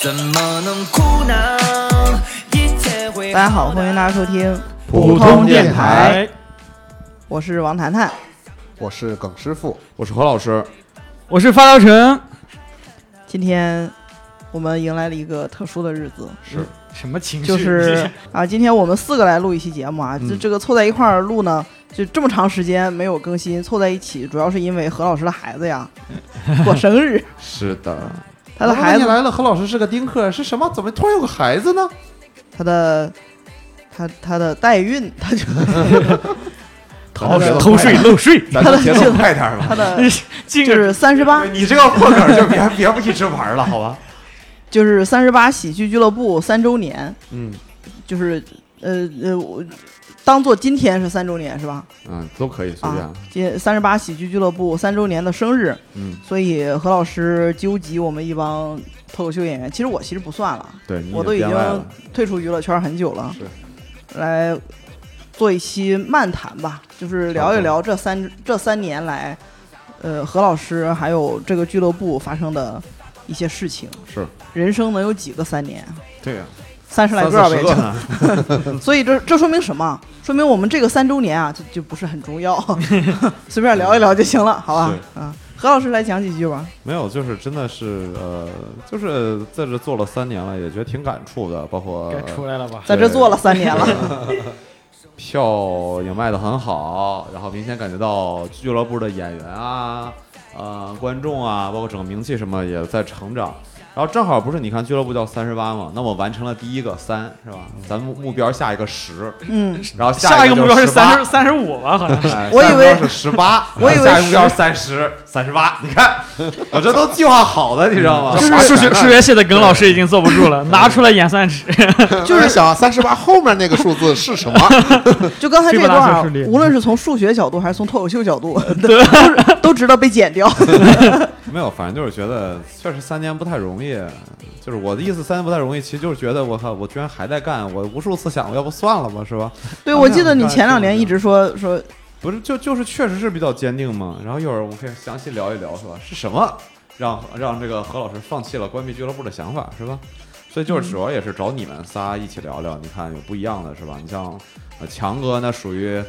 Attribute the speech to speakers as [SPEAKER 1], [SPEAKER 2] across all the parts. [SPEAKER 1] 怎么能苦恼？一切会
[SPEAKER 2] 大家好，欢迎大家收听，
[SPEAKER 3] 普通电
[SPEAKER 4] 哎
[SPEAKER 3] 台，
[SPEAKER 2] 我是王谈谈。
[SPEAKER 3] 我是耿师傅，
[SPEAKER 4] 我是何老师，
[SPEAKER 5] 我是发条城，
[SPEAKER 2] 今天我们迎来了一个特殊的日子，
[SPEAKER 5] 什么
[SPEAKER 3] 嗯
[SPEAKER 5] 情绪？
[SPEAKER 2] 就是啊，今天我们四个来录一期节目啊，这、
[SPEAKER 4] 嗯
[SPEAKER 2] 这个凑在一块儿录呢，就这么长时间没有更新，凑在一起主要是因为何老师的孩子 呀过生日，
[SPEAKER 4] 是的，
[SPEAKER 2] 他的孩
[SPEAKER 3] 我问你
[SPEAKER 2] 子，
[SPEAKER 3] 来了，何老师是个丁克，是什么？怎么突然有个孩子呢？
[SPEAKER 2] 他的他他的代孕，他就
[SPEAKER 3] 逃税
[SPEAKER 5] 偷 税漏税，
[SPEAKER 3] 咱
[SPEAKER 2] 他
[SPEAKER 3] 们
[SPEAKER 2] 的
[SPEAKER 3] 节奏快点儿吧。
[SPEAKER 2] 他的
[SPEAKER 5] 竟
[SPEAKER 2] 就
[SPEAKER 5] 然
[SPEAKER 2] 是三十八，
[SPEAKER 3] 你这个破梗就别别不一直玩了，好 吧？
[SPEAKER 2] 就是三十八喜剧俱乐部三周年，
[SPEAKER 3] 嗯，
[SPEAKER 2] 就是呃呃，我当做今天是三周年是吧？
[SPEAKER 4] 嗯，都可以随便
[SPEAKER 2] 啊，，今三十八喜剧俱乐部三周年的生日，
[SPEAKER 4] 嗯，
[SPEAKER 2] 所以何老师纠集我们一帮脱口秀演员，其实我其实不算了，
[SPEAKER 4] 对，你
[SPEAKER 2] 我都已
[SPEAKER 4] 编外
[SPEAKER 2] 经
[SPEAKER 4] 了
[SPEAKER 2] 退出娱乐圈很久了，
[SPEAKER 4] 是
[SPEAKER 2] 来做一期漫谈吧，就是聊一
[SPEAKER 4] 好的
[SPEAKER 2] 聊这三这三年来，呃，何老师还有这个俱乐部发生的一些事情。
[SPEAKER 4] 是，
[SPEAKER 2] 人生能有几个三年？
[SPEAKER 4] 对呀，
[SPEAKER 2] 三十来
[SPEAKER 4] 三
[SPEAKER 2] 个
[SPEAKER 4] 四
[SPEAKER 2] 呗
[SPEAKER 4] 十，个呢，
[SPEAKER 2] 就所以这这说明什么？说明我们这个三周年啊，就就不是很 重要，随便聊一聊就行了，好吧？啊，何老师来讲几句吧。
[SPEAKER 4] 没有，就是真的是呃，就是在这做了三年了，也觉得挺感触的，包括
[SPEAKER 5] 该出来了
[SPEAKER 4] 呃
[SPEAKER 5] 吧？
[SPEAKER 2] 在这做了三年 了，
[SPEAKER 4] 票也卖得很好，然后明显感觉到俱乐部的演员啊、呃观众啊，包括整个名气什么也在成长。然后正好不是你看俱乐部叫三十八嘛，那我完成了第一个三是吧？咱们目标下一个十，
[SPEAKER 2] 嗯，
[SPEAKER 4] 然后
[SPEAKER 5] 下
[SPEAKER 4] 一
[SPEAKER 5] 一个
[SPEAKER 4] 就
[SPEAKER 5] 目标
[SPEAKER 4] 18
[SPEAKER 5] 是三十三十五吧？ 好 像是
[SPEAKER 4] 哎
[SPEAKER 2] 我以为
[SPEAKER 4] 下一个目标是十 八，
[SPEAKER 2] 我以为
[SPEAKER 4] 下一个目标三十，三十八。你 看，我这都计划好的，你知道吗？
[SPEAKER 5] 啊数数学数学系的耿老师已经坐不 住了，拿出来演算尺。
[SPEAKER 3] 就是想三十八后面那个数字是什么？
[SPEAKER 2] 就刚才这
[SPEAKER 5] 这么
[SPEAKER 2] 段啊
[SPEAKER 5] 大手势力，
[SPEAKER 2] 无论是从数学角度还是从脱口秀 角度，都都值得被剪掉。
[SPEAKER 4] 没有，反正就是觉得确实三年不太容易。就是我的意思，三年不太容易，其实就是觉得我靠，我居然还在干，我无数次想，要不算了吧，是吧？
[SPEAKER 2] 对，我记得你前两年一直说说，
[SPEAKER 4] 不是，就就是确实是比较坚定嘛。然后一会儿我们可以详细聊一聊，是吧？是什么让让这个何老师放弃了关闭俱乐部的想法，是吧？所以
[SPEAKER 2] 嗯
[SPEAKER 4] 就是主要也是找你们仨一起聊聊，你看有不一样的是吧？你像呃强哥那属于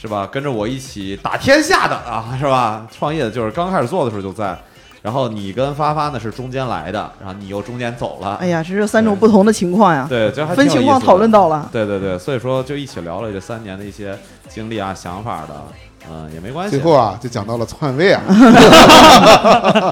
[SPEAKER 4] 是吧，跟着我一起打天下的啊， 是吧？创业就是刚开始做的时候就在，然后你跟发发呢是中间来的，然后你又中间走了，
[SPEAKER 2] 哎呀，这是三种不同的情况呀，
[SPEAKER 4] 对，这还
[SPEAKER 2] 分
[SPEAKER 4] 挺有
[SPEAKER 2] 情
[SPEAKER 4] 意
[SPEAKER 2] 况
[SPEAKER 4] 思
[SPEAKER 2] 讨
[SPEAKER 4] 的
[SPEAKER 2] 论到了。
[SPEAKER 4] 对对对，所以说就一起聊了这三年的一些经历啊、想法的，嗯、也没关系。
[SPEAKER 3] 最后啊，就讲到了篡位啊，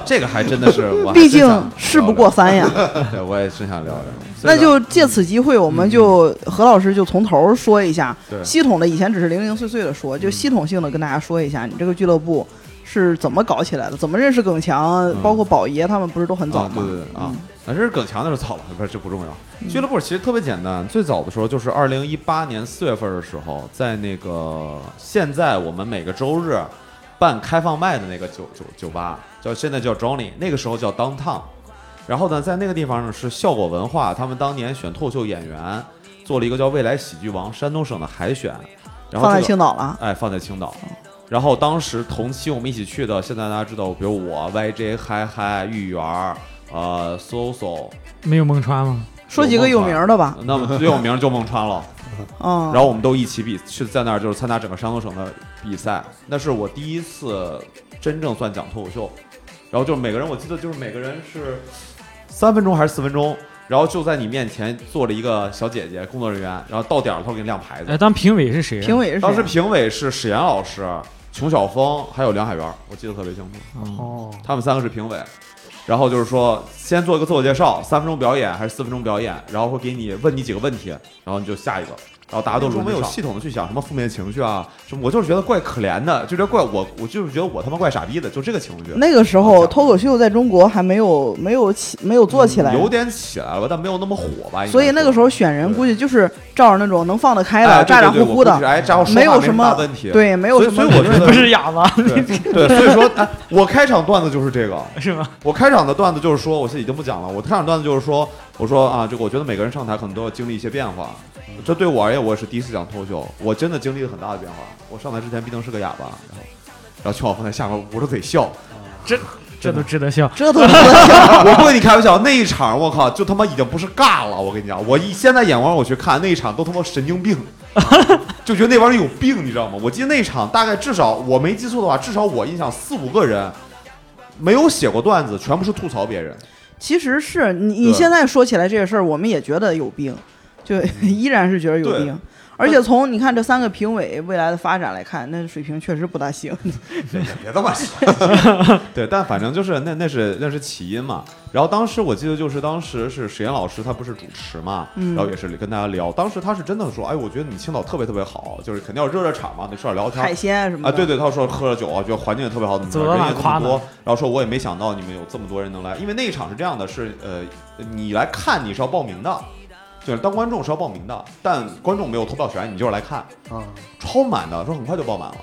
[SPEAKER 4] 这个还真的 是，我还
[SPEAKER 2] 毕
[SPEAKER 4] 真想
[SPEAKER 2] 竟事不过
[SPEAKER 4] 聊
[SPEAKER 2] 三呀，
[SPEAKER 4] 聊，对，我也 真想 聊聊。
[SPEAKER 2] 那就借此机会，我们
[SPEAKER 4] 嗯
[SPEAKER 2] 就何老师就从头儿说一下，
[SPEAKER 4] 对嗯
[SPEAKER 2] 系统的以前只是零零碎碎的说，就系统性的跟大家说一下，你这个俱乐部是怎么搞起来的，怎么认识耿强，包括宝爷他们不是都很
[SPEAKER 4] 嗯
[SPEAKER 2] 早
[SPEAKER 4] 啊，对
[SPEAKER 2] 吗？
[SPEAKER 4] 对对啊，那这是耿强那是早了，不是这不重要。
[SPEAKER 2] 嗯
[SPEAKER 4] 俱乐部其实特别简单，最早的时候就是二零一八年四月份的时候，在那个现在我们每个周日办开放麦的那个酒酒酒吧，叫现在叫 Johnny，那个时候叫 Downtown。然后呢，在那个地方呢是效果文化，他们当年选脱口秀演员，做了一个叫未来喜剧王山东省的海选，然后这
[SPEAKER 2] 放在
[SPEAKER 4] 个
[SPEAKER 2] 青岛了，
[SPEAKER 4] 哎，放在青岛。然后当时同期我们一起去的，现在大家知道，比如我、YJ、嗨嗨、芋圆儿、呃、SoSo，
[SPEAKER 5] 没有孟川吗？
[SPEAKER 2] 说几个有名儿的吧，
[SPEAKER 4] 那么最有名就孟川 了。
[SPEAKER 2] 嗯，
[SPEAKER 4] 然后我们都一起比去在那儿就是参加整个山东省的比赛，那是我第一次真正算讲脱口秀。然后就是每个人，我记得就是每个人是三分钟还是四分钟，然后就在你面前坐了一个小姐姐工作人员，然后到点儿了，他会给你亮牌子
[SPEAKER 5] 哎，。当评委是谁啊？
[SPEAKER 2] 评委是
[SPEAKER 4] 当时
[SPEAKER 2] 谁？
[SPEAKER 4] 评委是史岩老师、熊晓峰还有梁海源，我记得特别清楚，
[SPEAKER 5] 哦，
[SPEAKER 4] 他们三个是评委。然后就是说，先做一个自我介绍，三分钟表演还是四分钟表演，然后会给你问你几个问题，然后你就下一个。然后大家都没有系统的去想什么负面情绪啊，什么我就是觉得怪可怜的，就这怪我，我就是觉得我他妈怪傻逼的，就这个情绪。
[SPEAKER 2] 那个时候脱口秀在中国还没有没有起没有做起来，
[SPEAKER 4] 嗯有点起来了吧，但没有那么火吧。应该
[SPEAKER 2] 所以那个时候选人
[SPEAKER 4] 对
[SPEAKER 2] 估计就是照着那种能放得开
[SPEAKER 4] 哎
[SPEAKER 2] 的，
[SPEAKER 4] 对
[SPEAKER 2] 咋咋
[SPEAKER 4] 对对
[SPEAKER 2] 呼呼
[SPEAKER 4] 我估计
[SPEAKER 2] 的，
[SPEAKER 4] 哎，然后说话
[SPEAKER 2] 没有
[SPEAKER 4] 什
[SPEAKER 2] 什么
[SPEAKER 4] 么大问题，
[SPEAKER 2] 对，没有
[SPEAKER 4] 所以
[SPEAKER 2] 什
[SPEAKER 4] 所
[SPEAKER 2] 么
[SPEAKER 4] 以我觉得
[SPEAKER 5] 不是哑 巴
[SPEAKER 4] 对对，所以说 哎，我开场段子就是这个，
[SPEAKER 5] 是吗？
[SPEAKER 4] 我开场的段子就是说，我现在已经不讲了。我开场段子就是说，我说啊，这个我觉得每个人上台可能都要经历一些变化。这对我而言，我也是第一次讲脱口秀，我真的经历了很大的变化。我上台之前毕竟是个哑巴，然后，然后全晓峰在下面捂着嘴笑，
[SPEAKER 5] 这这都值得笑。
[SPEAKER 2] 这都不得笑。
[SPEAKER 4] 我不跟你开玩笑，那一场我靠，就他妈已经不是尬了。我跟你讲，我一现在眼光我去看那一场，都他妈神经病， 就觉得那帮人有病，你知道吗？我记得那一场大概至少我没记错的话，至少我印象四五个人没有写过段子，全部是吐槽别人。
[SPEAKER 2] 其实是你你
[SPEAKER 4] 对嗯
[SPEAKER 2] 现在说起来这个事儿，我们也觉得有病，就 依然是觉得有
[SPEAKER 4] 对
[SPEAKER 2] 病。而且从你看这三个评委未来的发展来看，那水平确实不 大行。
[SPEAKER 4] 别别这么说。对，但反正就是那那是那是起因嘛。然后当时我记得就是当时是史岩老师他不是主持嘛，
[SPEAKER 2] 嗯
[SPEAKER 4] 然后也是跟大家聊，当时他是真的说，哎，我觉得你们青岛特别特别好，就是肯定要热热场嘛，得说点聊天
[SPEAKER 2] 海。鲜什么的，
[SPEAKER 4] 啊，对对，他说喝了酒啊，觉得环境也特别好，怎么着
[SPEAKER 5] 走到
[SPEAKER 4] 人
[SPEAKER 5] 哪
[SPEAKER 4] 也这
[SPEAKER 5] 夸
[SPEAKER 4] 么
[SPEAKER 5] 哪
[SPEAKER 4] 多，然后说我也没想到你们有这么多人能来，因为那一场是这样的，是呃，你来看你是要报名的，就是当观众是要报名的，但观众没有投票权，你就是来看，
[SPEAKER 3] 啊，
[SPEAKER 4] 超满的，说很快就爆满了。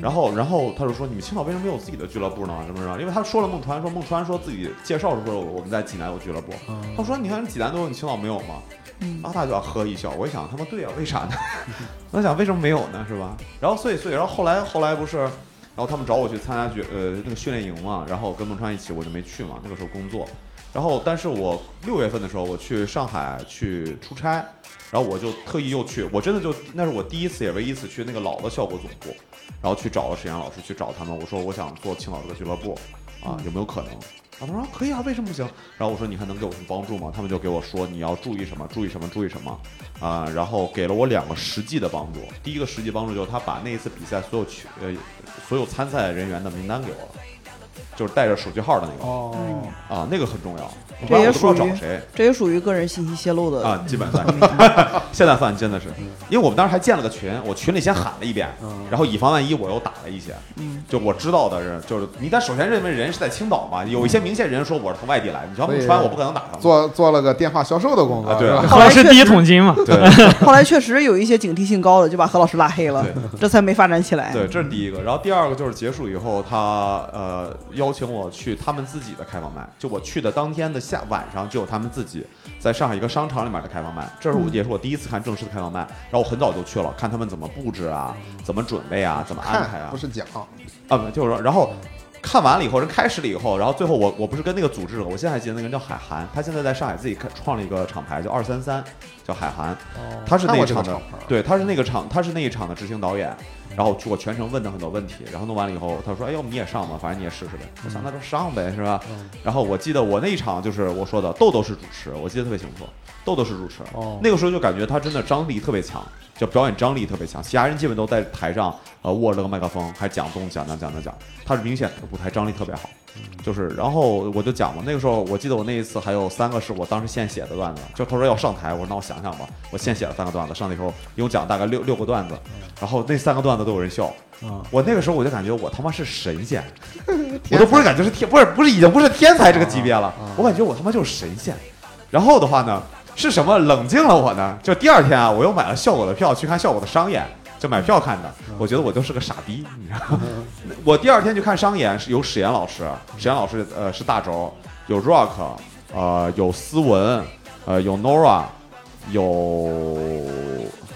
[SPEAKER 4] 然后，然后他就说：“你们青岛为什么没有自己的俱乐部呢？什么什么？因为他说了孟川，说孟川说自己介绍说我们在济南有俱乐部。
[SPEAKER 3] 啊
[SPEAKER 4] 他说：你看济南都有，你青岛没有吗？
[SPEAKER 2] 嗯
[SPEAKER 4] 然后大家就要呵一笑。我一想，他妈对啊，为啥呢？ 我想为什么没有呢？是吧？然后所以所以，然后后来后来不是，然后他们找我去参加训呃那个训练营嘛，然后跟孟川一起，我就没去嘛，那个时候工作。然后但是我六月份的时候我去上海去出差，然后我就特意又去，我真的就那是我第一次也唯一一次去那个老的效果总部，然后去找了沈阳老师去找他们，我说我想做青岛这个俱乐部啊，
[SPEAKER 2] 嗯
[SPEAKER 4] 有没有可能？啊，他说可以啊，为什么不行？然后我说你还能给我什么帮助吗？他们就给我说你要注意什么，注意什么，注意什么啊，然后给了我两个实际的帮助。第一个实际帮助就是他把那一次比赛所有去呃所有参赛人员的名单给我了，就是带着手机号的那个、
[SPEAKER 3] 哦，
[SPEAKER 4] 啊，那个很重要，不
[SPEAKER 2] 这
[SPEAKER 4] 然
[SPEAKER 2] 也
[SPEAKER 4] 我都不知
[SPEAKER 2] 属
[SPEAKER 4] 道
[SPEAKER 2] 于呃
[SPEAKER 4] 找谁。
[SPEAKER 2] 这也属于个人信息泄露的
[SPEAKER 4] 啊，基本 算是， 现在算真的是，因为我们当时还建了个群，我群里先喊了一遍，然后以防万一我又打了一些，
[SPEAKER 2] 嗯
[SPEAKER 4] 就我知道的人，就是你但首先认为人是在青岛嘛，有一些明显人说我是从外地来，你瞧
[SPEAKER 3] 所以
[SPEAKER 4] 孟川我不可能打他们，
[SPEAKER 3] 做做了个电话销售的工作，
[SPEAKER 4] 啊对
[SPEAKER 3] 是
[SPEAKER 4] 啊
[SPEAKER 3] 吧？
[SPEAKER 5] 何老师第一桶金 嘛，
[SPEAKER 4] 对
[SPEAKER 2] 后来确实有一些警惕性高的，就把何老师拉黑了， 这才没发展起来。
[SPEAKER 4] 对，这是第一个，然后第二个就是结束以后，他呃邀请我去他们自己的开放麦，就我去的当天的下晚上就有他们自己在上海一个商场里面的开放麦，这是我也是我第一次看正式的开放麦，然后我很早就去了，看他们怎么布置啊，怎么准备啊，怎么安排
[SPEAKER 3] 看
[SPEAKER 4] 啊
[SPEAKER 3] 不，是讲，
[SPEAKER 4] 啊，不就是说，然后看完了以后，人开始了以后，然后最后我我不是跟那个组织者，我现在还记得那个人叫海涵，他现在在上海自己开创了一个厂牌叫二三三，叫海涵，他是那
[SPEAKER 3] 看
[SPEAKER 4] 一
[SPEAKER 3] 过这
[SPEAKER 4] 场
[SPEAKER 3] 个
[SPEAKER 4] 的
[SPEAKER 3] 厂牌，
[SPEAKER 4] 对，他是那个场，他是那一场的执行导演。然后我全程问他很多问题，然后弄完了以后，他说：“哎要不你也上吧，反正你也试试呗。”我想那就上呗，是吧？然后我记得我那一场就是我说的豆豆是主持，我记得特别清楚，豆豆是主持。
[SPEAKER 3] 哦
[SPEAKER 4] 那个时候就感觉他真的张力特别强，就表演张力特别强，其他人基本都在台上呃握着个麦克风，还讲东讲讲讲讲讲，他是明显舞台张力特别好。就是，然后我就讲嘛，那个时候我记得我那一次还有三个是我当时现写的段子，就他说要上台，我说那我想想吧，我现写了三个段子，上台以后一共讲大概六六个段子，然后那三个段子都有人笑，
[SPEAKER 3] 啊
[SPEAKER 4] 我那个时候我就感觉我他妈是神仙，我都不是感觉是天，不是不是已经不是天才这个级别了，我感觉我他妈就是神仙。然后的话呢，是什么冷静了我呢？就第二天啊，我又买了效果的票去看效果的商演，就买票看的。我觉得我就是个傻逼，你知
[SPEAKER 3] 啊
[SPEAKER 4] 道吗？我第二天去看商演，是有史岩老师，史岩老师呃是大轴，有 Rock，呃有思文，呃有 Nora，有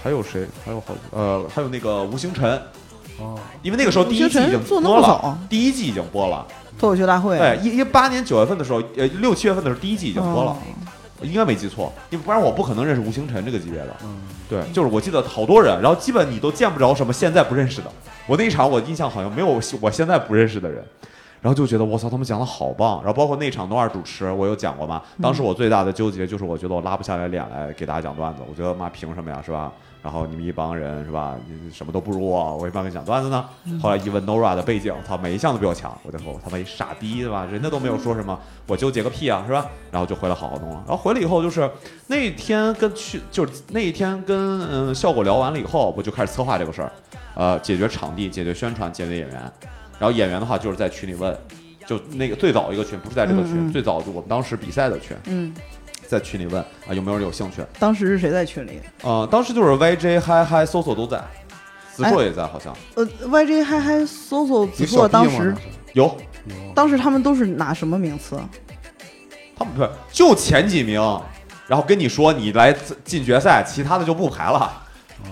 [SPEAKER 4] 还有谁？还有好呃还有那个吴星辰。
[SPEAKER 3] 哦，
[SPEAKER 4] 因为那个时候第一季已经
[SPEAKER 2] 吴星辰做那
[SPEAKER 4] 播
[SPEAKER 2] 么
[SPEAKER 4] 了
[SPEAKER 2] 早，
[SPEAKER 4] 第一季已经播了。
[SPEAKER 2] 脱口秀大会，嗯
[SPEAKER 4] 对，一一八年九月份的时候，呃，六七月份的时候，第一季已经播了
[SPEAKER 2] 哦，
[SPEAKER 4] 应该没记错，因为不然我不可能认识吴星辰这个级别的。
[SPEAKER 3] 啊
[SPEAKER 4] 对，就是我记得好多人，然后基本你都见不着什么现在不认识的。我那一场我印象好像没有我现在不认识的人。然后就觉得我操，他们讲的好棒。然后包括那场诺二主持，我有讲过嘛。当
[SPEAKER 2] 嗯
[SPEAKER 4] 时我最大的纠结就是，我觉得我拉不下来脸来给大家讲段子。我觉得妈凭什么呀，是吧？然后你们一帮人是吧，你什么都不如我，我为什么要跟你讲段子呢？后来一问 Nora 的背景，他每一项都比我强，我就说我他妈一傻逼对吧？人家都没有说什么，我纠结个屁啊，是吧？然后就回来好好弄了。然后回来以后就是那天跟去就是那一天跟嗯效果聊完了以后，我就开始策划这个事儿，呃，解决场地，解决宣传，解决演员。然后演员的话就是在群里问，就那个最早一个群不是在这个群，
[SPEAKER 2] 嗯嗯
[SPEAKER 4] 最早就我们当时比赛的群，
[SPEAKER 2] 嗯，
[SPEAKER 4] 在群里问啊、有没有人有兴趣？
[SPEAKER 2] 当时是谁在群里？
[SPEAKER 4] 呃，当时就是 YJ、嗨嗨、搜索都在，
[SPEAKER 2] 哎
[SPEAKER 4] 子硕也在，好像、
[SPEAKER 2] 呃，YJ 嗨嗨、搜搜、子
[SPEAKER 3] 你手
[SPEAKER 2] 硕，
[SPEAKER 3] 臂
[SPEAKER 2] 当
[SPEAKER 3] 吗
[SPEAKER 2] 时
[SPEAKER 4] 有。
[SPEAKER 3] 那是有
[SPEAKER 2] 当时他们都是拿什么名次？
[SPEAKER 4] 他们不是就前几名，然后跟你说你来自进决赛，其他的就不排了。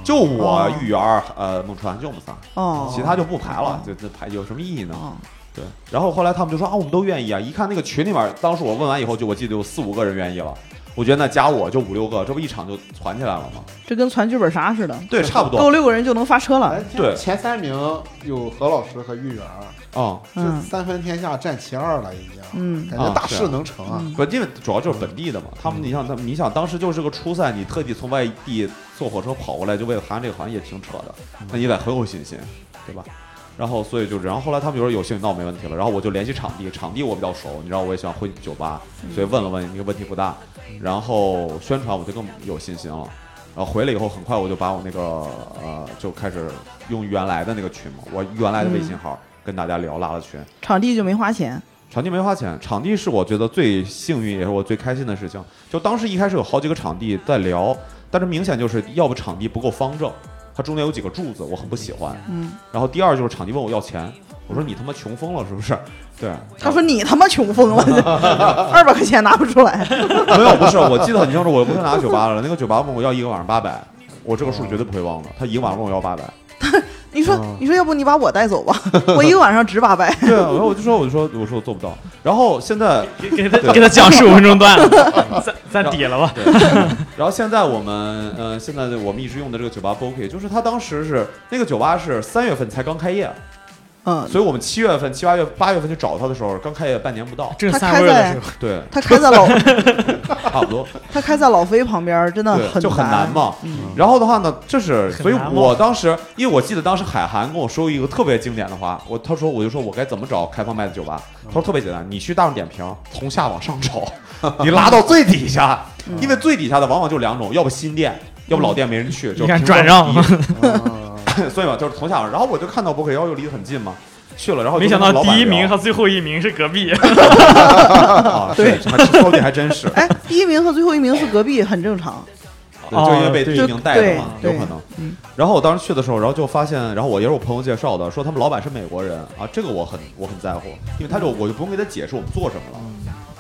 [SPEAKER 4] 就我
[SPEAKER 2] 哦
[SPEAKER 4] 玉园儿呃，孟川就我们仨，
[SPEAKER 2] 哦，
[SPEAKER 4] 其他就不排了
[SPEAKER 2] 哦，
[SPEAKER 4] 就这排有什么意义呢？
[SPEAKER 2] 哦，
[SPEAKER 4] 对，然后后来他们就说啊，我们都愿意啊。一看那个群里面，当时我问完以后，就我记得有四五个人愿意了。我觉得那加我就五六个，这不一场就攒起来了吗？
[SPEAKER 2] 这跟传剧本杀似的，
[SPEAKER 4] 对，差不
[SPEAKER 2] 够
[SPEAKER 4] 多。
[SPEAKER 2] 六个人就能发车了。
[SPEAKER 3] 咱
[SPEAKER 4] 哎对
[SPEAKER 3] 前三名有何老师和玉圆儿，
[SPEAKER 4] 嗯，
[SPEAKER 3] 这
[SPEAKER 2] 嗯
[SPEAKER 3] 三分天下占其二了，已经。
[SPEAKER 2] 嗯
[SPEAKER 3] 感觉
[SPEAKER 4] 啊
[SPEAKER 3] 大
[SPEAKER 4] 是
[SPEAKER 3] 事
[SPEAKER 4] 啊
[SPEAKER 3] 能成啊！
[SPEAKER 4] 不，因为主要就是本地的嘛。他们，你像他们，你想当时就是个初赛，你特地从外地坐火车跑过来，就为了谈这个行业，挺扯的。那你得很有信心，对吧？然后，所以就是，然后后来他们就说有兴趣，那我没问题了。然后我就联系场地，场地我比较熟，你知道我也喜欢混酒吧，所以问了问，那个问题不大。然后宣传我就更有信心了。然后回来以后，很快我就把我那个呃，就开始用原来的那个群嘛，我原来的微信号跟大家聊，拉了群。
[SPEAKER 2] 场地就没花钱，
[SPEAKER 4] 场地没花钱，场地是我觉得最幸运也是我最开心的事情。就当时一开始有好几个场地在聊，但是明显就是要不场地不够方正，它中间有几个柱子我很不喜欢。
[SPEAKER 2] 嗯，
[SPEAKER 4] 然后第二就是场地问我要钱，我说你他妈穷疯了是不是？ 对，
[SPEAKER 2] 他说你他妈穷疯了， 二百块钱拿不出来。
[SPEAKER 4] 没有不是，我记得很清楚，我不是拿酒吧了，那个酒吧问我要一个晚上八百，我这个数绝对不会忘的。他一个晚上问我要八百，
[SPEAKER 2] 你说，
[SPEAKER 4] 啊
[SPEAKER 2] 你说，要不你把我带 走吧？我一个晚上值八百。
[SPEAKER 4] 对，啊然后我就说我就说我说我做不到。然后现在
[SPEAKER 5] 给给他
[SPEAKER 4] 对
[SPEAKER 5] 给他讲十五分钟段， 咱咱抵了吧。
[SPEAKER 4] 对， 然后现在我们，呃，现在我们一直用的这个酒吧 Boki，就是它当时是那个酒吧是三月份才刚开业，
[SPEAKER 2] 嗯，
[SPEAKER 4] 所以我们七月份、七八月、八月份去找他的时候，刚开业半年不到，
[SPEAKER 5] 正
[SPEAKER 2] 他
[SPEAKER 5] 三
[SPEAKER 2] 开
[SPEAKER 5] 味儿的
[SPEAKER 2] 在
[SPEAKER 5] 时候，
[SPEAKER 4] 对，
[SPEAKER 2] 他开在老，
[SPEAKER 4] 差不多，
[SPEAKER 2] 他开在老飞旁边儿，真的
[SPEAKER 4] 对，就很难
[SPEAKER 2] 难。
[SPEAKER 4] 嘛。
[SPEAKER 2] 嗯
[SPEAKER 4] 然后的话呢，这是，
[SPEAKER 5] 很
[SPEAKER 4] 所以
[SPEAKER 5] 难忘
[SPEAKER 4] 我当时，因为我记得当时海涵跟我说一个特别经典的话，我他说我就说我该怎么找开放麦的酒吧，他说特别简单，你去大众点评从下往上找， 你拉到最底下，因为最底下的往往就两种，要不新店，要不老店没人去，就
[SPEAKER 5] 你看
[SPEAKER 4] 评分
[SPEAKER 5] 转让
[SPEAKER 4] 低
[SPEAKER 3] 啊
[SPEAKER 4] 所以嘛，就是从下往上，然后我就看到博客幺又离得很近嘛，去了，然后就
[SPEAKER 5] 没想到
[SPEAKER 4] 跟老板
[SPEAKER 5] 第一名
[SPEAKER 4] 聊
[SPEAKER 5] 和最后一名是隔壁，
[SPEAKER 4] 啊， 对，还说不定还真是，啊
[SPEAKER 2] 哎，第一名和最后一名是隔壁，很正常。
[SPEAKER 4] 对，就因
[SPEAKER 5] 哦
[SPEAKER 4] 为被第一名带着嘛，
[SPEAKER 2] 对
[SPEAKER 4] 有
[SPEAKER 2] 对
[SPEAKER 4] 可能
[SPEAKER 2] 嗯。
[SPEAKER 4] 然后我当时去的时候，然后就发现，然后我也是我朋友介绍的，说他们老板是美国人啊，这个我很我很在乎，因为他就我就不用给他解释我们做什么了。
[SPEAKER 5] 嗯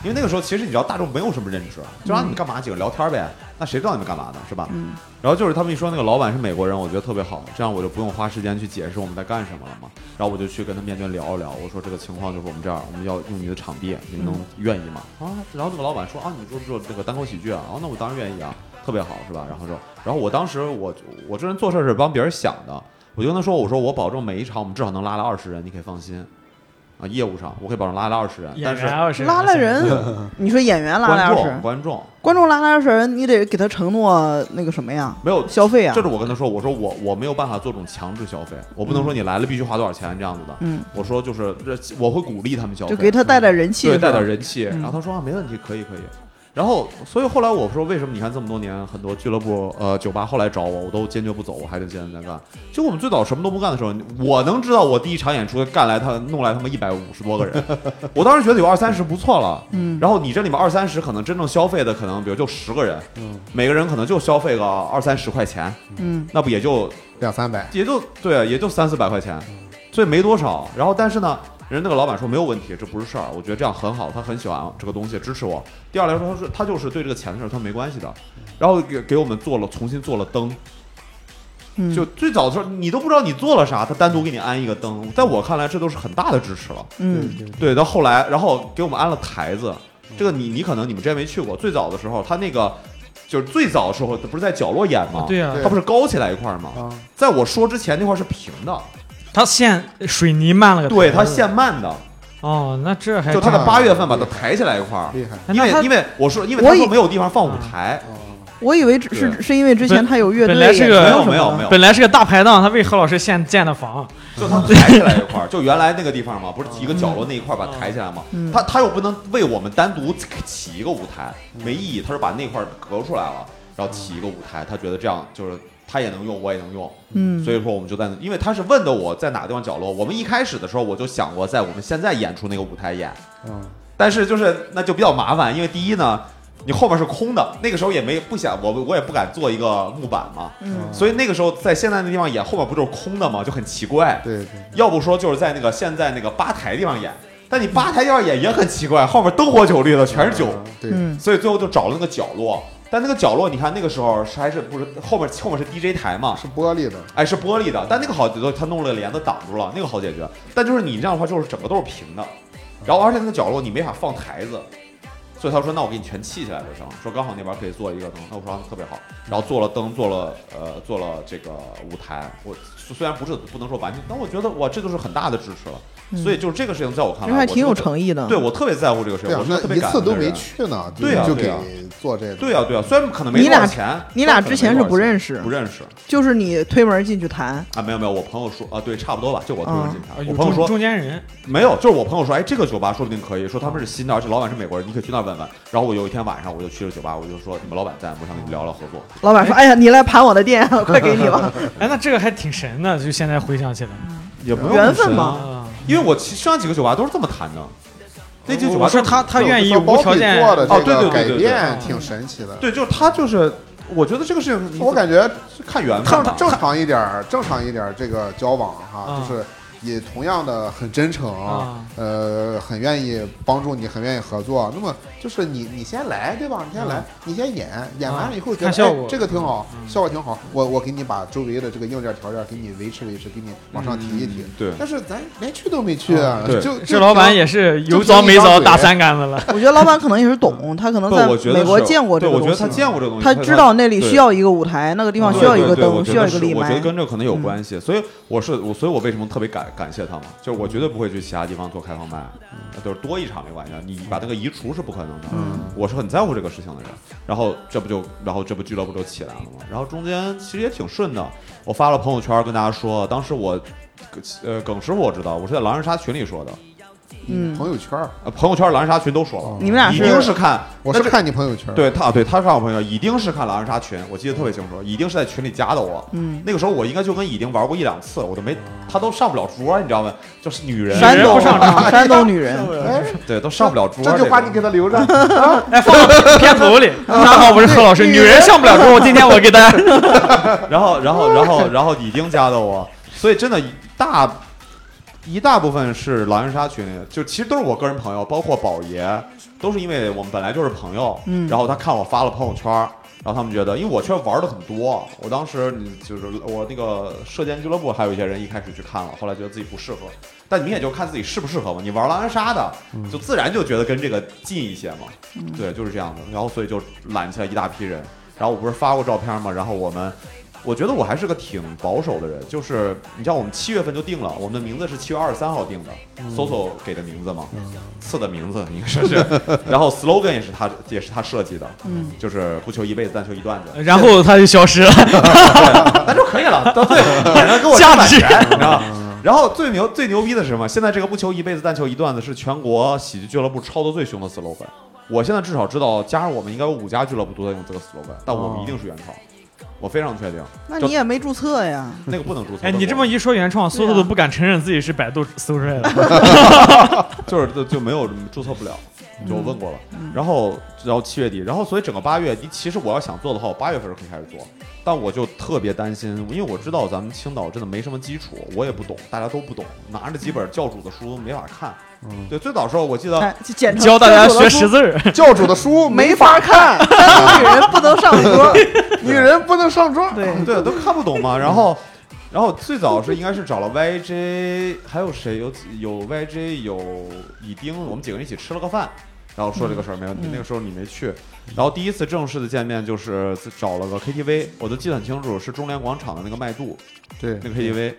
[SPEAKER 4] 因为那个时候，其实你知道大众没有什么认知，就让你们干嘛几个聊天呗，那谁知道你们干嘛呢，是吧？
[SPEAKER 2] 嗯
[SPEAKER 4] 然后就是他们一说那个老板是美国人，我觉得特别好，这样我就不用花时间去解释我们在干什么了嘛。然后我就去跟他面对聊一聊，我说这个情况就是我们这样，我们要用你的场地，你们能愿意吗？
[SPEAKER 2] 嗯
[SPEAKER 4] 啊，然后那个老板说啊，你做不做那个单口喜剧啊？啊，那我当然愿意啊，特别好是吧？然后说，然后我当时我我这人做事是帮别人想的，我就跟他说，我说我保证每一场我们至少能拉来二十人，你可以放心啊，业务上我可以保证拉来二十人，
[SPEAKER 5] 演
[SPEAKER 4] 但是
[SPEAKER 5] 员啊二十，
[SPEAKER 2] 拉了人， 你说演员拉了
[SPEAKER 4] 观
[SPEAKER 2] 二
[SPEAKER 4] 众
[SPEAKER 2] 十，
[SPEAKER 4] 观众
[SPEAKER 2] 观众拉了二十，你得给他承诺那个什么呀？
[SPEAKER 4] 没有
[SPEAKER 2] 消费啊
[SPEAKER 4] 这。是我跟他说，我说我我没有办法做这种强制消费，我不能说你来了必须花多少钱这样子的。
[SPEAKER 2] 嗯，
[SPEAKER 4] 我说就是这我会鼓励他们消费，
[SPEAKER 2] 就给他带带人气，
[SPEAKER 4] 对
[SPEAKER 2] 是吧嗯
[SPEAKER 4] 带点人气。然后他说啊，没问题，可以可以。然后所以后来我说为什么你看这么多年很多俱乐部呃酒吧后来找我，我都坚决不走，我还得坚持在干。就我们最早什么都不干的时候，我能知道我第一场演出干来他弄来他妈一百五十多个人，我当时觉得有二三十不错了。
[SPEAKER 2] 嗯
[SPEAKER 4] 然后你这里面二三十可能真正消费的可能比如就十个人，
[SPEAKER 3] 嗯，
[SPEAKER 4] 每个人可能就消费个二三十块钱，
[SPEAKER 2] 嗯，
[SPEAKER 4] 那不也就
[SPEAKER 3] 两三百，
[SPEAKER 4] 也就对，啊也就三四百块钱，所以没多少。然后但是呢，人那个老板说没有问题，这不是事儿，我觉得这样很好，他很喜欢这个东西，支持我。第二来说，他说他就是对这个钱的事儿他没关系的，然后给给我们做了重新做了灯，
[SPEAKER 2] 嗯
[SPEAKER 4] 就最早的时候你都不知道你做了啥，他单独给你安一个灯，在我看来这都是很大的支持了。
[SPEAKER 2] 嗯
[SPEAKER 3] 对对
[SPEAKER 4] 对，到后来，然后给我们安了台子，这个你你可能你们之前没去过，最早的时候他那个就是最早的时候不是在角落演吗？
[SPEAKER 5] 对啊，
[SPEAKER 3] 对
[SPEAKER 4] 他不是高起来一块儿吗？
[SPEAKER 3] 啊，
[SPEAKER 4] 在我说之前那块儿是平的，
[SPEAKER 5] 他线水泥漫了个头
[SPEAKER 4] 对，它限慢的，
[SPEAKER 5] 哦，那这还
[SPEAKER 2] 哎
[SPEAKER 4] 就它
[SPEAKER 5] 真
[SPEAKER 4] 在八月份把它抬起来一块儿，
[SPEAKER 3] 厉害
[SPEAKER 5] 哎
[SPEAKER 4] 因
[SPEAKER 5] 那
[SPEAKER 4] 为
[SPEAKER 5] 他
[SPEAKER 4] 因为我说因为
[SPEAKER 2] 我
[SPEAKER 4] 他说
[SPEAKER 2] 以嗯
[SPEAKER 4] 没有地方放舞台，
[SPEAKER 3] 啊！
[SPEAKER 2] 我以为只
[SPEAKER 4] 对
[SPEAKER 2] 是是因为之前
[SPEAKER 5] 本
[SPEAKER 2] 他有乐队，
[SPEAKER 5] 本来是个
[SPEAKER 2] 也
[SPEAKER 4] 没
[SPEAKER 2] 没
[SPEAKER 4] 有
[SPEAKER 2] 什么
[SPEAKER 4] 没有
[SPEAKER 2] 的
[SPEAKER 4] 没有，
[SPEAKER 5] 本来是个大排档，他为何老师现建的房，
[SPEAKER 4] 就它抬起来一块儿，就原来那个地方嘛，不是一个角落那一块儿把它抬起来嘛
[SPEAKER 2] 嗯，
[SPEAKER 4] 它它又不能为我们单独起一个舞台，
[SPEAKER 2] 嗯
[SPEAKER 4] 没意义，它是把那块儿隔出来了，然后起一个舞台，他觉得这样就是。他也能用，我也能用，
[SPEAKER 2] 嗯
[SPEAKER 4] 所以说我们就在，因为他是问的我在哪个地方角落。我们一开始的时候我就想过在我们现在演出那个舞台演，
[SPEAKER 3] 嗯，
[SPEAKER 4] 但是就是那就比较麻烦，因为第一呢，你后面是空的，那个时候也没不想我我也不敢做一个木板嘛，
[SPEAKER 2] 嗯
[SPEAKER 4] 所以那个时候在现在那地方演，后面不就是空的嘛，就很奇怪。
[SPEAKER 3] 对对，
[SPEAKER 4] 要不说就是在那个现在那个吧台地方演，但你吧台地方演也很奇怪，后面灯火酒绿的全是酒，
[SPEAKER 3] 嗯，对，
[SPEAKER 2] 嗯
[SPEAKER 4] 所以最后就找了那个角落。但那个角落，你看那个时候是还是不是后面后面是 DJ 台嘛？
[SPEAKER 3] 是玻璃的，
[SPEAKER 4] 哎，是玻璃的，但那个好解决，他弄了个帘子挡住了，那个好解决。但就是你这样的话，就是整个都是平的，然后而且那个角落你没法放台子，所以他说那我给你全砌起来就行。说刚好那边可以做一个灯，那我说特别好，然后做了灯，做了呃做了这个舞台。我虽然不是不能说完全，但我觉得哇这就是很大的支持了。所以就是这个事情在我看
[SPEAKER 2] 嗯人
[SPEAKER 4] 来，
[SPEAKER 2] 还
[SPEAKER 4] 我
[SPEAKER 2] 挺
[SPEAKER 4] 是
[SPEAKER 2] 有
[SPEAKER 4] 特
[SPEAKER 2] 诚意的。
[SPEAKER 4] 对我特别在乎这个事
[SPEAKER 3] 对
[SPEAKER 4] 情，
[SPEAKER 3] 啊
[SPEAKER 4] 我，是
[SPEAKER 3] 那
[SPEAKER 4] 特别
[SPEAKER 3] 一
[SPEAKER 4] 感
[SPEAKER 3] 次
[SPEAKER 4] 恩的
[SPEAKER 3] 都没
[SPEAKER 4] 人
[SPEAKER 3] 去呢，就
[SPEAKER 4] 对啊
[SPEAKER 3] 就
[SPEAKER 4] 对
[SPEAKER 3] 给
[SPEAKER 4] 啊
[SPEAKER 3] 做这个，
[SPEAKER 4] 对呀、对呀、啊虽然可能没
[SPEAKER 2] 你
[SPEAKER 4] 多少
[SPEAKER 2] 俩
[SPEAKER 4] 钱，
[SPEAKER 2] 你俩
[SPEAKER 4] 但可能
[SPEAKER 2] 之前
[SPEAKER 4] 没
[SPEAKER 2] 是
[SPEAKER 4] 多少
[SPEAKER 2] 不
[SPEAKER 4] 钱
[SPEAKER 2] 认识
[SPEAKER 4] 不认识
[SPEAKER 2] 就是你推门进去谈，
[SPEAKER 4] 啊？没有没有，我朋友说啊，对，差不多吧，就我推荐
[SPEAKER 2] 嗯
[SPEAKER 4] 警察。
[SPEAKER 5] 啊有
[SPEAKER 4] 我朋友
[SPEAKER 5] 中
[SPEAKER 4] 说
[SPEAKER 5] 中间人，
[SPEAKER 4] 没有，就是我朋友说，哎，这个酒吧说不定可以，说他们是新的，而且老板是美国人，你可以去那儿问问。然后我有一天晚上我就去了酒吧，我就说你们老板在，我想跟你聊聊合作。
[SPEAKER 2] 老板说：“哎呀，你来盘我的店，啊快给你 吧。
[SPEAKER 5] 哎，那这个还挺神的，就现在回想起来
[SPEAKER 4] 也没有
[SPEAKER 2] 缘分嘛
[SPEAKER 5] 啊，
[SPEAKER 4] 因为我其上几个酒吧都是这么谈的。那几个酒吧
[SPEAKER 5] 我
[SPEAKER 4] 都
[SPEAKER 5] 说
[SPEAKER 4] 是
[SPEAKER 5] 他他
[SPEAKER 3] 对
[SPEAKER 5] 愿意
[SPEAKER 3] 我说
[SPEAKER 5] 无条件
[SPEAKER 3] Bobby 做的
[SPEAKER 4] 啊哦对对
[SPEAKER 3] 这
[SPEAKER 4] 对
[SPEAKER 3] 个改
[SPEAKER 4] 对对
[SPEAKER 3] 变
[SPEAKER 5] 对
[SPEAKER 3] 挺神奇的。
[SPEAKER 4] 对，就是他就是，我觉得这个事情
[SPEAKER 3] 我感觉
[SPEAKER 4] 觉看缘分
[SPEAKER 3] 正
[SPEAKER 4] 吧。
[SPEAKER 3] 正常一点儿，正常一点儿这个交往哈，
[SPEAKER 5] 啊
[SPEAKER 3] 就是也同样的很真诚
[SPEAKER 5] 啊，
[SPEAKER 3] 呃，很愿意帮助你，很愿意合作。那么就是你你先来对吧？你先来
[SPEAKER 5] 啊，
[SPEAKER 3] 你先演，演完了以后觉得
[SPEAKER 5] 看效
[SPEAKER 3] 哎
[SPEAKER 5] 果
[SPEAKER 3] 这个挺好，
[SPEAKER 5] 嗯
[SPEAKER 3] 效果挺好。我我给你把周围的这个硬件条件给你维持维持，给你往上提一提
[SPEAKER 4] 嗯。对
[SPEAKER 3] 但是咱连去都没去
[SPEAKER 5] 啊，
[SPEAKER 4] 对
[SPEAKER 3] 就
[SPEAKER 5] 这老板也是有早没早打三竿子 了，”
[SPEAKER 2] 我觉得老板可能也是懂，他可能
[SPEAKER 4] 不，
[SPEAKER 2] 在
[SPEAKER 4] 我觉得
[SPEAKER 2] 美国
[SPEAKER 4] 是
[SPEAKER 2] 见过这
[SPEAKER 4] 对，
[SPEAKER 2] 个
[SPEAKER 4] 我觉得
[SPEAKER 2] 东
[SPEAKER 4] 他
[SPEAKER 2] 西，
[SPEAKER 4] 见过这个东西，
[SPEAKER 2] 他知道那里
[SPEAKER 4] 对
[SPEAKER 2] 需要一个舞台，那个地方
[SPEAKER 4] 对
[SPEAKER 2] 啊需要一
[SPEAKER 4] 对
[SPEAKER 2] 个
[SPEAKER 4] 对我
[SPEAKER 2] 灯，
[SPEAKER 4] 觉
[SPEAKER 2] 需要
[SPEAKER 4] 得
[SPEAKER 2] 一个
[SPEAKER 4] 是
[SPEAKER 2] 立
[SPEAKER 4] 我觉得
[SPEAKER 2] 麦。
[SPEAKER 4] 跟这可能有
[SPEAKER 2] 嗯
[SPEAKER 4] 关系，所以我是我，所以我为什么特别感感谢他们？就是我绝对不会去其他地方做开放麦，
[SPEAKER 2] 嗯
[SPEAKER 4] 呃就是多一场没关系，你把那个移除是不可能的。我是很在乎这个事情的人。然后这不就，然后这不俱乐部就起来了嘛。然后中间其实也挺顺的，我发了朋友圈跟大家说，当时我。呃，耿师傅我知道，我是在狼人杀群里说的，
[SPEAKER 2] 嗯
[SPEAKER 3] 朋友圈儿，
[SPEAKER 4] 呃朋友圈狼人杀群都说了，
[SPEAKER 2] 你们俩
[SPEAKER 4] 一
[SPEAKER 2] 是
[SPEAKER 4] 定是看，
[SPEAKER 3] 我
[SPEAKER 4] 那
[SPEAKER 3] 是
[SPEAKER 4] 这
[SPEAKER 3] 看你朋友圈儿，
[SPEAKER 4] 对他，对他是我朋友，已经是看狼人杀群，我记得特别清楚，已经是在群里加的我。
[SPEAKER 2] 嗯，
[SPEAKER 4] 那个时候我应该就跟已经玩过一两次，我都没，他都上不了桌，你知道吗？就是女人，
[SPEAKER 2] 山东
[SPEAKER 5] 不上场
[SPEAKER 2] 啊，山东女 人，
[SPEAKER 3] 哎，
[SPEAKER 4] 对，都上不了桌。
[SPEAKER 3] 这句话你给他留着。
[SPEAKER 5] 哎，放到片头里。大家好，我是何老师，女人上不了桌，今天我给大家，
[SPEAKER 4] 然后，然后，然后，然后已经加的我，所以真的大一大部分是狼人杀群里的，就其实都是我个人朋友，包括宝爷，都是因为我们本来就是朋友，
[SPEAKER 2] 嗯
[SPEAKER 4] 然后他看我发了朋友圈儿。然后他们觉得，因为我确实玩的很多，我当时嗯就是我那个射箭俱乐部，还有一些人一开始去看了，后来觉得自己不适合。但你们也就看自己适不适合嘛，你玩狼人杀的，就自然就觉得跟这个近一些嘛。
[SPEAKER 2] 嗯
[SPEAKER 4] 对，就是这样的。然后所以就揽起来一大批人。然后我不是发过照片吗？然后我们，我觉得我还是个挺保守的人，就是你像我们七月份就定了，我们的名字是七月二十三号定的，搜搜给的名字嘛，赐的名字应该说是。然后 slogan 也是他也是他设计的，
[SPEAKER 2] 嗯，
[SPEAKER 4] 就是不求一辈子，但求一段子。
[SPEAKER 5] 然后他就消失了，
[SPEAKER 4] 那就可以 了，到最后反正给我
[SPEAKER 5] 价
[SPEAKER 4] 挣点
[SPEAKER 5] 值
[SPEAKER 4] 钱，你知道吗？然后最牛最牛逼的是什么？现在这个不求一辈子，但求一段子是全国喜剧俱乐部抄的最凶的 slogan。我现在至少知道，加上我们应该有五家俱乐部都在用这个 slogan，但我们一定是原创，
[SPEAKER 5] 嗯
[SPEAKER 4] 我非常确定。
[SPEAKER 2] 那你也没注册呀？
[SPEAKER 4] 那个不 能注册。
[SPEAKER 5] 哎，你这么一说原创，搜
[SPEAKER 2] 对
[SPEAKER 5] 搜
[SPEAKER 2] 啊
[SPEAKER 5] 都不敢承认自己是百度搜出来的。
[SPEAKER 4] 就是就就没有注册不了，就我问过了。
[SPEAKER 5] 嗯
[SPEAKER 4] 然后然后七月底，然后所以整个八月，你其实我要想做的话，我八月份就可以开始做，但我就特别担心，因为我知道咱们青岛真的没什么基础，我也不懂，大家都不懂，拿着几本教主的书没法看。
[SPEAKER 5] 嗯
[SPEAKER 4] 对，最早时候我记得
[SPEAKER 2] 哎，就简称
[SPEAKER 5] 教大家
[SPEAKER 2] 厕
[SPEAKER 5] 学
[SPEAKER 2] 所 的
[SPEAKER 5] 识
[SPEAKER 2] 书
[SPEAKER 5] 字儿，
[SPEAKER 3] 教主的书
[SPEAKER 2] 没
[SPEAKER 3] 没
[SPEAKER 2] 法看，山东女人不能上 桌。
[SPEAKER 3] 女人不能上桌。
[SPEAKER 2] 对，
[SPEAKER 4] 对，都看不懂嘛。然后，然后最早是应该是找了 YJ，还有谁？有有 YJ，有乙丁，我们几个人一起吃了个饭，然后说这个事儿没问题。那个时候你没去，然后第一次正式的见面就是找了个 KTV，我都记得很清楚，是中联广场的那个麦度
[SPEAKER 3] 对
[SPEAKER 4] 那个 KTV。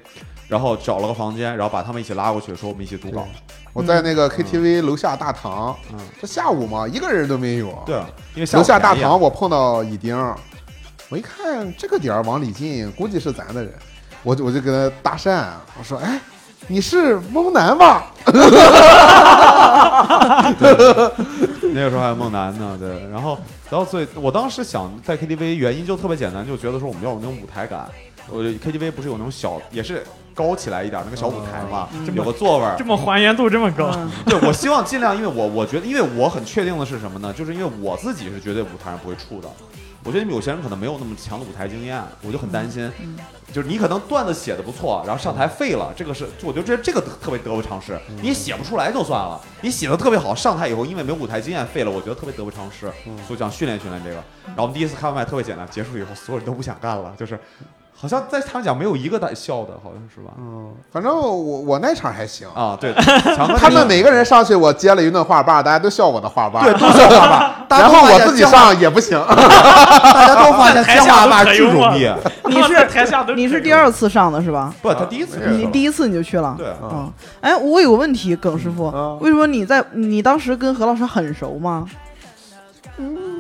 [SPEAKER 4] 然后找了个房间，然后把他们一起拉过去，说我们一起读稿。
[SPEAKER 3] 我在那个 KTV 楼下大堂，
[SPEAKER 4] 嗯，
[SPEAKER 3] 这下午嘛，一个人都没有。
[SPEAKER 4] 对，因为下午
[SPEAKER 3] 楼下大
[SPEAKER 4] 便宜啊
[SPEAKER 3] 堂我碰到乙丁，我一看这个点儿往里进，估计是咱的人，我就我就跟他搭讪，我说：“哎，你是翁楠吧
[SPEAKER 4] 那个时候还有梦楠呢，对，然后，然后所以，我当时想在 KTV 原因就特别简单，就觉得说我们要有那种舞台感。我 KTV 不是有那种小，也是高起来一点那个小舞台嘛，有个座位儿
[SPEAKER 5] 这。么还原度这么 高，
[SPEAKER 2] 嗯
[SPEAKER 4] 对，我希望尽量，因为我我觉得，因为我很确定的是什么呢？就是因为我自己是绝对舞台上不会怵的，我觉得有些人可能没有那么强的舞台经验，我就很担心，就是你可能段子写的不错，然后上台废了，这个是我觉得这这个特别得不偿失。你写不出来就算了，你写的特别好，上台以后因为没有舞台经验废了，我觉得特别得不偿失，所以想训练训练这个。然后我们第一次开完麦特别简单，结束以后所有人都不想干了，就是好像在他们讲没有一个在笑的，好像是吧？
[SPEAKER 3] 嗯，反正我我那场还行，
[SPEAKER 4] 啊，对，强哥
[SPEAKER 3] 他们
[SPEAKER 4] 那
[SPEAKER 3] 每个人上去，我接了一顿话把，大家都笑我的话把，
[SPEAKER 4] 对都笑话吧，大家
[SPEAKER 3] 然
[SPEAKER 4] 都
[SPEAKER 3] 后
[SPEAKER 4] 发
[SPEAKER 3] 我
[SPEAKER 4] 现
[SPEAKER 3] 自己
[SPEAKER 4] 笑话
[SPEAKER 3] 上也不行，
[SPEAKER 4] 大家都发现
[SPEAKER 5] 台
[SPEAKER 4] 接
[SPEAKER 5] 下
[SPEAKER 4] 话
[SPEAKER 5] 都
[SPEAKER 4] 吧
[SPEAKER 5] 可
[SPEAKER 4] 巨
[SPEAKER 5] 幽默
[SPEAKER 4] 容易。
[SPEAKER 2] 你是
[SPEAKER 5] 台下都
[SPEAKER 2] 嗯你是第二次上的是吧？
[SPEAKER 4] 不，他第一次
[SPEAKER 3] 啊
[SPEAKER 4] 就是了，
[SPEAKER 2] 你第一次你就去了，
[SPEAKER 4] 对啊
[SPEAKER 2] 嗯，哎，我有个问题，耿师傅，
[SPEAKER 3] 嗯
[SPEAKER 2] 为什么你在你当时跟何老师很熟吗？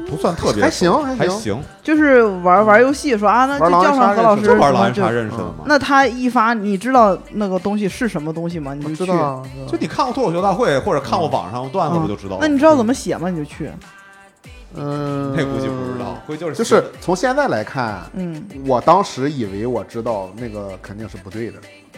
[SPEAKER 4] 不算特别
[SPEAKER 3] 还行还行
[SPEAKER 4] 还行，
[SPEAKER 2] 就是玩玩游戏说啊，那就
[SPEAKER 3] 玩狼人
[SPEAKER 2] 叫上
[SPEAKER 3] 杀
[SPEAKER 2] 何老
[SPEAKER 3] 认
[SPEAKER 2] 师，
[SPEAKER 3] 识
[SPEAKER 4] 就玩狼
[SPEAKER 2] 然后
[SPEAKER 4] 人杀
[SPEAKER 2] 就
[SPEAKER 4] 认识的嘛。
[SPEAKER 2] 那他一发，你知道那个东西是什么东西吗？你
[SPEAKER 3] 我
[SPEAKER 2] 就
[SPEAKER 3] 知
[SPEAKER 2] 去。
[SPEAKER 3] 道啊，
[SPEAKER 4] 就你看过脱口秀大会，或者看过网上段子，不就知道了？
[SPEAKER 2] 嗯那你知道怎么写吗？你就去。
[SPEAKER 3] 嗯，
[SPEAKER 4] 那估计不知道，，估计就是
[SPEAKER 3] 就是从现在来看。
[SPEAKER 2] 嗯
[SPEAKER 3] 我当时以为我知道那个肯定是不对的，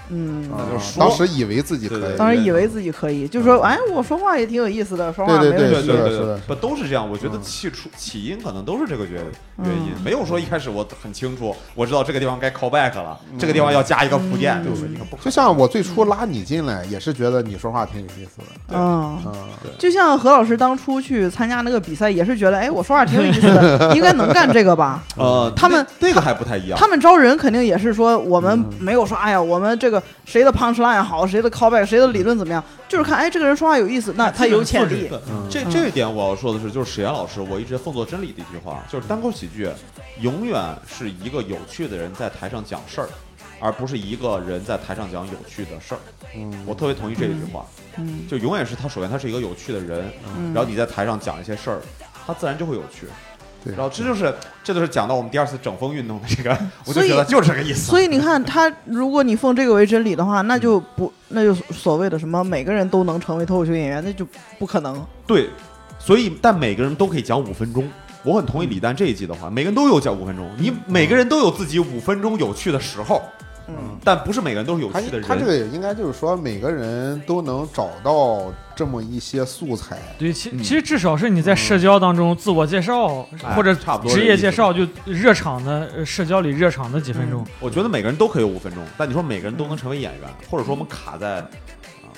[SPEAKER 2] 嗯，
[SPEAKER 3] 啊
[SPEAKER 4] 那就是说
[SPEAKER 3] 当时以为自己可
[SPEAKER 4] 对
[SPEAKER 3] 以
[SPEAKER 4] 对，
[SPEAKER 2] 当时以为自己可以，就说哎，我说话也挺有意思的，说话没
[SPEAKER 3] 嗯对
[SPEAKER 2] 问
[SPEAKER 4] 对
[SPEAKER 2] 题。
[SPEAKER 4] 对
[SPEAKER 3] 是的
[SPEAKER 4] 对
[SPEAKER 3] 是的
[SPEAKER 4] 对，不都是这样？我觉得
[SPEAKER 3] 嗯
[SPEAKER 4] 起初起因可能都是这个原原
[SPEAKER 2] 嗯
[SPEAKER 4] 因，没有说一开始我很清楚，我知道这个地方该 call back 了，这个地方要加一个铺
[SPEAKER 2] 嗯
[SPEAKER 4] 垫，对不对？你可不可
[SPEAKER 3] 嗯就像我最初拉你进来，也是觉得你说话挺有意思的，
[SPEAKER 2] 嗯，
[SPEAKER 3] 啊，
[SPEAKER 2] 就像何老师当初去参加那个比赛，也是觉得哎，我说话挺有意思 的，应该能干这个吧？
[SPEAKER 4] 呃，
[SPEAKER 2] 他们
[SPEAKER 4] 那那个还不太一样
[SPEAKER 2] 他。们招人肯定也是说，我们
[SPEAKER 4] 嗯
[SPEAKER 2] 没有说，哎呀，我们这个谁的 punch line 好，谁的 callback，谁的理论怎么样，就是看，哎，这个人说话有意思，那他有潜力。
[SPEAKER 4] 对。这这一点我要说的是，就是史岩老师，我一直奉作真理的一句话，就是单口喜剧永远是一个有趣的人在台上讲事儿，而不是一个人在台上讲有趣的事儿。
[SPEAKER 3] 嗯，
[SPEAKER 4] 我特别同意这一句话，
[SPEAKER 2] 嗯
[SPEAKER 4] 就永远是他，首先他是一个有趣的人，
[SPEAKER 2] 嗯，
[SPEAKER 4] 然后你在台上讲一些事儿，他自然就会有趣。
[SPEAKER 3] 对
[SPEAKER 4] 然后这就是这就是讲到我们第二次整风运动的这个，我就
[SPEAKER 2] 所以
[SPEAKER 4] 觉得就是这个意思。
[SPEAKER 2] 所以你看，他如果你奉这个为真理的话，那就
[SPEAKER 4] 嗯
[SPEAKER 2] 不，那就所谓的什么每个人都能成为脱口秀演员，那就不可能。
[SPEAKER 4] 对，所以但每个人都可以讲五分钟。我很同意李诞这一季的话，每个人都有讲五分钟，
[SPEAKER 3] 嗯
[SPEAKER 4] 你每个人都有自己五分钟有趣的时候，
[SPEAKER 2] 嗯，
[SPEAKER 4] 但不是每个人都是有
[SPEAKER 3] 他
[SPEAKER 4] 趣的人。
[SPEAKER 3] 他这个也应该就是说，每个人都能找到这么一些素材，
[SPEAKER 5] 对，其
[SPEAKER 4] 嗯
[SPEAKER 5] 其实至少是你在社交当中自我介绍
[SPEAKER 4] 哎
[SPEAKER 5] 或者
[SPEAKER 4] 差不多
[SPEAKER 5] 职
[SPEAKER 4] 这意
[SPEAKER 5] 业
[SPEAKER 4] 思
[SPEAKER 5] 介绍，就热场的呃社交里热场的几分钟。
[SPEAKER 4] 我觉得每个人都可以有五分钟，但你说每个人都能成
[SPEAKER 3] 嗯
[SPEAKER 4] 为演员，或者说我们卡在，啊，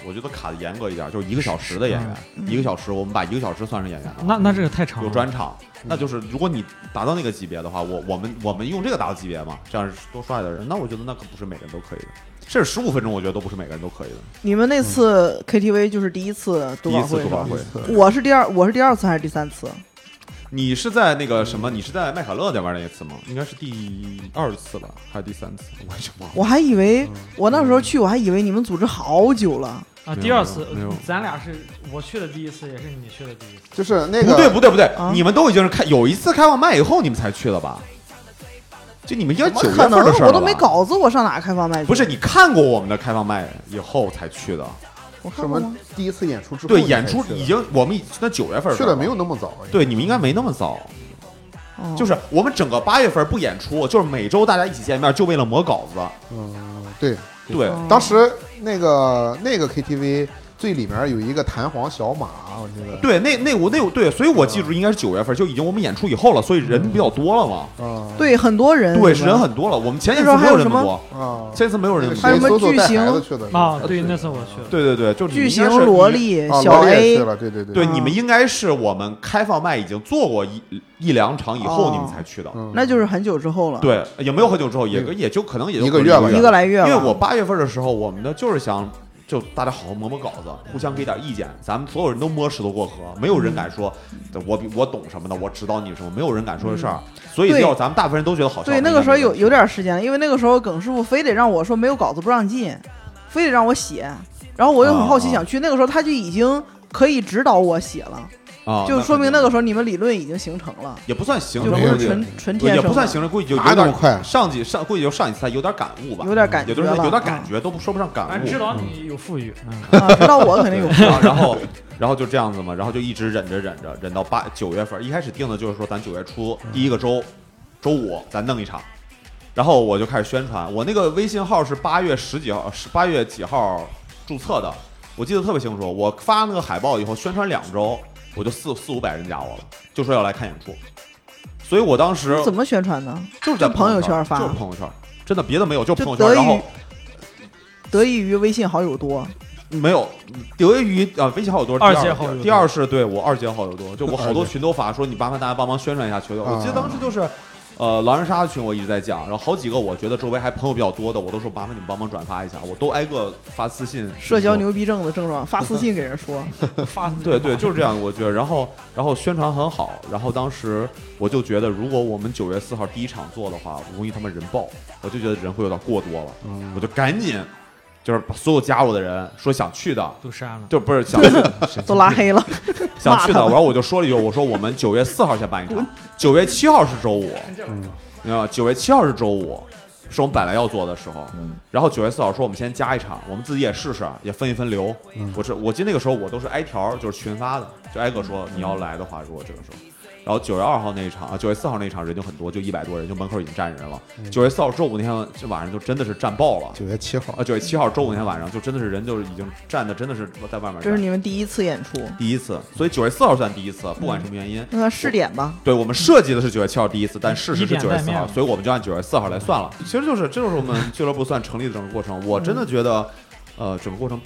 [SPEAKER 4] 我觉得卡的严格一点，就是一个小时的演员，一个小时，我们把一个小时算成演员
[SPEAKER 3] 嗯
[SPEAKER 4] 的话
[SPEAKER 5] 那啊那这个太长
[SPEAKER 4] 有
[SPEAKER 5] 了，
[SPEAKER 4] 专场，那就是如果你达到那个级别的话，我我们我们用这个达到级别嘛，这样多帅的人，那我觉得那可不是每个人都可以的，甚至十五分钟，我觉得都不是每个人都可以的。
[SPEAKER 2] 你们那次 KTV 就是第一次读
[SPEAKER 4] 嗯第一
[SPEAKER 2] 稿
[SPEAKER 4] 次
[SPEAKER 2] 会
[SPEAKER 4] 读
[SPEAKER 2] 是
[SPEAKER 4] 稿
[SPEAKER 2] 吧？
[SPEAKER 4] 会，
[SPEAKER 2] 我是第二，我是第二次还是第三次？
[SPEAKER 4] 你是在那个什么？你是在麦卡乐那边那一次吗？应该是第二次了，还是第三次？我也忘了。
[SPEAKER 2] 我还以
[SPEAKER 4] 嗯
[SPEAKER 2] 为我那时候去，我还以为你们组织好久了。
[SPEAKER 4] 没
[SPEAKER 5] 啊，
[SPEAKER 4] 有
[SPEAKER 5] 第二次
[SPEAKER 4] 没有没有
[SPEAKER 5] 咱俩是我去的第一次，也是你去的第一次。
[SPEAKER 3] 就是那
[SPEAKER 4] 不对，
[SPEAKER 3] 个
[SPEAKER 4] 不对，不对，
[SPEAKER 2] 啊
[SPEAKER 4] 你们都已经是开有一次开完麦以后，你们才去的吧？就你们应该九
[SPEAKER 2] 怎
[SPEAKER 4] 月
[SPEAKER 2] 么可
[SPEAKER 4] 份
[SPEAKER 2] 能
[SPEAKER 4] 的事？儿
[SPEAKER 2] 我
[SPEAKER 4] 了
[SPEAKER 2] 都
[SPEAKER 4] 吧
[SPEAKER 2] 没。稿子，我上哪开放麦去？
[SPEAKER 4] 不是，你看过我们的开放麦以后才去的，
[SPEAKER 2] 我看
[SPEAKER 3] 什
[SPEAKER 2] 过
[SPEAKER 3] 么
[SPEAKER 2] 吗？
[SPEAKER 3] 第一次演出之后，
[SPEAKER 4] 对，演出已经我们已那九月份
[SPEAKER 3] 去
[SPEAKER 4] 的
[SPEAKER 3] 的
[SPEAKER 4] 事儿
[SPEAKER 3] 没有
[SPEAKER 4] 了？
[SPEAKER 3] 那么早，
[SPEAKER 4] 对，你们应该没那么早，
[SPEAKER 2] 哦
[SPEAKER 4] 就是我们整个八月份不演出，就是每周大家一起见面，就为了磨稿子。
[SPEAKER 3] 嗯，对，
[SPEAKER 4] 对，
[SPEAKER 2] 哦
[SPEAKER 3] 当时那个那个 KTV 最里面有一个弹簧小马，我记得，
[SPEAKER 4] 对，那那我那我对，所以我记住应该是九月份，就已经我们演出以后了，所以人比较多了嘛。
[SPEAKER 3] 啊，
[SPEAKER 2] 对很多人，
[SPEAKER 4] 对，
[SPEAKER 2] 是吧
[SPEAKER 4] 人很多了。我们前几
[SPEAKER 2] 那
[SPEAKER 4] 次
[SPEAKER 2] 时候
[SPEAKER 4] 没有
[SPEAKER 2] 还有
[SPEAKER 4] 人那么
[SPEAKER 2] 什
[SPEAKER 4] 多，
[SPEAKER 3] 啊，
[SPEAKER 4] 前几次没有人
[SPEAKER 3] 那
[SPEAKER 4] 那
[SPEAKER 3] 个
[SPEAKER 4] 么
[SPEAKER 2] 还
[SPEAKER 4] 多
[SPEAKER 2] 有什。么
[SPEAKER 3] 谁搜索
[SPEAKER 2] 巨
[SPEAKER 3] 带
[SPEAKER 2] 型
[SPEAKER 3] 孩子去的是吧
[SPEAKER 5] 啊，对，那次我去了。
[SPEAKER 4] 对对对，就是你
[SPEAKER 2] 巨
[SPEAKER 4] 们
[SPEAKER 2] 型
[SPEAKER 4] 应该是
[SPEAKER 2] 萝，莉、
[SPEAKER 3] 啊，
[SPEAKER 2] 小
[SPEAKER 3] 老李也
[SPEAKER 2] A
[SPEAKER 3] 去了，对对对，
[SPEAKER 4] 对，
[SPEAKER 2] 嗯
[SPEAKER 4] 你们应该是我们开放麦已经做过一一两场以后，
[SPEAKER 2] 哦
[SPEAKER 4] 你们才去的。
[SPEAKER 3] 嗯
[SPEAKER 2] 那就是很久之后了，，
[SPEAKER 4] 对，也没有很久之后，也
[SPEAKER 3] 嗯
[SPEAKER 4] 也就可能也就
[SPEAKER 3] 一个月吧
[SPEAKER 2] 一个来月
[SPEAKER 4] 因
[SPEAKER 2] 了。
[SPEAKER 4] 为我八月份的时候，我们的就是想就大家好好磨磨稿子，互相给点意见。咱们所有人都摸石头过河，没有人敢说
[SPEAKER 2] 嗯
[SPEAKER 4] 我比我懂什么的，我指导你什么，没有人敢说这事儿。所以
[SPEAKER 2] 对
[SPEAKER 4] 要咱们大部分人都觉得好笑。
[SPEAKER 2] 对那个时候
[SPEAKER 4] 应
[SPEAKER 2] 有
[SPEAKER 4] 该没问题
[SPEAKER 2] 有点时间了，因为那个时候耿师傅非得让我说没有稿子不让进，非得让我写，然后我又很好
[SPEAKER 4] 哦
[SPEAKER 2] 奇想去，那个时候他就已经可以指导我写了，
[SPEAKER 4] 啊，
[SPEAKER 2] 就说明那
[SPEAKER 4] 肯定
[SPEAKER 2] 个时候你们理论已经形成了，
[SPEAKER 4] 也不算形
[SPEAKER 2] 就
[SPEAKER 4] 成
[SPEAKER 2] 不
[SPEAKER 3] 没有
[SPEAKER 2] 是
[SPEAKER 4] 了，
[SPEAKER 2] 纯纯天
[SPEAKER 4] 也
[SPEAKER 2] 生的，
[SPEAKER 4] 不算形成，估计就有
[SPEAKER 3] 哪那么
[SPEAKER 4] 点
[SPEAKER 3] 快？
[SPEAKER 4] 上级上，估计就上一次有点感悟吧，
[SPEAKER 2] 有点感觉
[SPEAKER 4] 也
[SPEAKER 2] 嗯
[SPEAKER 4] 就是
[SPEAKER 2] 了，
[SPEAKER 4] 有点感觉，都不说不上感
[SPEAKER 5] 俺
[SPEAKER 4] 悟。
[SPEAKER 5] 哎知道你有富裕，嗯
[SPEAKER 2] 啊，啊知道我肯定有
[SPEAKER 4] 对然后然后然后就这样子嘛，然后就一直忍着忍着，忍到八九月份。一开始定的就是说，咱九月初第一个周周五咱弄一场，然后我就开始宣传。我那个微信号是八月十几号，是八月几号注册的，我记得特别清楚。我发那个海报以后，宣传两周，我就四四五百人加我了，就说要来看演出。所以我当时
[SPEAKER 2] 怎么宣传呢？
[SPEAKER 4] 就是在
[SPEAKER 2] 就朋友圈发
[SPEAKER 4] 就是朋友圈，真的别的没有，就朋
[SPEAKER 2] 就
[SPEAKER 4] 友圈。
[SPEAKER 2] 得益
[SPEAKER 4] 然后
[SPEAKER 2] 于得益于微信好友多，
[SPEAKER 4] 没有得益于啊，微信好友多，
[SPEAKER 5] 二
[SPEAKER 4] 第
[SPEAKER 5] 阶好友多
[SPEAKER 4] 第二是对我二阶好友多，就我好多
[SPEAKER 3] 二阶
[SPEAKER 4] 群都发说你麻烦大家帮忙宣传一下球
[SPEAKER 2] 啊
[SPEAKER 4] 友。我记得当时就是。呃，狼人杀的群我一直在讲，然后好几个我觉得周围还朋友比较多的，我都说麻烦你们帮忙转发一下，我都挨个发私信。
[SPEAKER 2] 社交牛逼症的症状，发私信给人说，
[SPEAKER 5] 发
[SPEAKER 4] 对对，就是这 样，我觉得。然后，然后宣传很好，然后当时我就觉得，如果我们九月四号第一场做的话，容易他们人爆，我就觉得人会有点过多了，
[SPEAKER 3] 嗯
[SPEAKER 4] 我就赶紧就是把所有加我的人说想去的，
[SPEAKER 5] 都删了。
[SPEAKER 4] 就不是想去
[SPEAKER 2] 都拉黑了。
[SPEAKER 4] 想去的，
[SPEAKER 2] 骂他嗯
[SPEAKER 4] 然后我就说了一句，我说我们九月四号先办一场，九月七号是周五，你知道吗？九月七号是周五，是我们本来要做的时候，
[SPEAKER 2] 嗯
[SPEAKER 4] 然后九月四号说我们先加一场，我们自己也试试，也分一分流。我是我记得那个时候我都是挨条，就是群发的，就挨个说你要来的话，如果这个时候。然后九月二号那一场啊，九月四号那一场人就很多，就一百多人，就门口已经站人了。九月四号周五那天这晚上就真的是站爆了，
[SPEAKER 3] 九月七号
[SPEAKER 4] 啊，，九月七号周五那天晚上就真的是人就是已经站的真的是在外面站。
[SPEAKER 2] 这是你们第一次演出，
[SPEAKER 4] 第一次，所以九月四号算第一次，不管什么原因。
[SPEAKER 2] 那算试点吧。
[SPEAKER 4] 对我们设计的是九月七号第一次，但事实是
[SPEAKER 5] 一点
[SPEAKER 4] 九月
[SPEAKER 5] 在
[SPEAKER 4] 四
[SPEAKER 5] 面
[SPEAKER 4] 号，
[SPEAKER 5] 嘛
[SPEAKER 4] 所以我们就按九月四号来算
[SPEAKER 2] 嗯
[SPEAKER 4] 了。其实就是这就是我们俱乐部算成立的整个过程。我真的觉得，呃，整个过程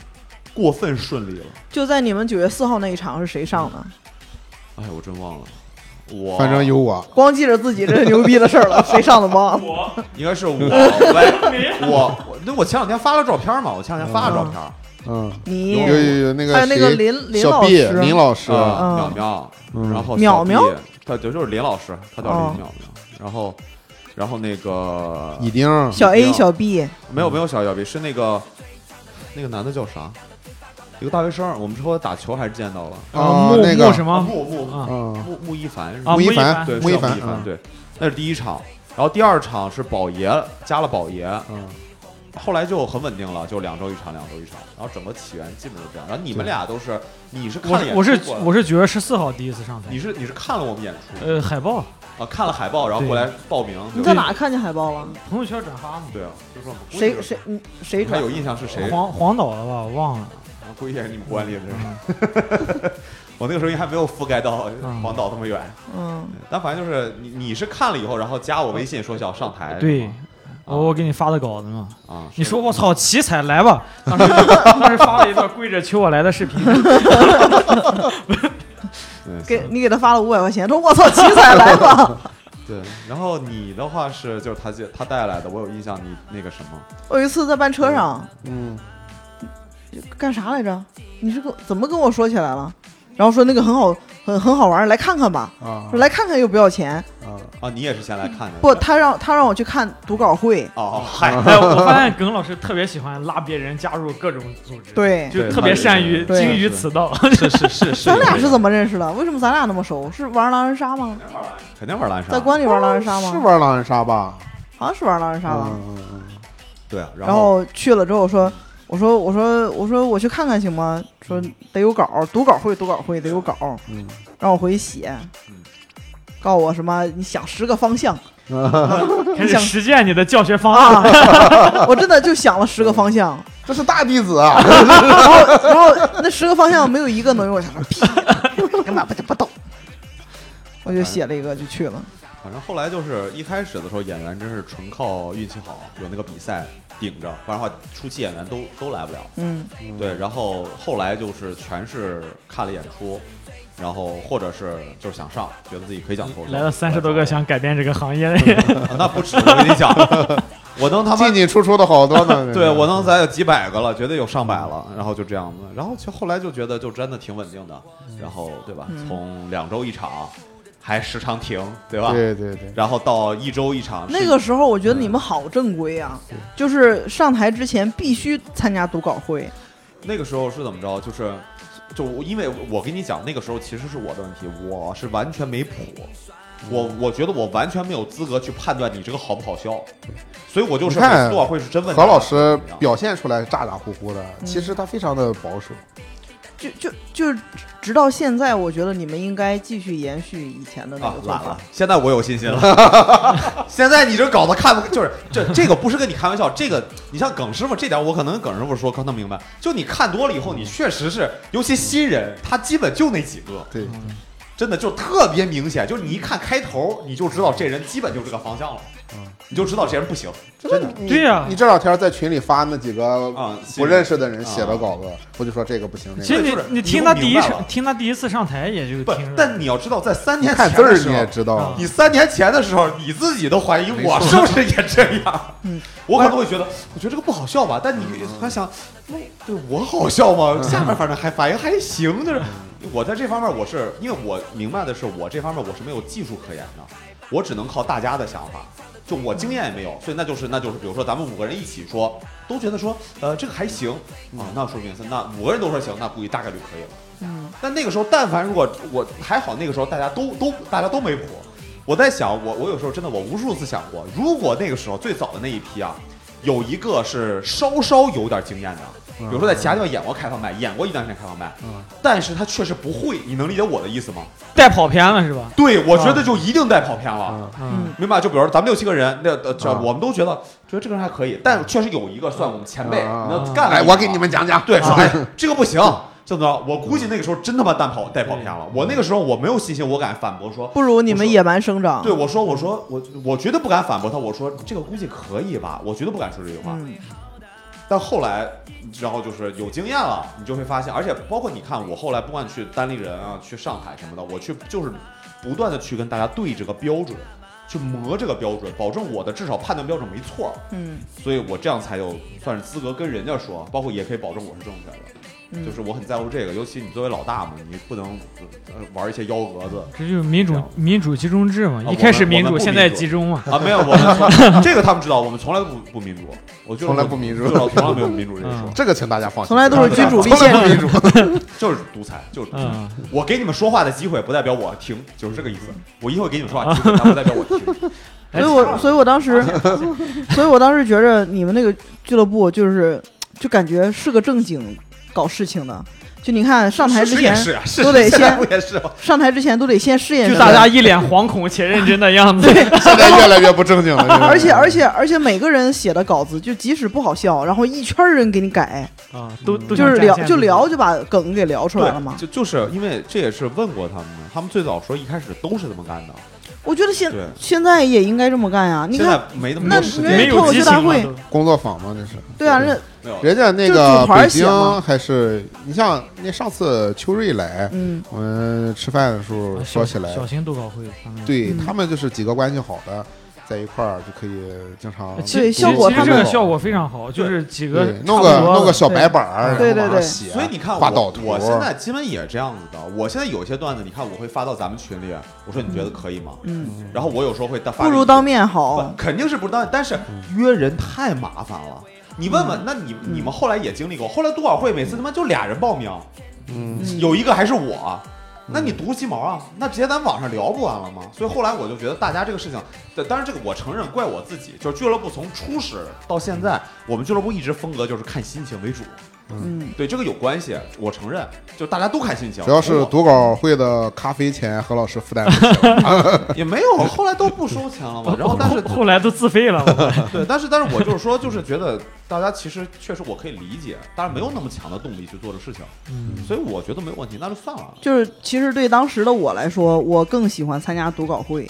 [SPEAKER 4] 过分顺利了。
[SPEAKER 2] 就在你们九月四号那一场是谁上的？
[SPEAKER 4] 哎，我真忘了，我
[SPEAKER 3] 反正有我，
[SPEAKER 2] 光记着自己这是牛逼的事儿了，谁上的帮？
[SPEAKER 4] 应该是 我喂我我那我前两天发了照片嘛，我前两天发了照片
[SPEAKER 3] 嗯，
[SPEAKER 2] 你
[SPEAKER 3] 有有有那个
[SPEAKER 2] 还有那个
[SPEAKER 3] 谁
[SPEAKER 2] 林林
[SPEAKER 3] 小
[SPEAKER 2] 老
[SPEAKER 3] 毕
[SPEAKER 2] 师
[SPEAKER 3] 林老师，
[SPEAKER 4] 啊，淼
[SPEAKER 2] 嗯
[SPEAKER 4] 淼，
[SPEAKER 3] 嗯
[SPEAKER 4] 然后
[SPEAKER 2] 淼淼
[SPEAKER 4] 淼，他就就是林老师，他叫
[SPEAKER 2] 哦
[SPEAKER 4] 林淼淼，然后然后那个
[SPEAKER 3] 乙丁，
[SPEAKER 5] 啊
[SPEAKER 2] 小
[SPEAKER 4] 一定
[SPEAKER 2] A、
[SPEAKER 4] 要
[SPEAKER 2] 小 B，
[SPEAKER 4] 没有没有小小 B，是那个那个男的叫啥？一个大学生，我们之后打球还是见到了。
[SPEAKER 3] 啊
[SPEAKER 5] 木
[SPEAKER 3] 那个
[SPEAKER 5] 木什么？
[SPEAKER 4] 穆穆
[SPEAKER 5] 啊
[SPEAKER 3] 嗯，
[SPEAKER 4] 穆穆一凡是吧
[SPEAKER 5] 啊
[SPEAKER 3] 穆一
[SPEAKER 5] 穆一
[SPEAKER 3] 凡
[SPEAKER 5] 凡，
[SPEAKER 4] 对，
[SPEAKER 3] 穆一
[SPEAKER 4] 是叫
[SPEAKER 3] 凡
[SPEAKER 4] 穆一凡
[SPEAKER 3] 嗯
[SPEAKER 4] 对，那是第一场。然后第二场是宝爷加了宝爷，
[SPEAKER 3] 嗯，
[SPEAKER 4] 后来就很稳定了，就两周一场，两周一场。然后整个起源基本就这样。然后你们俩都是，你是看
[SPEAKER 5] 我
[SPEAKER 4] 了
[SPEAKER 5] 是
[SPEAKER 4] 演
[SPEAKER 5] 我是
[SPEAKER 4] 出过来的
[SPEAKER 5] 我是九月十四号第一次上台
[SPEAKER 4] 你，是你是看了我们演出
[SPEAKER 5] 呃，海报
[SPEAKER 4] 啊，看了海报，然后过来报名。
[SPEAKER 2] 你
[SPEAKER 4] 对
[SPEAKER 2] 在哪看见海报了？
[SPEAKER 5] 朋友圈转发嘛，
[SPEAKER 4] 对啊，就说我估计
[SPEAKER 2] 谁
[SPEAKER 4] 是
[SPEAKER 2] 谁嗯谁
[SPEAKER 4] 还
[SPEAKER 2] 转
[SPEAKER 4] 有？印象是谁？
[SPEAKER 5] 黄黄岛的吧，我忘了。
[SPEAKER 4] 我估计也是你们管理的人。 我那个时候应该还没有覆盖到
[SPEAKER 5] 嗯
[SPEAKER 4] 黄岛这么远，
[SPEAKER 2] 嗯，
[SPEAKER 4] 但反正就是你你是看了以后，然后加我微信说想上台，
[SPEAKER 5] 对
[SPEAKER 4] 是吗，
[SPEAKER 5] 我我给你发的稿子嘛，
[SPEAKER 4] 啊，
[SPEAKER 5] 你说我操奇才来吧，当时当时发了一段跪着求我来的视频，
[SPEAKER 4] 对
[SPEAKER 2] 给你给他发了五百块钱，说我操，奇才 来了！
[SPEAKER 4] 对，然后你的话是就是他接他带来的，我有印象你那个什么，
[SPEAKER 2] 我有一次在班车上
[SPEAKER 3] 嗯，
[SPEAKER 2] 干啥来着？你是跟怎么跟我说起来了？然后说那个很好，很很好玩，来看看吧。
[SPEAKER 3] 啊
[SPEAKER 2] 说来看看又不要钱，
[SPEAKER 3] 啊，
[SPEAKER 4] 啊，你也是先来看的，
[SPEAKER 2] 不，他让他让我去看读稿会，
[SPEAKER 4] 哦，嗨，
[SPEAKER 5] 哎，我发现耿老师特别喜欢拉别人加入各种组织，，
[SPEAKER 2] 对，
[SPEAKER 5] 就特别善于
[SPEAKER 2] 对
[SPEAKER 5] 精于此道。
[SPEAKER 4] 是是是是，
[SPEAKER 2] 咱俩是怎么认识的？为什么咱俩那么熟？是玩狼人杀吗？
[SPEAKER 4] 肯定玩蓝
[SPEAKER 2] 在
[SPEAKER 4] 山，
[SPEAKER 2] 关里玩狼人杀吗？
[SPEAKER 3] 是玩狼人杀吧？
[SPEAKER 2] 好像是玩狼人杀吧。
[SPEAKER 3] 嗯嗯嗯
[SPEAKER 4] 对啊，
[SPEAKER 2] 然后去了之后说，我说我说我说我去看看行吗？说得有稿，读稿会读稿会得有稿，
[SPEAKER 3] 嗯
[SPEAKER 2] 让我回去写
[SPEAKER 4] 嗯。
[SPEAKER 2] 告诉我什么？你想十个方向
[SPEAKER 5] 开始实践你的教学方案。
[SPEAKER 2] 啊！我真的就想了十个方向，
[SPEAKER 3] 这是大弟子啊！
[SPEAKER 2] 然后然后那十个方向没有一个能用，我想说屁，根本不不懂。我就写了一个就去了，
[SPEAKER 4] 反正后来就是一开始的时候，演员真是纯靠运气好，有那个比赛顶着，不然的话初期演员都都来不了。
[SPEAKER 2] 嗯，
[SPEAKER 4] 对，然后后来就是全是看了演出，然后或者是就是想上，觉得自己可以讲脱口秀。
[SPEAKER 5] 来了三十多个
[SPEAKER 4] 想，
[SPEAKER 5] 想改变这个行业的人，
[SPEAKER 4] 那不止，我跟你讲， 我能他妈
[SPEAKER 3] 进进出出的好多 呢。
[SPEAKER 4] 对我能咱有几百个了，绝对有上百了，然后就这样子，然后就后来就觉得就真的挺稳定的，
[SPEAKER 5] 嗯
[SPEAKER 4] 然后对吧？从两周一场，还时常停，对吧？
[SPEAKER 3] 对对对，
[SPEAKER 4] 然后到一周一场，
[SPEAKER 2] 那个时候我觉得你们好正规啊，就是上台之前必须参加读稿会，
[SPEAKER 4] 那个时候是怎么着？就是，就我因为我跟你讲，那个时候其实是我的问题，我是完全没谱，我我觉得我完全没有资格去判断你这个好不好笑，所以我就是
[SPEAKER 3] 你看
[SPEAKER 4] 每次读稿会是真问
[SPEAKER 3] 何老
[SPEAKER 4] 答
[SPEAKER 3] 师
[SPEAKER 4] 怎么样
[SPEAKER 3] 表现出来咋咋呼呼的，其实他非常的保守。
[SPEAKER 2] 就就就直到现在，我觉得你们应该继续延续以前的那
[SPEAKER 4] 啊
[SPEAKER 2] 个，做
[SPEAKER 4] 懒
[SPEAKER 2] 法
[SPEAKER 4] 了。，现在我有信心了。 现在你这稿子看不，就是这这个不是跟你开玩笑，这个你像耿师傅这点，我可能跟耿师傅说可能明白。
[SPEAKER 3] 嗯
[SPEAKER 4] 就你看多了以后，你确实是，尤其新人，他基本就那几个，
[SPEAKER 3] 对，
[SPEAKER 4] 真的就特别明显，就是你一看开头，你就知道这人基本就这个方向了，
[SPEAKER 3] 嗯
[SPEAKER 4] 你就知道这人不行。
[SPEAKER 3] 真的，你
[SPEAKER 5] 对呀
[SPEAKER 3] 你这两天在群里发那几个
[SPEAKER 4] 啊
[SPEAKER 3] 不认识的人写的
[SPEAKER 4] 啊
[SPEAKER 3] 稿子，我就说这个不行，那
[SPEAKER 5] 其实
[SPEAKER 3] 个
[SPEAKER 4] 对
[SPEAKER 5] 你
[SPEAKER 4] 就是
[SPEAKER 5] 你
[SPEAKER 4] 你
[SPEAKER 5] 听
[SPEAKER 4] 都
[SPEAKER 5] 他
[SPEAKER 4] 明
[SPEAKER 5] 第一
[SPEAKER 4] 白
[SPEAKER 5] 上
[SPEAKER 4] 了
[SPEAKER 5] 听他第一次上台也就
[SPEAKER 4] 不
[SPEAKER 5] 听着，，
[SPEAKER 4] 但你要知道，在三年
[SPEAKER 3] 看
[SPEAKER 4] 前
[SPEAKER 3] 字
[SPEAKER 4] 的
[SPEAKER 3] 儿
[SPEAKER 4] 时
[SPEAKER 3] 你
[SPEAKER 4] 候
[SPEAKER 3] 也，知道
[SPEAKER 5] 啊，
[SPEAKER 4] 你三年前的时候，你自己都怀疑我是不是也这样。
[SPEAKER 2] 嗯，
[SPEAKER 4] 我可能会觉得，哎嗯我觉得这个不好笑吧？但你突然想，那对我好笑吗？下面反正还反应还行，就是我在这方面我是因为我明白的是，我这方面我是没有技术可言的，我只能靠大家的想法。就我经验也没有，所以那就是那就是，比如说咱们五个人一起说，都觉得说，呃，这个还行啊，那说明是那五个人都说行，那估计大概率可以了。
[SPEAKER 2] 嗯，
[SPEAKER 4] 但那个时候，但凡如果我还好，那个时候大家都都大家都没谱。我在想，我我有时候真的我无数次想过，如果那个时候最早的那一批啊，有一个是稍稍有点经验的，
[SPEAKER 3] 嗯
[SPEAKER 4] 比如说在其他地方演过开放麦，演过一段时间开放麦，但是他确实不会，你能理解我的意思吗？
[SPEAKER 5] 带跑偏了是吧？
[SPEAKER 4] 对，我觉得就一定带跑偏了。
[SPEAKER 3] 嗯
[SPEAKER 5] 嗯，
[SPEAKER 4] 明白？就比如说咱们六七个人，那呃，这
[SPEAKER 3] 啊
[SPEAKER 4] 我们都觉得觉得这个人还可以，但确实有一个算我们前辈，
[SPEAKER 3] 啊
[SPEAKER 4] 那干了
[SPEAKER 3] 来，
[SPEAKER 4] 一
[SPEAKER 3] 我
[SPEAKER 4] 个
[SPEAKER 3] 给你们讲讲，
[SPEAKER 4] 对，说哎，这个不行，这么着，我估计那个时候真他妈带跑带跑偏了。我那个时候我没有信心，我敢反驳说，
[SPEAKER 2] 不如你们野蛮生长。
[SPEAKER 4] 对我说我说我我绝对不敢反驳他，我说这个估计可以吧，我绝对不敢说这句话。
[SPEAKER 2] 嗯，
[SPEAKER 4] 但后来，然后就是有经验了，你就会发现，而且包括你看，我后来不管去单立人啊，去上海什么的，我去就是不断的去跟大家对这个标准，去磨这个标准，保证我的至少判断标准没错儿，
[SPEAKER 2] 嗯
[SPEAKER 4] 所以我这样才有算是资格跟人家说，包括也可以保证我是正确的，
[SPEAKER 2] 嗯，
[SPEAKER 4] 就是我很在乎这个，尤其你作为老大嘛，你不能呃玩一些幺蛾 子。
[SPEAKER 5] 这就是民主
[SPEAKER 4] 这样
[SPEAKER 5] 民主集中制嘛，
[SPEAKER 4] 啊
[SPEAKER 5] 一开始
[SPEAKER 4] 我们
[SPEAKER 5] 民
[SPEAKER 4] 我
[SPEAKER 5] 主，
[SPEAKER 4] 们不
[SPEAKER 5] 现在
[SPEAKER 4] 民主
[SPEAKER 5] 集中嘛。
[SPEAKER 4] 啊，没有，我们从这个他们知道，我们从来不不民主，我就是
[SPEAKER 3] 从来不民主
[SPEAKER 4] 对我从来没有民主这一说
[SPEAKER 5] 嗯，
[SPEAKER 3] 这个请大家放心，啊
[SPEAKER 2] 从来都是君主立宪制。
[SPEAKER 4] 就是独裁，就是啊独裁。
[SPEAKER 5] 嗯，
[SPEAKER 4] 我给你们说话的机会，不代表我停，就是这个意思。我一会儿给你们说话机会，但不代表我 停。
[SPEAKER 5] 哎
[SPEAKER 2] 所以我所以我当时，
[SPEAKER 4] 哎
[SPEAKER 2] 所以我当时觉着你们那个俱乐部就是，就感觉是个正经搞事情的。就你看上台之
[SPEAKER 4] 事实
[SPEAKER 2] 前
[SPEAKER 4] 也，是啊，是
[SPEAKER 2] 都得
[SPEAKER 4] 现在
[SPEAKER 2] 先
[SPEAKER 4] 不也是吗？
[SPEAKER 2] 上台之前都得先试验
[SPEAKER 5] 就
[SPEAKER 2] 什
[SPEAKER 5] 大
[SPEAKER 2] 么
[SPEAKER 5] 家一脸惶恐且认真的样子。
[SPEAKER 3] 现在越来越不正 经了，
[SPEAKER 2] 而且而
[SPEAKER 3] 且
[SPEAKER 2] 且而且每个人写的稿子，就即使不好笑，然后一圈儿人给你改，
[SPEAKER 5] 啊，都都
[SPEAKER 2] 就
[SPEAKER 5] 想
[SPEAKER 2] 是
[SPEAKER 5] 展
[SPEAKER 2] 聊
[SPEAKER 5] 现
[SPEAKER 2] 就
[SPEAKER 5] 自己
[SPEAKER 2] 聊就把梗给聊出来了嘛
[SPEAKER 4] 对，。就就是因为这也是问过他们的，他们最早说一开始都是这么干的，
[SPEAKER 2] 我觉得现
[SPEAKER 4] 对
[SPEAKER 2] 现在也应该这么干呀。你
[SPEAKER 4] 现
[SPEAKER 2] 看，
[SPEAKER 4] 在没那么
[SPEAKER 2] 那
[SPEAKER 4] 多时
[SPEAKER 2] 人
[SPEAKER 4] 间。
[SPEAKER 5] 没有
[SPEAKER 2] 家脱口
[SPEAKER 5] 激
[SPEAKER 2] 秀
[SPEAKER 5] 情
[SPEAKER 2] 大
[SPEAKER 5] 了
[SPEAKER 2] 会
[SPEAKER 5] 都
[SPEAKER 3] 工作坊嘛，这是
[SPEAKER 2] 对啊，人家
[SPEAKER 4] 没有
[SPEAKER 3] 人家那
[SPEAKER 2] 就
[SPEAKER 3] 个
[SPEAKER 2] 组团儿
[SPEAKER 3] 北
[SPEAKER 2] 写嘛
[SPEAKER 3] 京还是你像那上次秋瑞来，
[SPEAKER 2] 嗯
[SPEAKER 3] 我们吃饭的时候
[SPEAKER 5] 啊
[SPEAKER 3] 说
[SPEAKER 5] 小
[SPEAKER 3] 起来，
[SPEAKER 5] 小型读稿会，他们
[SPEAKER 3] 对
[SPEAKER 2] 嗯
[SPEAKER 3] 他们就是几个关系好的在一块儿就可以经常
[SPEAKER 5] 其
[SPEAKER 2] 啊对
[SPEAKER 5] 其
[SPEAKER 2] 效果
[SPEAKER 5] 其实
[SPEAKER 2] 他
[SPEAKER 5] 这
[SPEAKER 2] 们
[SPEAKER 5] 个效果非常好，就是几个
[SPEAKER 3] 对
[SPEAKER 5] 差
[SPEAKER 3] 弄
[SPEAKER 5] 不
[SPEAKER 3] 个
[SPEAKER 5] 多
[SPEAKER 3] 弄个
[SPEAKER 5] 的
[SPEAKER 3] 小白板儿，
[SPEAKER 2] 对
[SPEAKER 3] 然后往
[SPEAKER 2] 对对
[SPEAKER 3] 上写
[SPEAKER 4] 所以你看
[SPEAKER 3] 画导
[SPEAKER 4] 我，
[SPEAKER 3] 图，
[SPEAKER 4] 我现在基本也是这样子的。我现在有些段子，你看我会发到咱们群里，我说你觉得可以吗？
[SPEAKER 2] 嗯，
[SPEAKER 4] 然后我有时候会发，
[SPEAKER 2] 不如当面
[SPEAKER 4] 不
[SPEAKER 2] 好。
[SPEAKER 4] 肯定是不当，但是约人太麻烦了。你问
[SPEAKER 2] 嗯
[SPEAKER 4] 问，那你你们后来也经历过，后来读稿会每次他妈就俩人报名，
[SPEAKER 3] 嗯，
[SPEAKER 2] 嗯
[SPEAKER 4] 有一个还是我，那你毒鸡毛啊？那直接咱网上聊不完了吗？所以后来我就觉得大家这个事情，但当然这个我承认怪我自己，就是俱乐部从初始到现在，我们俱乐部一直风格就是看心情为主，
[SPEAKER 2] 嗯，
[SPEAKER 4] 对这个有关系，我承认，就大家都看心情，
[SPEAKER 3] 主要是
[SPEAKER 4] 我
[SPEAKER 3] 读稿会的咖啡钱，何老师 负担不嗯起，
[SPEAKER 4] 也没有，后来都不收钱了嘛。然后但是
[SPEAKER 5] 后后来都自费了，
[SPEAKER 4] 对，但是但是我就是说，就是觉得大家其实确实我可以理解，但是没有那么强的动力去做这事情，
[SPEAKER 5] 嗯
[SPEAKER 4] 所以我觉得没有问题，那就算了。
[SPEAKER 2] 就是其实对当时的我来说，我更喜欢参加读稿会，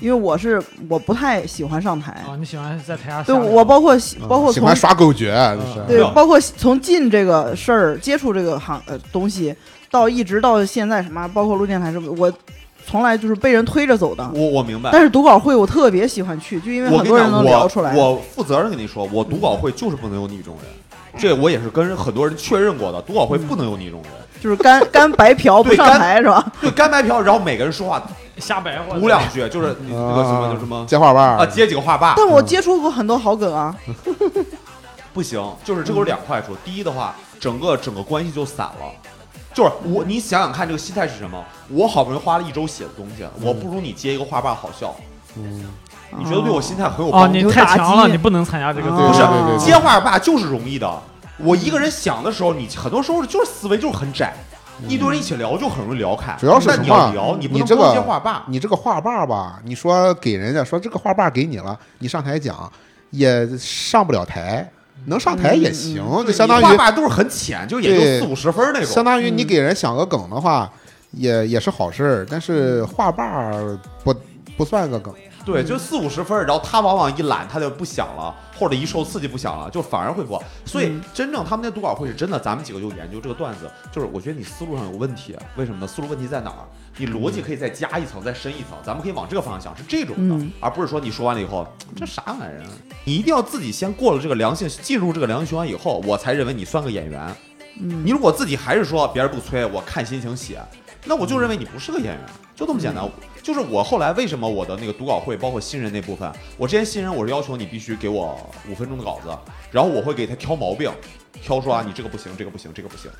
[SPEAKER 2] 因为我是我不太喜欢上台。
[SPEAKER 5] 啊，你喜欢在台下
[SPEAKER 2] 对
[SPEAKER 5] 瞎聊
[SPEAKER 2] 我包括喜包括
[SPEAKER 3] 喜
[SPEAKER 2] 从
[SPEAKER 3] 欢耍狗角，就是
[SPEAKER 2] 对
[SPEAKER 4] 对啊吧
[SPEAKER 2] 包括从进这个事儿接触这个行呃东西，到一直到现在什么，包括录电台什么，我从来就是被人推着走的。
[SPEAKER 4] 我我明白，
[SPEAKER 2] 但是读稿会我特别喜欢去，就因为
[SPEAKER 4] 我
[SPEAKER 2] 嗯很
[SPEAKER 4] 跟你
[SPEAKER 2] 多人能
[SPEAKER 4] 讲，
[SPEAKER 2] 聊出来。
[SPEAKER 4] 我我负责任跟你说，我读稿会就是不能有你这种人，这我也是跟很多人确认过的，读稿会不能有你这种人，
[SPEAKER 2] 就是干 干白嫖不
[SPEAKER 4] 对
[SPEAKER 2] 上
[SPEAKER 4] 干
[SPEAKER 2] 台是吧？
[SPEAKER 4] 就干白嫖，然后每个人 说话
[SPEAKER 5] 瞎白话，
[SPEAKER 4] 读两句，就是你那个什么
[SPEAKER 3] 啊
[SPEAKER 4] 就什么
[SPEAKER 3] 接画瓣
[SPEAKER 4] 啊，嗯
[SPEAKER 3] 儿，
[SPEAKER 4] 接几个话吧，
[SPEAKER 2] 但我接触过很多好梗啊，
[SPEAKER 4] 不行，就是这个有两块说。第一的话，整个整个关系就散了。就是我，你想想看，这个心态是什么？我好不容易花了一周写的东西，我不如你接一个话瓣好笑，
[SPEAKER 3] 嗯，
[SPEAKER 4] 你觉得对我心态很有
[SPEAKER 5] 哦，
[SPEAKER 4] 帮
[SPEAKER 5] 你
[SPEAKER 4] 助？
[SPEAKER 5] 太强了，
[SPEAKER 2] 有打击
[SPEAKER 5] 你不能参加这个
[SPEAKER 2] 啊
[SPEAKER 5] 组
[SPEAKER 3] 对
[SPEAKER 4] 不是
[SPEAKER 2] 哦
[SPEAKER 3] 对对对，
[SPEAKER 4] 接话瓣就是容易的。我一个人想的时候，你很多时候就是思维就是很窄，一堆人一起聊就很容易聊开。
[SPEAKER 3] 主要是
[SPEAKER 4] 但你
[SPEAKER 3] 什么
[SPEAKER 4] 要聊，你不
[SPEAKER 3] 你
[SPEAKER 4] 能
[SPEAKER 3] 这
[SPEAKER 4] 光
[SPEAKER 3] 个
[SPEAKER 4] 接话瓣。
[SPEAKER 3] 你这个画把吧，你说给人家说这个画把给你了，你上台讲也上不了台，能上台
[SPEAKER 2] 嗯
[SPEAKER 3] 也行，
[SPEAKER 4] 对
[SPEAKER 3] 就相当
[SPEAKER 4] 你话
[SPEAKER 3] 于
[SPEAKER 4] 瓣都是很浅，就也
[SPEAKER 3] 对
[SPEAKER 4] 就四五十分那
[SPEAKER 3] 相
[SPEAKER 2] 嗯
[SPEAKER 4] 种。
[SPEAKER 3] 当于你给人想个梗的话，也也是好事儿，但
[SPEAKER 2] 嗯
[SPEAKER 3] 是话把儿不不算个梗。
[SPEAKER 4] 对，就四五十分儿，然后他往往一懒，他就不想了，或者一受刺激不想了，就反而会播。所
[SPEAKER 2] 嗯
[SPEAKER 4] 以真正他们那读稿会是真的，咱们几个就研究这个段子，就是我觉得你思路上有问题，为什么呢？思路问题在哪儿？你逻辑可以再加一层，再深一层，咱们可以往这个方向想，是这种的，
[SPEAKER 2] 嗯
[SPEAKER 4] 而不是说你说完了以后这啥玩意儿啊？你一定要自己先过了这个良性，进入这个良性循环以后，我才认为你算个演员。
[SPEAKER 2] 嗯
[SPEAKER 4] 你如果自己还是说别人不催，我看心情写，那我就认为你不是个演员，就这么
[SPEAKER 2] 嗯
[SPEAKER 4] 简单。就是我后来为什么我的那个读稿会，包括新人那部分，我之前新人我是要求你必须给我五分钟的稿子，然后我会给他挑毛病，挑说啊你这个不行，这个不行，这个不行。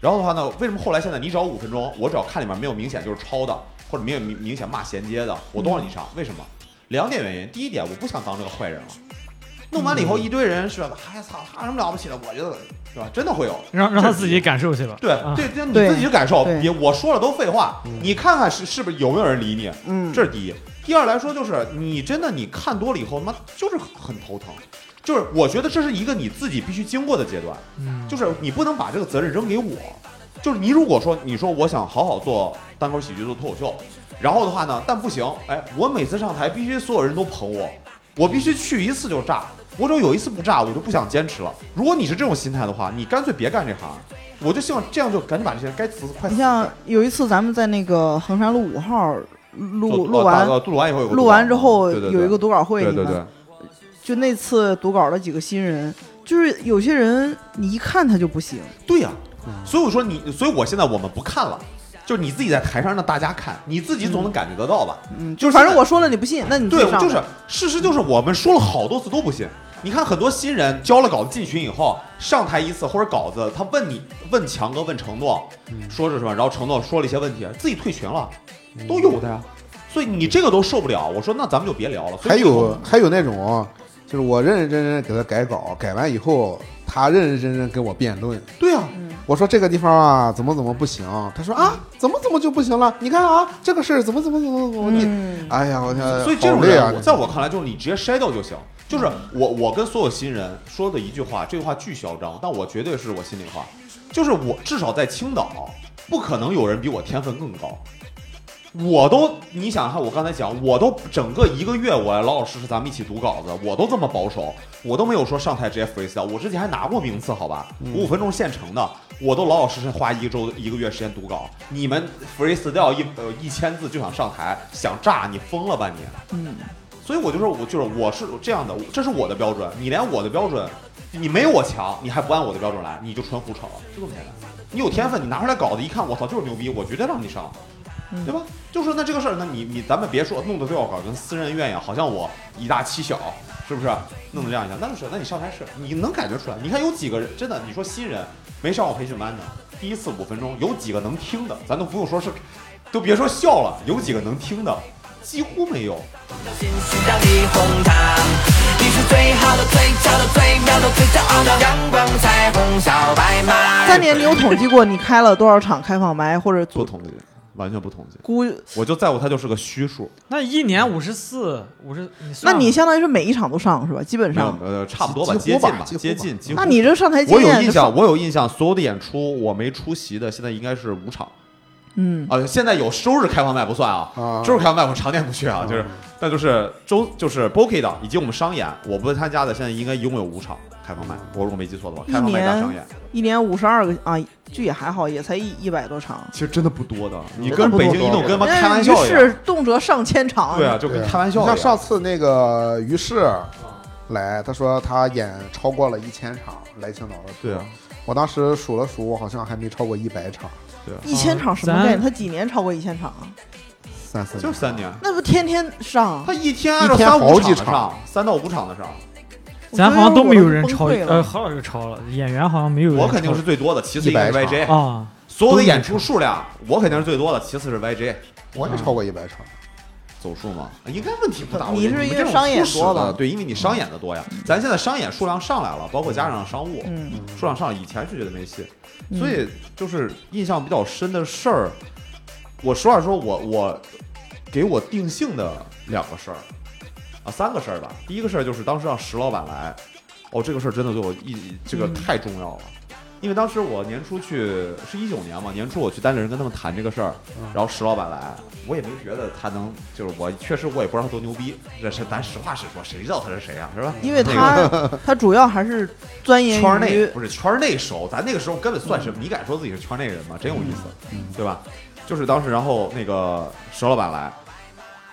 [SPEAKER 4] 然后的话呢，为什么后来现在你只要五分钟，我只要看里面没有明显就是抄的，或者没有明明显骂衔接的，我都让你上？为什么？两点原因，第一点我不想当这个坏人了。弄完了以后，一堆人是吧？哎呀操，他有什么了不起的？我觉得是吧？真的会有，
[SPEAKER 5] 让让他自己感受去了。
[SPEAKER 4] 对
[SPEAKER 5] 啊
[SPEAKER 4] 对，这你
[SPEAKER 2] 对
[SPEAKER 4] 自己去感受，
[SPEAKER 2] 对
[SPEAKER 4] 别我说了都废话，你看看是是不是有没有人理你，
[SPEAKER 2] 嗯，
[SPEAKER 4] 这是第一。第二来说就是你真的你看多了以后，妈就是很头疼，就是我觉得这是一个你自己必须经过的阶段，
[SPEAKER 5] 嗯
[SPEAKER 4] 就是你不能把这个责任扔给我，就是你如果说你说我想好好做单口喜剧做脱口秀，然后的话呢，但不行，哎，我每次上台必须所有人都捧我，我必须去一次就炸，我只要有一次不炸，我就不想坚持了。如果你是这种心态的话，你干脆别干这行。我就希望这样就赶紧把这些人该辞的快
[SPEAKER 2] 啊你
[SPEAKER 4] 辞。
[SPEAKER 2] 像有一次咱们在那个衡山路五号录
[SPEAKER 4] 做
[SPEAKER 2] 录
[SPEAKER 4] 做
[SPEAKER 2] 完
[SPEAKER 4] 呃录完以后有个
[SPEAKER 2] 录完之后
[SPEAKER 4] 对对
[SPEAKER 2] 有一个读稿会，
[SPEAKER 4] 对
[SPEAKER 2] 你
[SPEAKER 4] 对
[SPEAKER 2] 们
[SPEAKER 4] 对，
[SPEAKER 2] 就那次读稿的几个新人，就是有些人你一看他就不行，
[SPEAKER 4] 对呀、所以我说你，所以我现在我们不看了，就是你自己在台上让大家看，你自己总能感觉得到吧？
[SPEAKER 2] 嗯，
[SPEAKER 4] 就是
[SPEAKER 2] 反正我说了你不信，那你自己
[SPEAKER 4] 对，
[SPEAKER 2] 上
[SPEAKER 4] 就是
[SPEAKER 2] 吧
[SPEAKER 4] 事实就是我们说了好多次都不信。你看很多新人交了稿子进群以后，上台一次或者稿子，他问你问强哥问承诺，
[SPEAKER 2] 嗯
[SPEAKER 4] 说是什么，然后承诺说了一些问题，自己退群了，都有的呀。所以你这个都受不了，我说那咱们就别聊了。所以
[SPEAKER 3] 还
[SPEAKER 4] 最后
[SPEAKER 3] 有还有那种，就是我认认真真给他改稿，改完以后，他认认真真跟我辩论。
[SPEAKER 4] 对啊，
[SPEAKER 3] 我说这个地方啊，怎么怎么不行？他说啊，怎么怎么就不行了？你看啊，这个事儿怎么怎么怎么怎么地？
[SPEAKER 2] 嗯
[SPEAKER 3] 哎呀，我天，
[SPEAKER 4] 所以这种
[SPEAKER 3] 好累啊
[SPEAKER 4] 人，我！在我看来就是你直接筛掉就行。就是我，我跟所有新人说的一句话，这句话巨嚣张，但我绝对是我心里话，就是我至少在青岛，不可能有人比我天分更高。我都，你想看我刚才讲，我都整个一个月，我老老实实咱们一起读稿子，我都这么保守，我都没有说上台直接 freestyle，我之前还拿过名次，好吧，
[SPEAKER 3] 嗯
[SPEAKER 4] 五五分钟现成的，我都老老实实花一周一个月时间读稿。你们 freestyle 一呃一千字就想上台，想炸你疯了吧你？
[SPEAKER 2] 嗯，
[SPEAKER 4] 所以我就说，我就是我是这样的，我这是我的标准。你连我的标准，你没有我强，你还不按我的标准来，你就纯胡扯，就这么简单。你有天分，你拿出来稿子一看，我操，就是牛逼，我绝对让你上，对吧？就说那这个事儿，那你你咱们别说弄得对我稿跟私人怨呀，好像我以大欺小，是不是？弄得这样一样，那就是，那你上台是，你能感觉出来。你看有几个人真的，你说新人没上过培训班的，第一次五分钟，有几个能听的？咱都不用说是，都别说笑了，有几个能听的？几乎没有。
[SPEAKER 6] 心寻找你哄堂，你是最好的、最俏的、最妙的、最骄傲的阳光、彩虹、小白马。
[SPEAKER 2] 三年你有统计过你开了多少场开放麦或者
[SPEAKER 4] 不
[SPEAKER 2] 组
[SPEAKER 4] 统计，完全不统计，
[SPEAKER 2] 估？
[SPEAKER 4] 我就在乎它就是个虚数，
[SPEAKER 5] 那一年五十四，五十，你
[SPEAKER 2] 那
[SPEAKER 5] 算
[SPEAKER 2] 你相当于是每一场都上是吧？基本
[SPEAKER 4] 没有
[SPEAKER 2] 上，
[SPEAKER 4] 呃，差不多吧，
[SPEAKER 3] 几
[SPEAKER 4] 接
[SPEAKER 3] 乎
[SPEAKER 4] 近
[SPEAKER 3] 吧
[SPEAKER 4] 吧，
[SPEAKER 3] 几乎吧
[SPEAKER 4] 接近，几乎。
[SPEAKER 2] 那你这上台经
[SPEAKER 4] 我
[SPEAKER 2] 验
[SPEAKER 4] 有印
[SPEAKER 2] 就
[SPEAKER 4] 象，我有印象，所有的演出我没出席的，现在应该是五场
[SPEAKER 2] 嗯，
[SPEAKER 4] 啊。现在有周日开放麦不算
[SPEAKER 3] 啊
[SPEAKER 4] 啊，周日开放麦我常年不去啊，就是那就是周就是 Boki 的以及我们商演，我不参加的，现在应该一共有五场开放麦，我如果没记错的话，
[SPEAKER 2] 一
[SPEAKER 4] 开放麦加
[SPEAKER 2] 年
[SPEAKER 4] 商演，
[SPEAKER 2] 一年五十二个啊，就也还好，也才一一百多场。
[SPEAKER 4] 其实真的不多的，你
[SPEAKER 3] 真的
[SPEAKER 4] 跟
[SPEAKER 3] 不
[SPEAKER 4] 北
[SPEAKER 3] 多
[SPEAKER 4] 京一
[SPEAKER 3] 多
[SPEAKER 4] 弄跟他妈
[SPEAKER 2] 但
[SPEAKER 4] 开玩
[SPEAKER 2] 是
[SPEAKER 4] 笑
[SPEAKER 2] 于
[SPEAKER 4] 一样，
[SPEAKER 2] 是动辄上千场，
[SPEAKER 4] 对啊，就跟
[SPEAKER 3] 对
[SPEAKER 4] 开玩笑一
[SPEAKER 3] 你
[SPEAKER 4] 样
[SPEAKER 3] 像。上次那个于适来，他说他演超过了一千场来青岛的时候，
[SPEAKER 4] 对啊，
[SPEAKER 3] 我当时数了数，我好像还没超过一百场，
[SPEAKER 2] 一千场什么
[SPEAKER 5] 咱
[SPEAKER 2] 概念？他几年超过一千场啊？
[SPEAKER 3] 三四
[SPEAKER 4] 就是三年。
[SPEAKER 2] 那不天天上
[SPEAKER 4] 他？一天按照
[SPEAKER 3] 一天
[SPEAKER 4] 三
[SPEAKER 3] 好
[SPEAKER 4] 五
[SPEAKER 3] 几
[SPEAKER 4] 场的
[SPEAKER 3] 场
[SPEAKER 4] 上，三到五场的上，
[SPEAKER 5] 咱好像都没有人超，
[SPEAKER 2] 我觉得我都崩溃了
[SPEAKER 5] 呃，何老师超了，演员好像没有人超。
[SPEAKER 4] 我肯定是最多的，其次应该是
[SPEAKER 3] 100
[SPEAKER 4] YJ。
[SPEAKER 5] 啊，
[SPEAKER 4] 所有的演出数量，我肯定是最多的，其次是嗯 YJ。
[SPEAKER 3] 我也超过一百场。
[SPEAKER 4] 走数吗？应该问题不大。
[SPEAKER 2] 你
[SPEAKER 4] 我觉得
[SPEAKER 2] 是因为
[SPEAKER 4] 们这种
[SPEAKER 2] 商演
[SPEAKER 4] 初始
[SPEAKER 2] 多
[SPEAKER 4] 的
[SPEAKER 2] 吧
[SPEAKER 4] 对，因为你商演的多呀。咱现在商演数量上来了，包括加上商务，
[SPEAKER 2] 嗯，
[SPEAKER 4] 数量上来以前是觉得没戏，
[SPEAKER 2] 嗯
[SPEAKER 4] 所以就是印象比较深的事儿。我实话说，我我给我定性的两个事儿啊，三个事儿吧。第一个事儿就是当时让石老板来，哦，这个事儿真的对我意这个太重要了。因为当时我年初去是一九年嘛，年初我去单立人跟他们谈这个事儿，然后石老板来，我也没觉得他能，就是我确实我也不知道他多牛逼，这是咱实话实说，谁知道他是谁啊，是吧？
[SPEAKER 2] 因为
[SPEAKER 4] 那个
[SPEAKER 2] 他他主要还是钻研
[SPEAKER 4] 圈儿内
[SPEAKER 2] 于
[SPEAKER 4] 不是圈儿内熟，咱那个时候根本算什么？你敢说自己是圈内人吗？真有意思，
[SPEAKER 2] 嗯
[SPEAKER 4] 对吧？就是当时，然后那个石老板来，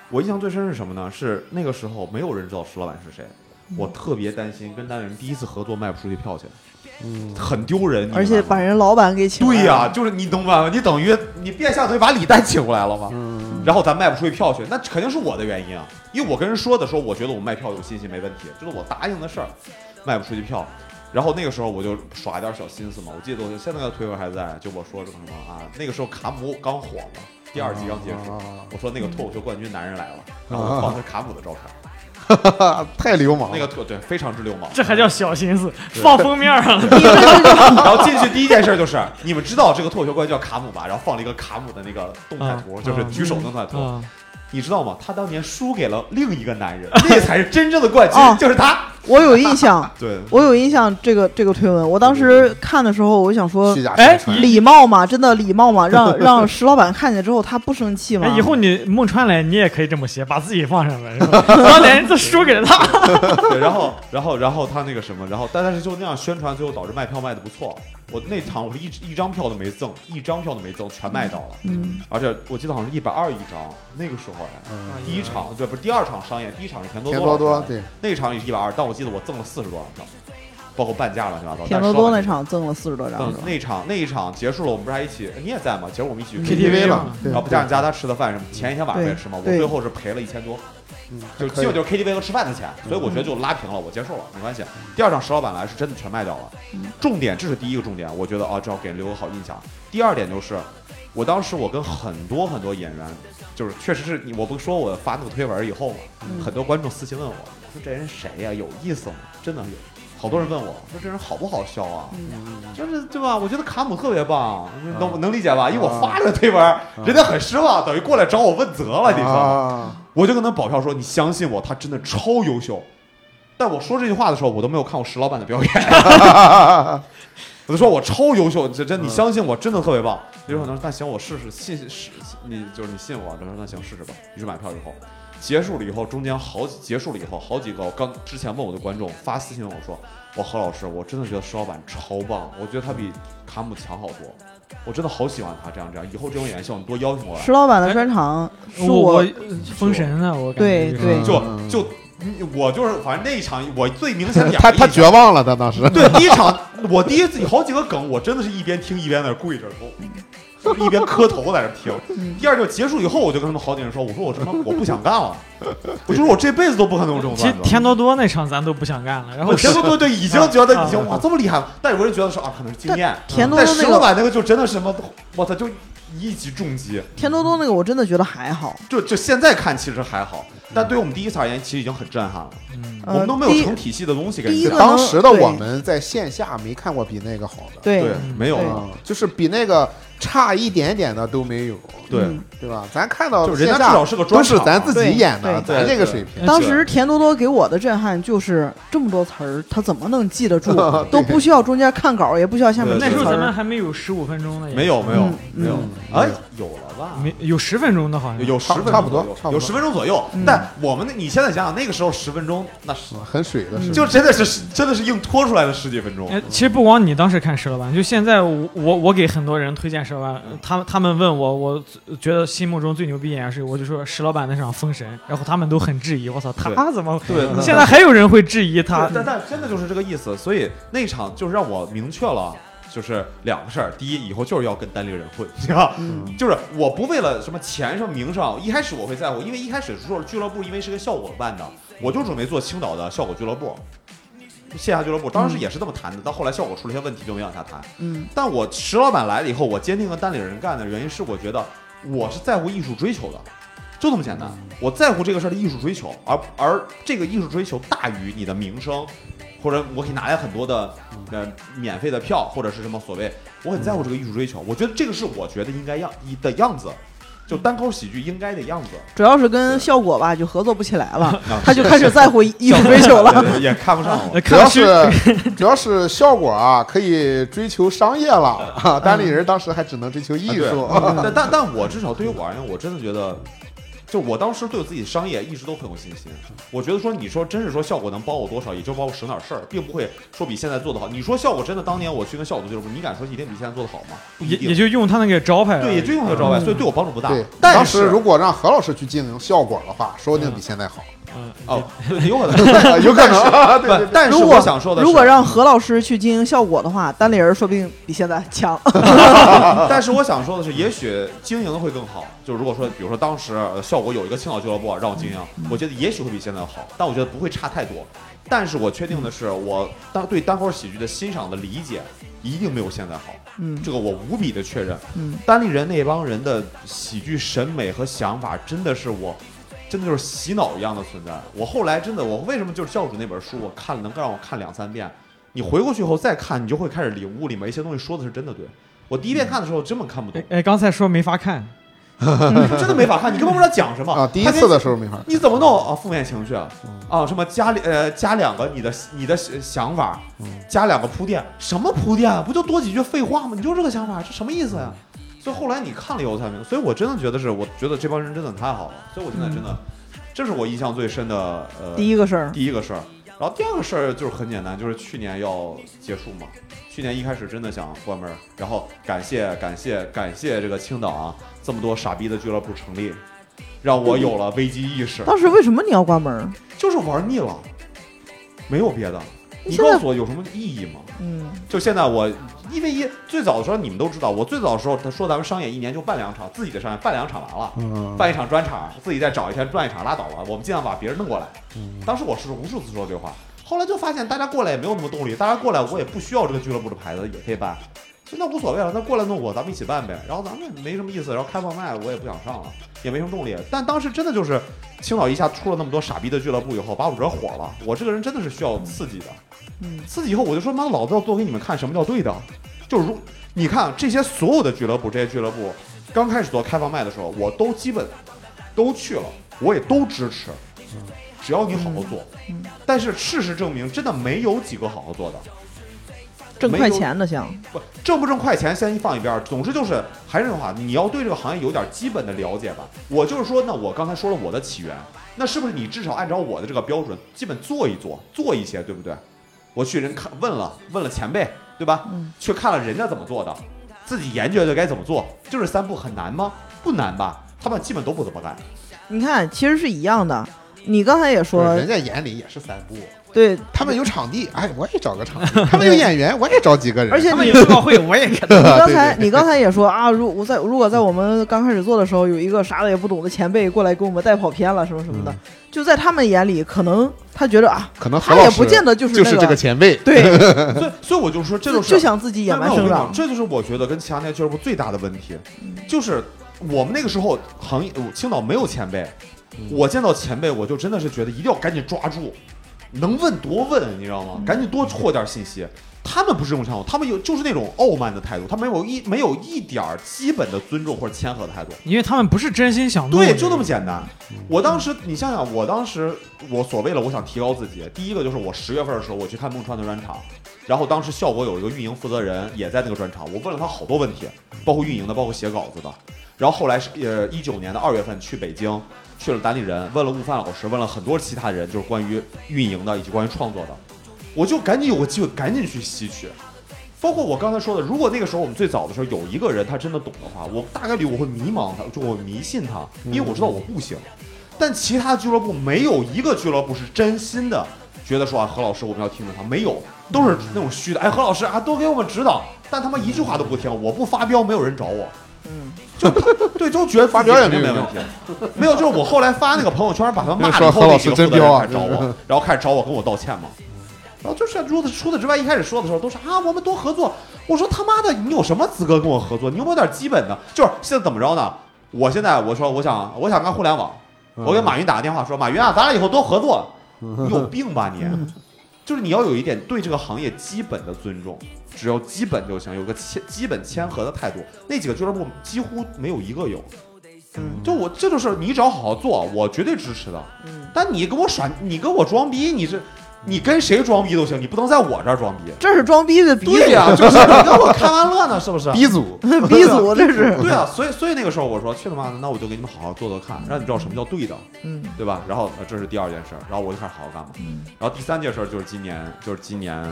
[SPEAKER 4] 我印象最深是什么呢？是那个时候没有人知道石老板是谁，
[SPEAKER 2] 嗯
[SPEAKER 4] 我特别担心跟单人第一次合作卖不出去票去，嗯，很丢人，你
[SPEAKER 2] 而且
[SPEAKER 4] 明白
[SPEAKER 2] 把
[SPEAKER 4] 吗
[SPEAKER 2] 人老板给请来
[SPEAKER 4] 对
[SPEAKER 2] 了
[SPEAKER 4] 呀、就是你懂吧？你等于你变相等于把李诞请过来了嘛，
[SPEAKER 2] 嗯
[SPEAKER 4] 然后咱卖不出去票去，那肯定是我的原因啊，因为我跟人说的说，我觉得我卖票有信心没问题，这是我答应的事儿，卖不出去票。然后那个时候我就耍点小心思嘛，我记得我现在的推文还在，就我说什么什么啊，那个时候卡姆刚火嘛，第二季刚结
[SPEAKER 2] 哦
[SPEAKER 4] 束，
[SPEAKER 3] 啊
[SPEAKER 4] 我说那个脱口秀冠军男人来了，然后我放他卡姆的照片，
[SPEAKER 3] 啊 太流氓了。
[SPEAKER 4] 那个脱对非常之流氓，
[SPEAKER 5] 这还叫小心思，放封面啊上了，
[SPEAKER 4] 然后进去第一件事就是，你们知道这个脱口秀冠军叫卡姆吧？然后放了一个卡姆的那个动态图，
[SPEAKER 2] 嗯
[SPEAKER 5] 啊
[SPEAKER 4] 就是举手动态图。
[SPEAKER 5] 啊
[SPEAKER 4] 你知道吗？他当年输给了另一个男 人，那才是真正的冠军，
[SPEAKER 2] 哦
[SPEAKER 4] 就是他。
[SPEAKER 2] 我有印象，
[SPEAKER 4] 对，
[SPEAKER 2] 我有印象这个这个推文，我当时看的时候，我想说
[SPEAKER 3] 虚。假
[SPEAKER 5] 哎
[SPEAKER 3] 宣传，
[SPEAKER 2] 礼貌嘛，真的礼貌嘛，让让石老板看见之后，他不生气吗
[SPEAKER 5] 哎，？以后你孟川来，你也可以这么写，把自己放上面，是吧当年都输给了他。
[SPEAKER 4] 对，然后，然后，然后他那个什么，然后但但是就那样宣传，最后导致卖票卖的不错。我那场我是一一张票都没赠，一张票都没赠，全卖到了。
[SPEAKER 2] 嗯，
[SPEAKER 4] 而且我记得好像是一百二一张，那个时候哎，
[SPEAKER 3] 嗯
[SPEAKER 4] 第一场对不是第二场商演，第一场是田多
[SPEAKER 3] 钱
[SPEAKER 4] 多
[SPEAKER 3] 多多
[SPEAKER 4] 老师
[SPEAKER 3] 对，
[SPEAKER 4] 那场也是一百二，但我记得我赠了四十多张票，包括半价乱七八糟。
[SPEAKER 2] 田
[SPEAKER 4] 但
[SPEAKER 2] 多
[SPEAKER 4] 是
[SPEAKER 2] 多
[SPEAKER 4] 说
[SPEAKER 2] 那
[SPEAKER 4] 了
[SPEAKER 2] 场赠了四十多张
[SPEAKER 4] 嗯
[SPEAKER 2] 是，吧？
[SPEAKER 4] 那场那一场结束了，我们不是还一起，你也在吗？其实我们一起去
[SPEAKER 5] KTV
[SPEAKER 3] 了，对
[SPEAKER 4] 然后不加上加他吃的饭什么，前一天晚上我也吃嘛，我
[SPEAKER 2] 对对
[SPEAKER 4] 最后是赔了一千多，
[SPEAKER 3] 嗯
[SPEAKER 4] 就基
[SPEAKER 3] 还可
[SPEAKER 4] 本
[SPEAKER 3] 以
[SPEAKER 4] 就是 KTV 和吃饭的钱，所以我觉得就拉平了，我接受了，没关系。第二场石老板来是真的全卖掉了，
[SPEAKER 3] 嗯
[SPEAKER 4] 重点这是第一个重点，我觉得啊，这要给人留个好印象。第二点就是，我当时我跟很多很多演员，就是确实是你，我不说我发那个推文以后嘛，
[SPEAKER 3] 嗯
[SPEAKER 4] 很多观众私信问我说这人谁呀、有意思吗？真的有。好多人问我说：“这人好不好笑啊？”
[SPEAKER 3] 嗯
[SPEAKER 4] 就是对吧？我觉得卡姆特别棒，能能理解吧？因为我发了推文，人家很失望，等于过来找我问责了，你知道吗？
[SPEAKER 3] 啊，
[SPEAKER 4] 我就跟他保票说：“你相信我，他真的超优秀。”但我说这句话的时候，我都没有看过石老板的表演，我就说我超优秀，这真你相信我，真的特别棒。他就说：“那行，我试试，信是你就是你信我。”他说：“那行，试试吧。”于是买票以后，结束了以后，中间好几结束了以后，好几个刚之前问我的观众发私信问我说：“我何老师，我真的觉得石老板超棒，我觉得他比卡姆强好多，我真的好喜欢他。”这样这样，以后这种演员希望你多邀请我来。
[SPEAKER 2] 石老板的专场是
[SPEAKER 5] 我封神了，我感觉
[SPEAKER 2] 对
[SPEAKER 5] 就是
[SPEAKER 2] 对
[SPEAKER 4] 就
[SPEAKER 3] 嗯
[SPEAKER 4] 就我就是，反正那一场我最明 显的两
[SPEAKER 3] 他
[SPEAKER 4] 个
[SPEAKER 3] 他
[SPEAKER 4] 印象
[SPEAKER 3] 绝望了，他当时
[SPEAKER 4] 对第一场，我第一次有好几个梗，我真的是一边听一边在那跪着，我就是一边磕头在那 听。
[SPEAKER 2] 嗯
[SPEAKER 4] 第二就结束以后，我就跟他们好几个人说，我说我他妈我不想干了，我就说我这辈子都不可能有这种
[SPEAKER 5] 其实
[SPEAKER 4] 段子。
[SPEAKER 5] 田多多那场咱都不想干了，然后
[SPEAKER 4] 我真的对对，已经觉得已经
[SPEAKER 5] 啊
[SPEAKER 4] 哇这么厉害了，但有人觉得说啊，可能是经验。
[SPEAKER 2] 田多
[SPEAKER 4] 但
[SPEAKER 2] 多
[SPEAKER 4] 石
[SPEAKER 2] 那
[SPEAKER 4] 老
[SPEAKER 2] 个
[SPEAKER 4] 板那个就真的什么，我操，就一击重击。
[SPEAKER 2] 田多多那个，我真的觉得还好。
[SPEAKER 4] 就就现在看其实还好，但对于我们第一次而言，其实已经很震撼了。
[SPEAKER 5] 嗯
[SPEAKER 4] 我们都没有
[SPEAKER 2] 呃第一
[SPEAKER 4] 成体系的东西给
[SPEAKER 2] 第
[SPEAKER 4] 你
[SPEAKER 2] 一
[SPEAKER 4] 讲。
[SPEAKER 2] 个
[SPEAKER 3] 当时的
[SPEAKER 2] 对
[SPEAKER 3] 我们在线下没看过比那个好的，
[SPEAKER 2] 对
[SPEAKER 4] 对，没有
[SPEAKER 2] 对
[SPEAKER 4] 了。
[SPEAKER 3] 啊，就是比那个差一点点的都没有，
[SPEAKER 4] 对，
[SPEAKER 2] 嗯
[SPEAKER 3] 对吧？咱看到
[SPEAKER 4] 就人家
[SPEAKER 3] 线
[SPEAKER 4] 至
[SPEAKER 3] 下
[SPEAKER 4] 少是个专
[SPEAKER 3] 都是
[SPEAKER 4] 场啊
[SPEAKER 3] 咱自
[SPEAKER 2] 对
[SPEAKER 3] 己演的，
[SPEAKER 4] 对
[SPEAKER 3] 咱
[SPEAKER 4] 对
[SPEAKER 3] 这个
[SPEAKER 4] 对
[SPEAKER 3] 水平。
[SPEAKER 2] 当时田多多给我的震撼就是这么多词儿，他怎么能记得住
[SPEAKER 3] 对？
[SPEAKER 2] 都不需要中间看稿，也不需要下面
[SPEAKER 4] 对
[SPEAKER 5] 那
[SPEAKER 2] 记
[SPEAKER 5] 时
[SPEAKER 2] 词
[SPEAKER 5] 候咱们
[SPEAKER 2] 儿。
[SPEAKER 5] 还没有十五分钟呢，也
[SPEAKER 4] 没有没有
[SPEAKER 2] 嗯
[SPEAKER 4] 没有
[SPEAKER 2] 嗯，
[SPEAKER 4] 哎，有了吧？
[SPEAKER 5] 没有十分钟的好像
[SPEAKER 4] 有十
[SPEAKER 3] 差
[SPEAKER 4] 分钟
[SPEAKER 3] 差不多
[SPEAKER 4] 左右
[SPEAKER 3] 差不多
[SPEAKER 4] 有十分钟左右
[SPEAKER 2] 嗯。
[SPEAKER 4] 但我们那你现在想想，那个时候十分钟那是
[SPEAKER 3] 嗯很水的是，
[SPEAKER 4] 就真的是真的是硬拖出来的十几分钟。
[SPEAKER 5] 哎，其实不光你当时看石老板，就现在我我我给很多人推荐石老板，他们他们问我，我觉得心目中最牛逼演员是谁，我就说石老板那场封神，然后他们都很质疑，我操，他
[SPEAKER 4] 对
[SPEAKER 5] 怎么？
[SPEAKER 4] 对，
[SPEAKER 5] 现在还有人会质疑他
[SPEAKER 4] 但，但但真的就是这个意思。所以那场就是让我明确了。就是两个事儿，第一，以后就是要跟单立人混， 你知道吧，就是我不为了什么钱什么名声，一开始我会在乎，因为一开始说俱乐部因为是个效果办的，我就准备做青岛的效果俱乐部，线下俱乐部，当时也是这么谈的，到后来效果出了些问题，就没往下谈。
[SPEAKER 2] 嗯，
[SPEAKER 4] 但我石老板来了以后，我坚定和单立人干的原因是，我觉得我是在乎艺术追求的，就这么简单。我在乎这个事儿的艺术追求，而而这个艺术追求大于你的名声，或者我可以拿来很多的呃免费的票，或者是什么所谓，我很在乎这个艺术追求。我觉得这个是我觉得应该样的样子。就单口喜剧应该的样子。
[SPEAKER 2] 主要是跟效果吧就合作不起来了， 他就开 始在乎艺术追求了。
[SPEAKER 4] 也看不上我。
[SPEAKER 5] 呃
[SPEAKER 3] 主
[SPEAKER 5] 看
[SPEAKER 3] 要
[SPEAKER 5] 到虚
[SPEAKER 3] 是主要是效果啊，可以追求商业了啊。单立人当时还只能追求艺术，
[SPEAKER 4] 啊 但但但我至少对于我而言，我真的觉得，就我当时对我自己商业一直都很有信心。我觉得说，你说真是说效果能帮我多少，也就帮我省点事儿，并不会说比现在做的好。你说效果真的，当年我去跟效果俱乐部，你敢说一定比现在做的好吗？不一
[SPEAKER 5] 也
[SPEAKER 4] 定
[SPEAKER 5] 也就用他那个招牌了，嗯
[SPEAKER 4] 对，也就用这招牌，所以对我帮助不大。
[SPEAKER 3] 对。
[SPEAKER 4] 但
[SPEAKER 3] 当时
[SPEAKER 4] 是
[SPEAKER 3] 如果让何老师去经营效果的话，说不定比现在好，
[SPEAKER 5] 嗯
[SPEAKER 4] 哦，对有可能，
[SPEAKER 3] 有可能。对对
[SPEAKER 4] 不，嗯但是
[SPEAKER 2] 如果
[SPEAKER 4] 我想说的是，
[SPEAKER 2] 如果让何老师去经营效果的话，单立人说不定比现在强。
[SPEAKER 4] 但是我想说的是，也许经营的会更好。就是如果说，比如说当时呃效果有一个青岛俱乐部啊让我经营，我觉得也许会比现在好，但我觉得不会差太多。但是我确定的是，我当对单口喜剧的欣赏的理解一定没有现在好，
[SPEAKER 2] 嗯
[SPEAKER 4] 这个我无比的确认。
[SPEAKER 2] 嗯，
[SPEAKER 4] 单立人那帮人的喜剧审美和想法，真的是我，真的就是洗脑一样的存在。我后来真的，我为什么就是教主那本书，我看了能够让我看两三遍，你回过去以后再看，你就会开始领悟里面一些东西说的是真的对。我第一遍看的时候根本看不懂
[SPEAKER 5] 哎，哎，刚才说没法看，
[SPEAKER 4] 真的没法看，你根本不知道讲什么
[SPEAKER 3] 啊，第一次的时候没法。
[SPEAKER 4] 你怎么弄啊？负面情绪啊，什么加两呃加两个你的你的想法，加两个铺垫，什么铺垫啊？不就多几句废话吗？你就这个想法，这什么意思呀、所以后来你看了以后才明白，所以我真的觉得是，我觉得这帮人真的太好了，所以我现在真的，这是我印象最深的呃
[SPEAKER 2] 第一个事儿，
[SPEAKER 4] 第一个事儿。然后第二个事儿就是很简单，就是去年要结束嘛。去年一开始真的想关门儿，然后感谢感谢感谢这个青岛啊，这么多傻逼的俱乐部成立，让我有了危机意识，
[SPEAKER 2] 当时为什么你要关门儿？
[SPEAKER 4] 就是玩腻了，没有别的。你
[SPEAKER 2] 现在
[SPEAKER 4] 告诉我有什么意义吗？
[SPEAKER 2] 嗯，
[SPEAKER 4] 就现在我一 v 一最早的时候你们都知道，我最早的时候他说咱们商演一年就办两场，自己的商演办两场完了，
[SPEAKER 3] 嗯，
[SPEAKER 4] 办一场专场，自己再找一天办一场拉倒了，我们尽量把别人弄过来。当时我是无数次说这话，后来就发现大家过来也没有那么动力，大家过来我也不需要这个俱乐部的牌子也可以办，就那无所谓了，那过来弄我，咱们一起办呗。然后咱们也没什么意思，然后开放麦我也不想上了，也没什么动力。但当时真的就是青岛一下出了那么多傻逼的俱乐部以后，把我惹火了。我这个人真的是需要刺激的，
[SPEAKER 2] 嗯
[SPEAKER 4] 刺激以后我就说妈的，老子要做给你们看什么叫对的。就如你看啊这些所有的俱乐部，这些俱乐部刚开始做开放麦的时候，我都基本都去了，我也都支持，只要你好好做。
[SPEAKER 2] 嗯
[SPEAKER 4] 但是事实证明，真的没有几个好好做的。
[SPEAKER 2] 挣
[SPEAKER 4] 没
[SPEAKER 2] 快
[SPEAKER 4] 有
[SPEAKER 2] 钱的像，
[SPEAKER 4] 不挣不挣快钱先一放一边儿，总之就是还是那句话，你要对这个行业有点基本的了解吧。我就是说，那我刚才说了我的起源，那是不是你至少按照我的这个标准，基本做一做，做一些，对不对？我去人看问了，问了前辈，对吧？
[SPEAKER 2] 嗯
[SPEAKER 4] 去看了人家怎么做的，自己研究研究该怎么做，这是三步很难吗？不难吧？他们基本都不怎么干。
[SPEAKER 2] 你看其实是一样的。你刚才也
[SPEAKER 3] 不是
[SPEAKER 2] 说
[SPEAKER 3] 人，家眼里也是三部，
[SPEAKER 2] 对，
[SPEAKER 3] 他们有场地，哎，我也找个场地；他们有演员，我也找几个人。
[SPEAKER 2] 而且
[SPEAKER 5] 他们
[SPEAKER 2] 你
[SPEAKER 5] 有报会，我也看。
[SPEAKER 2] 你刚才
[SPEAKER 3] 对对对
[SPEAKER 2] 你刚才也说啊，如我在如果在我们刚开始做的时候，有一个啥都也不懂的前辈过来给我们带跑偏了什么什么的，就在他们眼里，可能他觉得啊，
[SPEAKER 3] 嗯可能何
[SPEAKER 2] 他
[SPEAKER 3] 老
[SPEAKER 2] 也
[SPEAKER 3] 师
[SPEAKER 2] 不见得就是
[SPEAKER 3] 就
[SPEAKER 2] 那
[SPEAKER 3] 是这个前辈，
[SPEAKER 2] 对，
[SPEAKER 4] 所以，所以我就说，这
[SPEAKER 2] 就
[SPEAKER 4] 就是
[SPEAKER 2] 想自己野
[SPEAKER 4] 那
[SPEAKER 2] 蛮
[SPEAKER 4] 那我跟
[SPEAKER 2] 生
[SPEAKER 4] 你讲
[SPEAKER 2] 长，嗯
[SPEAKER 4] 这就是我觉得跟其他那些俱乐部最大的问题，就是我们那个时候行业呃青岛没有前辈，
[SPEAKER 2] 嗯
[SPEAKER 4] 我见到前辈我就真的是觉得一定要赶紧抓住，能问多问，你知道
[SPEAKER 2] 嗯
[SPEAKER 4] 吗？赶紧多获点信息。他们不是这种态度，他们有就是那种傲慢的态度，他没有一没有一点儿基本的尊重或者谦和的态度。
[SPEAKER 5] 因为他们不是真心想弄你，嗯
[SPEAKER 4] 对，就那么简单。我当时，你想想，我当时我所谓了，我想提高自己，第一个就是我十月份的时候我去看孟川的专场，然后当时效果有一个运营负责人也在那个专场，我问了他好多问题，包括运营的，包括写稿子的。然后后来是呃一九年的二月份去北京，去了单立人，问了悟饭老师，问了很多其他人，就是关于运营的以及关于创作的，我就赶紧有个机会赶紧去吸取。包括我刚才说的，如果那个时候我们最早的时候有一个人他真的懂的话，我大概率我会迷茫他，就我迷信他，因为我知道我不行。但其他俱乐部没有一个俱乐部是真心的觉得说啊，何老师我们要听听他，没有，都是那种虚的。哎，何老师啊，多给我们指导，但他妈一句话都不听，我不发飙，没有人找我。
[SPEAKER 2] 嗯，
[SPEAKER 4] 就 对，就觉得
[SPEAKER 3] 发飙也
[SPEAKER 4] 没
[SPEAKER 3] 没有
[SPEAKER 4] 没问题。 没有，就是我后来发那个朋友圈，把他骂了以
[SPEAKER 3] 说何
[SPEAKER 4] 后，那
[SPEAKER 3] 老
[SPEAKER 4] 几
[SPEAKER 3] 师
[SPEAKER 4] 个
[SPEAKER 3] 真
[SPEAKER 4] 负责人
[SPEAKER 3] 彪啊
[SPEAKER 4] 开始找我，然后开始找我跟我道歉嘛。然后就是除此除此之外，一开始说的时候都是啊，我们多合作。我说他妈的，你有什么资格跟我合作？你有没有点基本的？就是现在怎么着呢？我现在我说我想我想干互联网，我给马云打个电话说，马云啊，咱俩以后多合 作。你有病吧你？就是你要有一点对这个行业基本的尊重，只要基本就行，有个谦基本谦和的态度。那几个俱乐部几乎没有一个有，
[SPEAKER 2] 嗯
[SPEAKER 4] 就我这种事儿，你只要好好做，我绝对支持的。
[SPEAKER 2] 嗯，
[SPEAKER 4] 但你跟我耍，你跟我装逼，你这你跟谁装逼都行，你不能在我这儿装逼。
[SPEAKER 2] 这是装逼的逼，
[SPEAKER 4] 对呀、就是你跟我开玩乐呢，是不 是？
[SPEAKER 3] 逼组，
[SPEAKER 2] 逼组这 是，
[SPEAKER 4] 对啊，所以所以那个时候我说去他妈的，那我就给你们好好做做看，让你知道什么叫对的，
[SPEAKER 2] 嗯
[SPEAKER 4] 对吧？然后呃这是第二件事儿，然后我就开始好好干嘛。
[SPEAKER 2] 嗯
[SPEAKER 4] 然后第三件事儿就是今年，就是今年，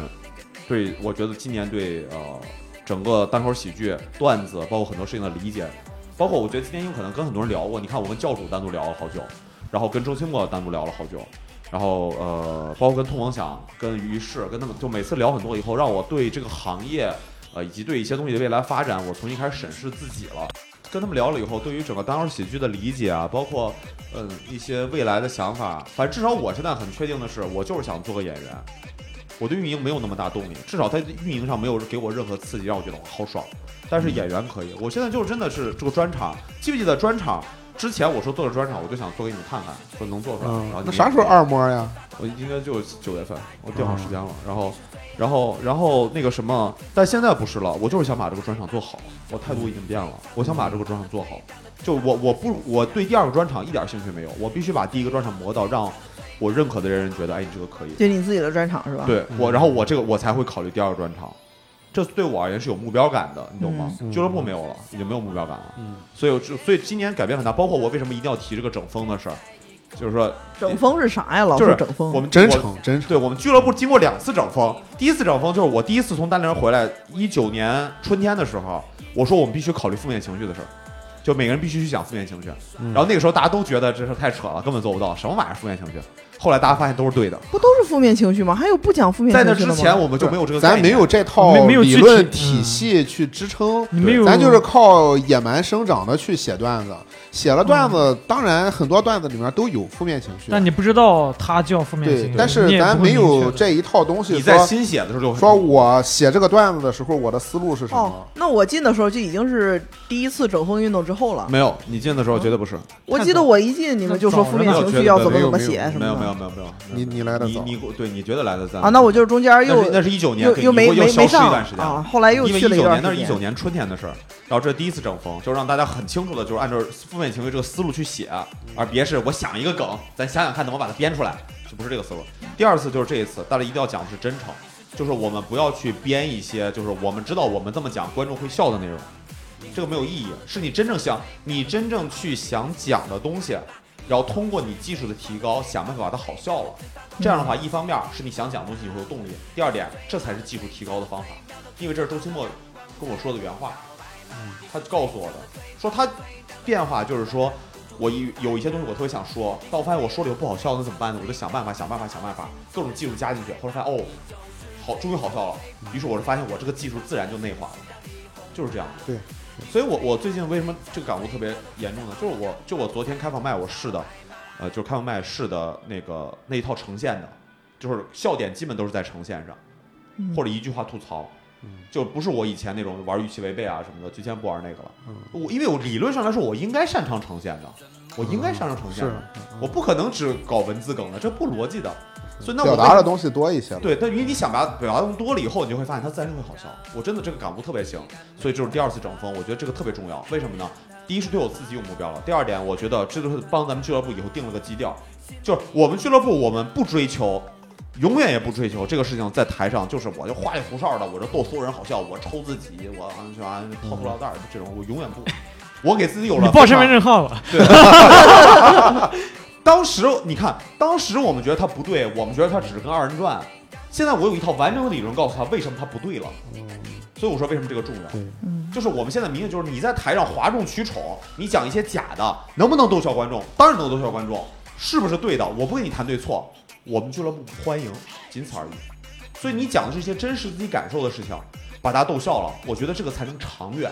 [SPEAKER 4] 对我觉得今年对呃整个单口喜剧段子，包括很多事情的理解，包括我觉得今年有可能跟很多人聊过，你看我跟教主单独聊了好久，然后跟周清墨单独聊了好久。然后呃，包括跟通王想、跟于适、跟他们，就每次聊很多以后，让我对这个行业，呃，以及对一些东西的未来发展，我重新开始审视自己了。跟他们聊了以后，对于整个单口喜剧的理解啊，包括嗯一些未来的想法，反正至少我现在很确定的是，我就是想做个演员。我对运营没有那么大动力，至少在运营上没有给我任何刺激，让我觉得哇好爽。但是演员可以，我现在就是真的是这个专场，记不记得专场？之前我说做个专场，我就想做给你们看看，说能做出来。然后
[SPEAKER 3] 嗯
[SPEAKER 4] 你，
[SPEAKER 3] 那
[SPEAKER 4] 们
[SPEAKER 3] 啥时候二摸呀？
[SPEAKER 4] 我应该就九月份，我定
[SPEAKER 7] 啊
[SPEAKER 4] 好时间了。然后，然后，然后那个什么，但现在不是了，我就是想把这个专场做好，我态度已经变了，我想把这个专场做好。就我我不我对第二个专场一点兴趣没有，我必须把第一个专场磨到让我认可的人觉得，哎，你这个可以。
[SPEAKER 2] 就你自己的专场是吧？
[SPEAKER 4] 对
[SPEAKER 7] 嗯
[SPEAKER 4] 我，然后我这个我才会考虑第二个专场，这对我而言是有目标感的，你懂吗？
[SPEAKER 7] 嗯
[SPEAKER 4] 俱乐部没有了，已经没有目标感了，
[SPEAKER 7] 嗯
[SPEAKER 4] 所以我就所以今年改变很大，包括我为什么一定要提这个整风的事儿，就是说
[SPEAKER 2] 整风是啥呀？老
[SPEAKER 4] 就是
[SPEAKER 2] 说整
[SPEAKER 4] 我
[SPEAKER 7] 嗯
[SPEAKER 2] 风，
[SPEAKER 4] 们
[SPEAKER 3] 真
[SPEAKER 4] 我
[SPEAKER 3] 诚，真诚，
[SPEAKER 4] 对我们俱乐部经过两次整风，第一次整风就是我第一次从大连回来，一九年春天的时候，我说我们必须考虑负面情绪的事儿，就每个人必须去想负面情绪。
[SPEAKER 7] 嗯
[SPEAKER 4] 然后那个时候大家都觉得这事儿太扯了，根本做不到，什么玩意儿负面情绪。后来大家发现都是对的，
[SPEAKER 2] 不都是负面情绪吗？还有不讲负面
[SPEAKER 4] 在
[SPEAKER 2] 情绪
[SPEAKER 4] 那
[SPEAKER 2] 的
[SPEAKER 4] 之
[SPEAKER 2] 吗
[SPEAKER 4] 前我们就没有这个概
[SPEAKER 3] 咱
[SPEAKER 4] 念，
[SPEAKER 3] 没有这套
[SPEAKER 5] 没没有
[SPEAKER 3] 理
[SPEAKER 5] 具体
[SPEAKER 3] 论
[SPEAKER 5] 嗯
[SPEAKER 3] 体系去支撑，
[SPEAKER 5] 你没有，
[SPEAKER 3] 咱就是靠野蛮生长的去写段子，写了段子，当然很多段子里面都有负面情绪，啊
[SPEAKER 5] 但你不知道它叫负面情
[SPEAKER 3] 对
[SPEAKER 5] 绪，，
[SPEAKER 3] 但
[SPEAKER 5] 你
[SPEAKER 3] 是
[SPEAKER 5] 也
[SPEAKER 3] 咱
[SPEAKER 5] 不
[SPEAKER 3] 没
[SPEAKER 5] 会明确
[SPEAKER 3] 有
[SPEAKER 5] 地
[SPEAKER 3] 这一套东西
[SPEAKER 4] 你在
[SPEAKER 3] 说
[SPEAKER 4] 新写的时候就
[SPEAKER 3] 说我写这个段子的时候，我的思路是什
[SPEAKER 2] 哦
[SPEAKER 3] 么？，
[SPEAKER 2] 那我进的时候就已经是第一次整风运动之后了。
[SPEAKER 4] 没有，你进的时候绝对不是，
[SPEAKER 2] 我记得我一进你们就说负面情绪要怎么怎么写什么
[SPEAKER 4] 没有没有
[SPEAKER 2] 的
[SPEAKER 4] 没有没有，
[SPEAKER 3] 你你来的
[SPEAKER 4] 你
[SPEAKER 3] 早，
[SPEAKER 4] 你对你觉得来的早
[SPEAKER 2] 啊，那我就是中间
[SPEAKER 4] 那
[SPEAKER 2] 又
[SPEAKER 4] 是那是一九年，
[SPEAKER 2] 又
[SPEAKER 4] 对
[SPEAKER 2] 又
[SPEAKER 4] 你
[SPEAKER 2] 没
[SPEAKER 4] 会
[SPEAKER 2] 没
[SPEAKER 4] 消失一
[SPEAKER 2] 没上
[SPEAKER 4] 段时间
[SPEAKER 2] 啊，后来又
[SPEAKER 4] 因为
[SPEAKER 2] 去
[SPEAKER 4] 一
[SPEAKER 2] 了一
[SPEAKER 4] 九年
[SPEAKER 2] 段
[SPEAKER 4] 那
[SPEAKER 2] 时
[SPEAKER 4] 是一
[SPEAKER 2] 间
[SPEAKER 4] 九。年春天的事儿，然后这是第一次整风，就让大家很清楚的，就是按照负面情绪这个思路去写，
[SPEAKER 2] 嗯
[SPEAKER 4] 而别是我想一个梗，咱想想看怎么把它编出来，就不是这个思路。第二次就是这一次，大家一定要讲的是真诚，就是我们不要去编一些，就是我们知道我们这么讲观众会笑的内容，
[SPEAKER 2] 嗯
[SPEAKER 4] 这个没有意义，是你真正想你真正去想讲的东西。然后通过你技术的提高，想办法把它好笑了。这样的
[SPEAKER 2] 嗯
[SPEAKER 4] 话，一方面是你想讲的东西你会有动力，第二点，这才是技术提高的方法。因为这是周清墨跟我说的原话，他告诉我的，说他变化就是说，我一有一些东西我特别想说，但我发现我说了以后不好笑，那怎么办呢？我就想办法，想办法，想办法，各种技术加进去，后来发现哦，好，终于好笑了。于是我就发现我这个技术自然就内化了，就是这样。
[SPEAKER 3] 对。
[SPEAKER 4] 所以我，我最近为什么这个感悟特别严重呢？就是我，就我昨天开放麦我试的，呃，就是开放麦试的那个那一套呈现的，就是笑点基本都是在呈现上，或者一句话吐槽，
[SPEAKER 3] 嗯
[SPEAKER 4] 就不是我以前那种玩预期违背啊什么的，之前不玩那个了。
[SPEAKER 3] 嗯
[SPEAKER 4] 我因为我理论上来说，我应该擅长呈现的，我应该擅长呈现
[SPEAKER 3] 嗯是嗯
[SPEAKER 4] 的，我不可能只搞文字梗的，这不逻辑的。所以那我
[SPEAKER 3] 表
[SPEAKER 4] 为
[SPEAKER 3] 达
[SPEAKER 4] 什
[SPEAKER 3] 的
[SPEAKER 4] 么
[SPEAKER 3] 东西多一些了。
[SPEAKER 4] 对，但因为你想把它表达的多了以后，你就会发现它自然就会好笑。我真的这个感悟特别行，所以这是第二次整风，我觉得这个特别重要。为什么呢？第一是对我自己有目标了，第二点我觉得这就是帮咱们俱乐部以后定了个基调，就是我们俱乐部我们不追求。永远也不追求这个事情，在台上就是我就花里胡哨的，我就逗所有人好笑，我抽自己，我啊就啊掏塑料袋儿这种，我永远不，我给自己有了
[SPEAKER 5] 你报
[SPEAKER 4] 非
[SPEAKER 5] 身
[SPEAKER 4] 常
[SPEAKER 5] 份证号了，
[SPEAKER 4] 当时你看，当时我们觉得它不对，我们觉得它只是跟二人转。现在我有一套完整的理论告诉他为什么它不对了，所以我说为什么这个重要
[SPEAKER 3] 对。
[SPEAKER 4] 就是我们现在明显就是你在台上哗众取宠，你讲一些假的，能不能逗笑观众？当然能逗笑观众，是不是对的？我不跟你谈对错，我们俱乐部不欢迎，仅此而已。所以你讲的是一些真实自己感受的事情，把大家逗笑了，我觉得这个才能长远，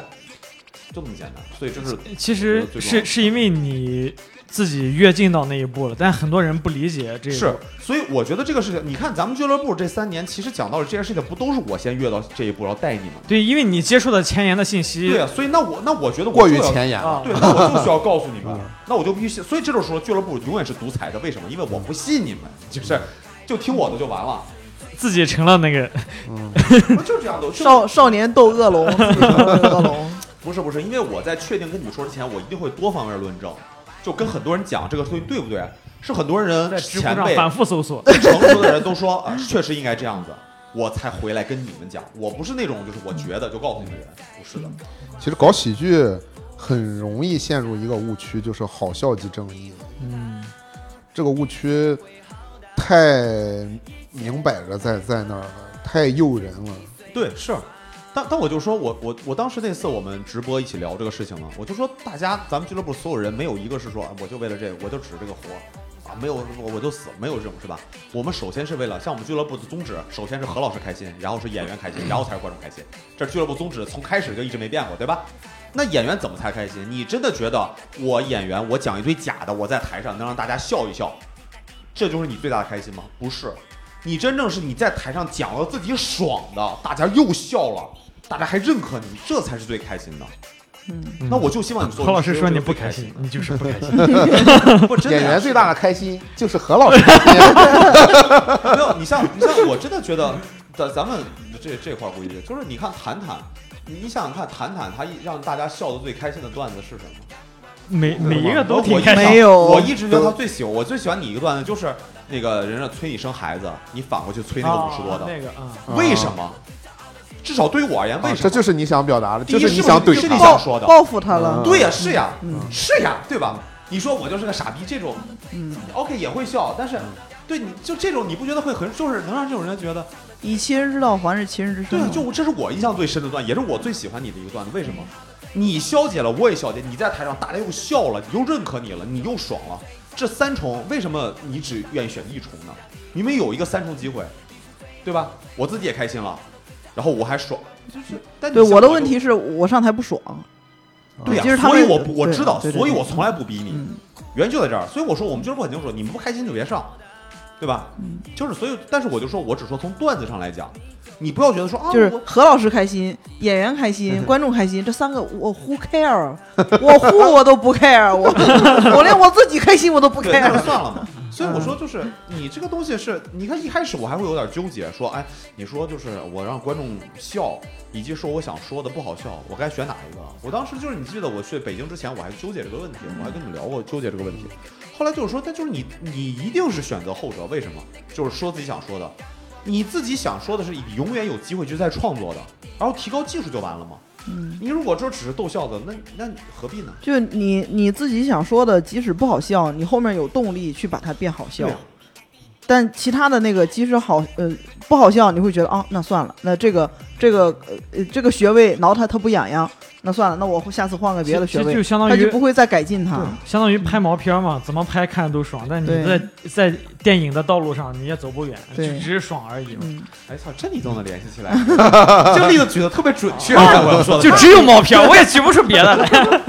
[SPEAKER 4] 就这么简单。所以这是
[SPEAKER 5] 其实是是因为你自己跃进到那一步了，但很多人不理解这个。
[SPEAKER 4] 是，所以我觉得这个事情，你看咱们俱乐部这三年，其实讲到了这件事情，不都是我先越到这一步，然后带你们？
[SPEAKER 5] 对，因为你接触的前沿的信息，
[SPEAKER 4] 对啊，所以那我那我觉得我
[SPEAKER 3] 过于
[SPEAKER 4] 就要
[SPEAKER 3] 前沿了，
[SPEAKER 5] 啊，
[SPEAKER 4] 对，那我就需要告诉你
[SPEAKER 5] 嗯
[SPEAKER 4] 们，那我就必须信。所以这就是说，俱乐部永远是独裁的，为什么？因为我不信你们，就是就听我的就完 了，
[SPEAKER 5] 自己成了那个
[SPEAKER 4] 不就这样的。就
[SPEAKER 2] 少少年斗恶龙，自己斗恶龙，
[SPEAKER 4] 不是不是，因为我在确定跟你说之前，我一定会多方面论证，就跟很多人讲这个东西对不对，是很多人
[SPEAKER 5] 在知乎
[SPEAKER 4] 前
[SPEAKER 5] 上
[SPEAKER 4] 辈
[SPEAKER 5] 反复搜索，
[SPEAKER 4] 成熟的人都说啊，确实应该这样子，我才回来跟你们讲。我不是那种就是我觉得就告诉你们的人，不是的。
[SPEAKER 3] 其实搞喜剧很容易陷入一个误区，就是好笑即正义。
[SPEAKER 5] 嗯，
[SPEAKER 3] 这个误区太明摆着在在那儿了，太诱人了。
[SPEAKER 4] 对，是。但但我就说我我我当时那次我们直播一起聊这个事情嘛，我就说大家咱们俱乐部所有人没有一个是说啊我就为了这个我就指这个活啊，没有我我就死没有这种是吧？我们首先是为了像我们俱乐部的宗旨，首先是何老师开心，然后是演员开心，然后才是观众开心。这是俱乐部宗旨从开始就一直没变过，对吧？那演员怎么才开心？你真的觉得我演员我讲一堆假的，我在台上能让大家笑一笑，这就是你最大的开心吗？不是，你真正是你在台上讲了自己爽的，大家又笑了，大家还认可你，这才是最开心的。
[SPEAKER 5] 嗯
[SPEAKER 4] 那我就希望你做。
[SPEAKER 5] 何老师说你
[SPEAKER 4] 你
[SPEAKER 5] 不
[SPEAKER 4] 开
[SPEAKER 5] 开心，，你就是不开心。
[SPEAKER 4] 不真的
[SPEAKER 3] 演
[SPEAKER 4] 呀
[SPEAKER 3] 员最大的开心就是 何老师开心。
[SPEAKER 4] 没有，你像你像我真的觉得，咱咱们这这块儿估计就是你看谈谈，你你想想看谈谈，他一让大家笑的最开心的段子是什么？
[SPEAKER 5] 每每一个都挺
[SPEAKER 4] 我
[SPEAKER 5] 开
[SPEAKER 2] 没
[SPEAKER 5] 心。
[SPEAKER 2] 有
[SPEAKER 4] 我一直觉得他最喜欢，我最喜欢你一个段子就是那个人家催你生孩子，你反过去催那个五十多
[SPEAKER 2] 哦
[SPEAKER 4] 的，
[SPEAKER 5] 那个啊，
[SPEAKER 4] 为什么？至少对于我而言，为
[SPEAKER 3] 嗯啊
[SPEAKER 4] 什
[SPEAKER 2] 哦
[SPEAKER 4] 么？
[SPEAKER 3] 这就是你想表达的，
[SPEAKER 4] 第一
[SPEAKER 3] 就是你
[SPEAKER 4] 是
[SPEAKER 3] 想
[SPEAKER 4] 不
[SPEAKER 3] 怼
[SPEAKER 4] 是
[SPEAKER 3] 他
[SPEAKER 4] 你
[SPEAKER 2] 报
[SPEAKER 4] 想说的
[SPEAKER 2] 报复他了，
[SPEAKER 4] 对呀、是呀，
[SPEAKER 2] 嗯
[SPEAKER 4] 是呀，对吧？你说我就是个傻逼，这种
[SPEAKER 2] 嗯，
[SPEAKER 4] OK 也会笑，但是对你就这种，你不觉得会很就是能让这种人觉得，
[SPEAKER 2] 以其人之道还治其人之身
[SPEAKER 4] 对啊
[SPEAKER 2] 嘛。，
[SPEAKER 4] 就这是我印象最深的段，也是我最喜欢你的一个段子。为什么？你消解了，我也消解，你在台上大家又笑了，你又认可你了，你又爽了，这三重为什么你只愿意选一重呢？明明有一个三重机会，对吧？我自己也开心了，然后我还爽，就是但你
[SPEAKER 2] 对
[SPEAKER 4] 像
[SPEAKER 2] 我的
[SPEAKER 4] 就
[SPEAKER 2] 问题是我上台不爽，
[SPEAKER 4] 对呀、
[SPEAKER 2] 就是他
[SPEAKER 4] 所以
[SPEAKER 2] 们
[SPEAKER 4] 我不我
[SPEAKER 2] 对
[SPEAKER 4] 知道，
[SPEAKER 2] 对对
[SPEAKER 4] 所以
[SPEAKER 2] 对
[SPEAKER 4] 我从来不逼你，
[SPEAKER 2] 嗯
[SPEAKER 4] 原因就在这儿。所以我说我们俱乐部很清楚，你们不开心就别上，对吧？
[SPEAKER 2] 嗯
[SPEAKER 4] 就是所以，但是我就说我只说从段子上来讲，你不要觉得说啊，
[SPEAKER 2] 就是
[SPEAKER 4] 我
[SPEAKER 2] 何老师开心，演员开心，观众开心，这三个我 who care，我 who 我都不 care，我我连我自己开心我都不
[SPEAKER 4] 对，那
[SPEAKER 2] care
[SPEAKER 4] 就。算了嘛。所以我说，就是你这个东西是，你看一开始我还会有点纠结，说，哎，你说就是我让观众笑，以及说我想说的不好笑，我该选哪一个？我当时就是你记得我去北京之前，我还纠结这个问题，我还跟你聊过纠结这个问题。后来就是说，但就是你，你一定是选择后者，为什么？就是说自己想说的，你自己想说的是你永远有机会去再创作的，然后提高技术就完了嘛。
[SPEAKER 2] 嗯，
[SPEAKER 4] 你如果说只是逗笑的，那那你何必呢？
[SPEAKER 2] 就你你自己想说的，即使不好笑，你后面有动力去把它变好笑
[SPEAKER 4] 对啊。
[SPEAKER 2] 但其他的那个，即使好呃不好笑，你会觉得啊，那算了，那这个这个呃呃这个穴位挠它它不痒痒，那算了，那我下次换个别的
[SPEAKER 5] 其
[SPEAKER 2] 穴
[SPEAKER 5] 实就
[SPEAKER 2] 位，
[SPEAKER 5] 相
[SPEAKER 2] 它
[SPEAKER 5] 当
[SPEAKER 2] 就
[SPEAKER 5] 于
[SPEAKER 2] 不会再改进它。
[SPEAKER 5] 相当于拍毛片嘛，怎么拍看着都爽，但你
[SPEAKER 2] 对
[SPEAKER 5] 在在电影的道路上你也走不远，就
[SPEAKER 2] 对
[SPEAKER 5] 只是爽而已嘛。
[SPEAKER 2] 嗯，
[SPEAKER 4] 哎操，这你都能联系起来，这例子举的特别准确。啊我
[SPEAKER 2] 哦
[SPEAKER 4] 要说的
[SPEAKER 5] 就只有毛片，我也举不出别的来。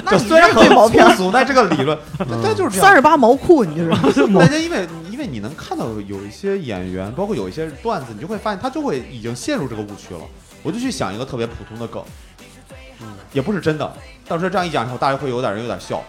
[SPEAKER 4] 就虽然很
[SPEAKER 2] 这毛病
[SPEAKER 4] 粗俗，但这个理 论，但但就是这
[SPEAKER 2] 三
[SPEAKER 4] 样。
[SPEAKER 2] 十八毛裤，你就是
[SPEAKER 4] 大家因为因为你能看到有一些演员，包括有一些段子，你就会发现他就会已经陷入这个误区了。我就去想一个特别普通的梗，嗯，也不是真的。到时候这样一讲以后，大家会有点人有点笑。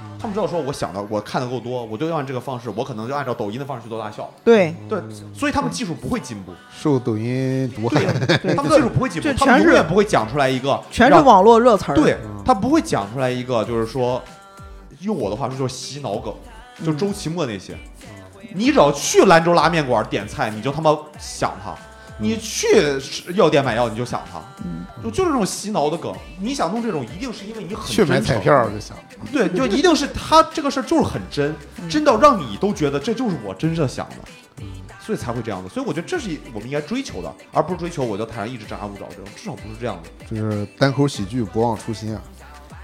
[SPEAKER 2] 嗯
[SPEAKER 4] 他们知道说我想的我看的够多，我就按这个方式，我可能就按照抖音的方式去逗大家笑。
[SPEAKER 2] 对
[SPEAKER 4] 对，所以他们技术不会进步，
[SPEAKER 3] 受抖音毒害
[SPEAKER 4] 对，
[SPEAKER 2] 对
[SPEAKER 4] 他们技术不会进步
[SPEAKER 2] 这，
[SPEAKER 4] 他们
[SPEAKER 2] 全是
[SPEAKER 4] 永远不会讲出来一个
[SPEAKER 2] 全是
[SPEAKER 4] 让
[SPEAKER 2] 网络热词儿。
[SPEAKER 4] 对
[SPEAKER 3] 嗯
[SPEAKER 4] 他不会讲出来一个，就是说，用我的话说就是洗脑梗，
[SPEAKER 2] 嗯
[SPEAKER 4] 就周奇墨那些。你只要去兰州拉面馆点菜，你就他妈想他；你去是药店买药，你就想他。
[SPEAKER 2] 嗯
[SPEAKER 4] 就就是这种洗脑的梗，你想弄这种，一定是因为你很
[SPEAKER 3] 去买
[SPEAKER 4] 真诚
[SPEAKER 3] 彩票就行。
[SPEAKER 4] 对，就一定是他这个事儿就是很真，
[SPEAKER 2] 嗯
[SPEAKER 4] 真到让你都觉得这就是我真正想的，所以才会这样的。所以我觉得这是我们应该追求的，而不是追求我在台上一直张牙舞爪这种，至少不是这样的。
[SPEAKER 3] 就是单口喜剧不忘初心啊，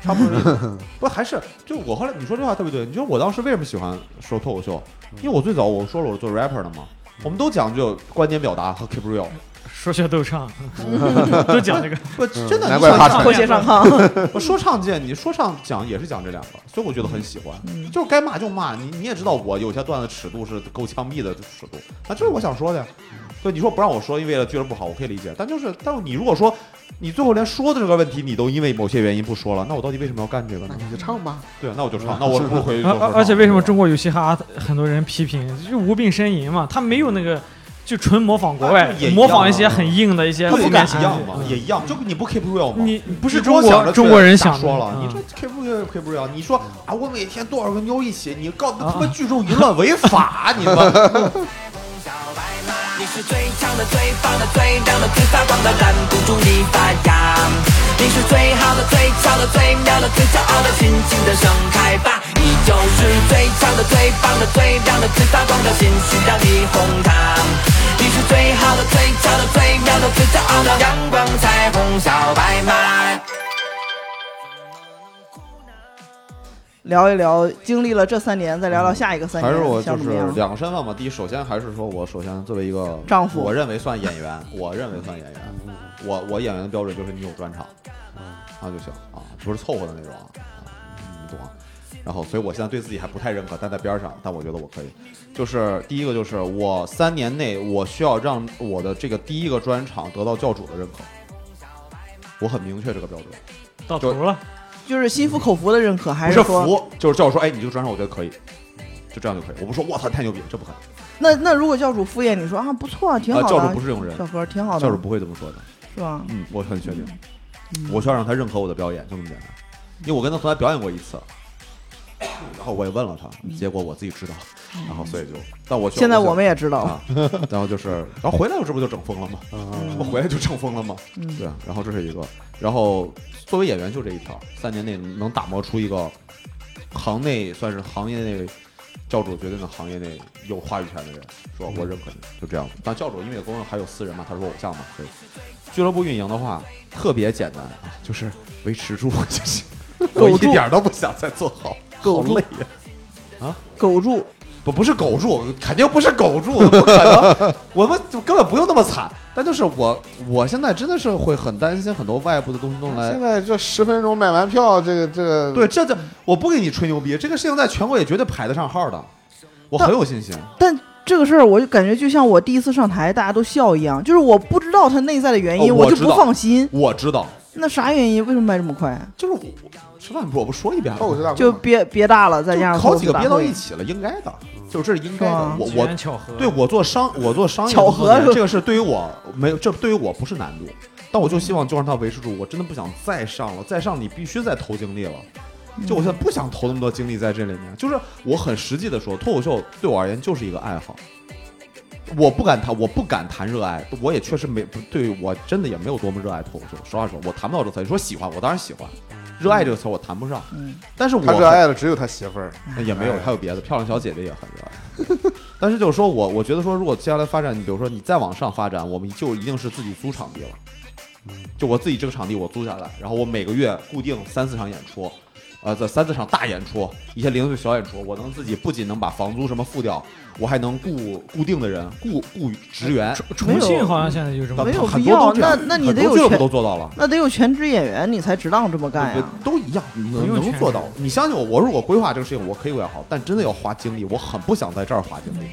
[SPEAKER 4] 差不多这意思，不还是就我后来你说这话特别对，你知道我当时为什么喜欢说脱口秀？
[SPEAKER 3] 嗯
[SPEAKER 4] 因为我最早我说了我是做 rapper 的嘛，我们都讲究观点表达和 keep real，
[SPEAKER 5] 说学逗 唱，都讲这个。
[SPEAKER 4] 不真的，
[SPEAKER 3] 嗯难
[SPEAKER 4] 你
[SPEAKER 3] 怪
[SPEAKER 4] 想
[SPEAKER 3] 他
[SPEAKER 4] 想
[SPEAKER 2] 拖鞋上炕，
[SPEAKER 4] 我说唱界，你说唱讲也是讲这两个，所以我觉得很喜欢，
[SPEAKER 3] 嗯
[SPEAKER 4] 就是该骂就骂。你你也知道，我有些段子尺度是够枪毙的尺度，那这是我想说的呀。
[SPEAKER 3] 嗯
[SPEAKER 4] 对，你说不让我说，因为为了俱乐部好，我可以理解。但就是，但你如果说你最后连说的这个问题，你都因为某些原因不说了，那我到底为什么要干这个
[SPEAKER 3] 那
[SPEAKER 4] 呢？
[SPEAKER 3] 你就唱吧。
[SPEAKER 4] 对，那我就 唱，那我不如回去
[SPEAKER 5] 而
[SPEAKER 4] 做说唱。
[SPEAKER 5] 而且为什么
[SPEAKER 4] 对吧
[SPEAKER 5] 中国有嘻哈很多人批评，就是无病呻吟嘛，他没有那个就纯模仿国外
[SPEAKER 8] 啊也，一样
[SPEAKER 5] 模仿一些很硬的一些
[SPEAKER 8] 他不
[SPEAKER 5] 负
[SPEAKER 8] 敢
[SPEAKER 5] 面
[SPEAKER 8] 一
[SPEAKER 5] 形
[SPEAKER 8] 样
[SPEAKER 5] 象。
[SPEAKER 8] 嘛，
[SPEAKER 5] 嗯
[SPEAKER 8] 也一样，就你不 keep real 吗？
[SPEAKER 5] 你你不是
[SPEAKER 8] 你
[SPEAKER 5] 中
[SPEAKER 8] 光想着
[SPEAKER 5] 国中国人想
[SPEAKER 8] 瞎
[SPEAKER 5] 的
[SPEAKER 8] 说了，
[SPEAKER 5] 嗯
[SPEAKER 8] 你这 keep real keep real，你说啊，我每天多少个妞一起，你告他
[SPEAKER 5] 啊
[SPEAKER 8] 妈聚众淫乱违法，你们
[SPEAKER 6] 小白马，你是最强的、最棒的、最亮的、最发光的，拦不住你发芽。你是最好的、最潮的、最妙的、最骄傲的，尽情的盛开吧！你就是最强的、最棒的、最亮的、最发光的，心需要你哄它。你是最好的、最潮的、最妙的、最骄傲的，阳光彩虹小白马。
[SPEAKER 2] 聊一聊经历了这三年，再聊聊下一个三
[SPEAKER 4] 还
[SPEAKER 2] 年，
[SPEAKER 4] 是我
[SPEAKER 2] 想
[SPEAKER 4] 就
[SPEAKER 2] 怎么
[SPEAKER 4] 是
[SPEAKER 2] 样？
[SPEAKER 4] 两个身份嘛。第一，首先还是说我首先作为一个
[SPEAKER 2] 丈夫
[SPEAKER 4] 我认为算演员，我认为算演员。我我演员的标准就是你有专场，啊就行啊，不是凑合的那种啊，啊你懂啊。然后，所以我现在对自己还不太认可，但在边儿上，但我觉得我可以。就是第一个，就是我三年内我需要让我的这个第一个专场得到教主的认可，我很明确这个标准。
[SPEAKER 5] 到头了，
[SPEAKER 2] 就是心服口服的认可，还
[SPEAKER 4] 不是
[SPEAKER 2] 说
[SPEAKER 4] 服，就是教授说，哎，你这个专场我觉得可以，就这样就可以。我不说，我操，太牛逼，了，这不可以。
[SPEAKER 2] 那那如果教主敷衍你说啊不错啊，挺好
[SPEAKER 4] 啊，
[SPEAKER 2] 的啊，
[SPEAKER 4] 教授不是这种人，
[SPEAKER 2] 小何挺好的
[SPEAKER 4] 教授，不会这么说的。
[SPEAKER 2] 是吧？嗯
[SPEAKER 4] 嗯，我很确定，我需要让他认可我的表演，就这么简单。因为我跟他从来表演过一次，然后我也问了他，结果我自己知道，然后所以就，但我需要
[SPEAKER 2] 嗯现在
[SPEAKER 4] 我
[SPEAKER 2] 我
[SPEAKER 4] 想
[SPEAKER 2] 们也知道了，
[SPEAKER 4] 啊，然后就是，然后回来我这不就整疯了吗？ 我回来就整疯了吗？
[SPEAKER 2] 嗯
[SPEAKER 4] 对，啊然后这是一个，然后作为演员就这一条，三年内能打磨出一个行内算是行业内教主决定的行业内有话语权的人，说我认可你，
[SPEAKER 2] 嗯
[SPEAKER 4] 就这样。但教主因为有公众还有私人嘛，他是我偶像嘛，所以俱乐部运营的话特别简单啊，就是维持住就 行。我一
[SPEAKER 2] 苟住
[SPEAKER 4] 点儿都不想再做好，好累啊呀、
[SPEAKER 2] 苟住，
[SPEAKER 8] 不不是苟住，肯定不是苟 住，不可能，我们就根本不用那么惨。
[SPEAKER 4] 但就是我，我现在真的是会很担心很多外部的东西弄来
[SPEAKER 3] 现在这十分钟买完票，这个这个
[SPEAKER 4] 嗯对，这这我不给你吹牛逼，这个事情在全国也绝对排得上号的，我很有信心。
[SPEAKER 2] 但。这个事儿，我就感觉就像我第一次上台，大家都笑一样，就是我不知道他内在的原因，
[SPEAKER 4] 哦
[SPEAKER 2] 我
[SPEAKER 4] 我
[SPEAKER 2] 就
[SPEAKER 4] 知
[SPEAKER 2] 不
[SPEAKER 4] 道
[SPEAKER 2] 放心。
[SPEAKER 4] 我知道，
[SPEAKER 2] 那啥原因？为什么卖这么快？
[SPEAKER 4] 就是我我吃饭不我不说一遍吗，
[SPEAKER 3] 脱口秀大会
[SPEAKER 2] 就
[SPEAKER 3] 嘛
[SPEAKER 2] 憋憋大了，再加上
[SPEAKER 4] 好几个
[SPEAKER 2] 口
[SPEAKER 4] 憋
[SPEAKER 2] 子
[SPEAKER 4] 到
[SPEAKER 2] 大会
[SPEAKER 4] 一起了，应该的，就是这是应该
[SPEAKER 2] 是
[SPEAKER 4] 的
[SPEAKER 2] 吗。
[SPEAKER 4] 我
[SPEAKER 5] 机
[SPEAKER 4] 我
[SPEAKER 5] 缘巧合。
[SPEAKER 4] 对我做商我做商业
[SPEAKER 2] 巧
[SPEAKER 4] 的方
[SPEAKER 2] 合
[SPEAKER 4] 面
[SPEAKER 2] 是吧
[SPEAKER 4] 这个是对于我没有，这对于我不是难度，但我就希望就让它维持住。我真的不想再上了，再上你必须再投精力了。就我现在不想投那么多精力在这里面，就是我很实际的说，脱口秀对我而言就是一个爱好。我不敢谈，我不敢谈热爱，我也确实没不对我真的也没有多么热爱脱口秀。实话说，我谈不到这个词。你说喜欢，我当然喜欢；热爱这个词我谈不上。
[SPEAKER 2] 嗯
[SPEAKER 4] 但是我
[SPEAKER 3] 他热爱的只有他媳妇儿。
[SPEAKER 4] 也没有
[SPEAKER 3] 哎，
[SPEAKER 4] 还有别的，漂亮小姐姐也很热爱。 但是就是说我，我觉得说，如果接下来发展，你比如说你再往上发展，我们就一定是自己租场地了。就我自己这个场地我租下来，然后我每个月固定三四场演出，呃，这三四场大演出，一些零碎小演出，我能自己不仅能把房租什么付掉，我还能雇固定的人，雇雇职员。
[SPEAKER 5] 重庆好像现在就这么
[SPEAKER 4] 但
[SPEAKER 2] 没有
[SPEAKER 4] 很
[SPEAKER 2] 必
[SPEAKER 4] 多
[SPEAKER 2] 要
[SPEAKER 4] 都这样
[SPEAKER 2] 那那你
[SPEAKER 4] 很
[SPEAKER 2] 得
[SPEAKER 4] 多
[SPEAKER 2] 有
[SPEAKER 4] 俱乐部
[SPEAKER 2] 权
[SPEAKER 4] 都做到了。
[SPEAKER 2] 那得有全职演员，你才值当这么干呀。
[SPEAKER 4] 都一样，能
[SPEAKER 5] 用
[SPEAKER 4] 能
[SPEAKER 5] 全
[SPEAKER 4] 做
[SPEAKER 5] 职
[SPEAKER 4] 到。你相信我，我如果规划这个事情，我可以规划好，但真的要花精力，我很不想在这儿花精力。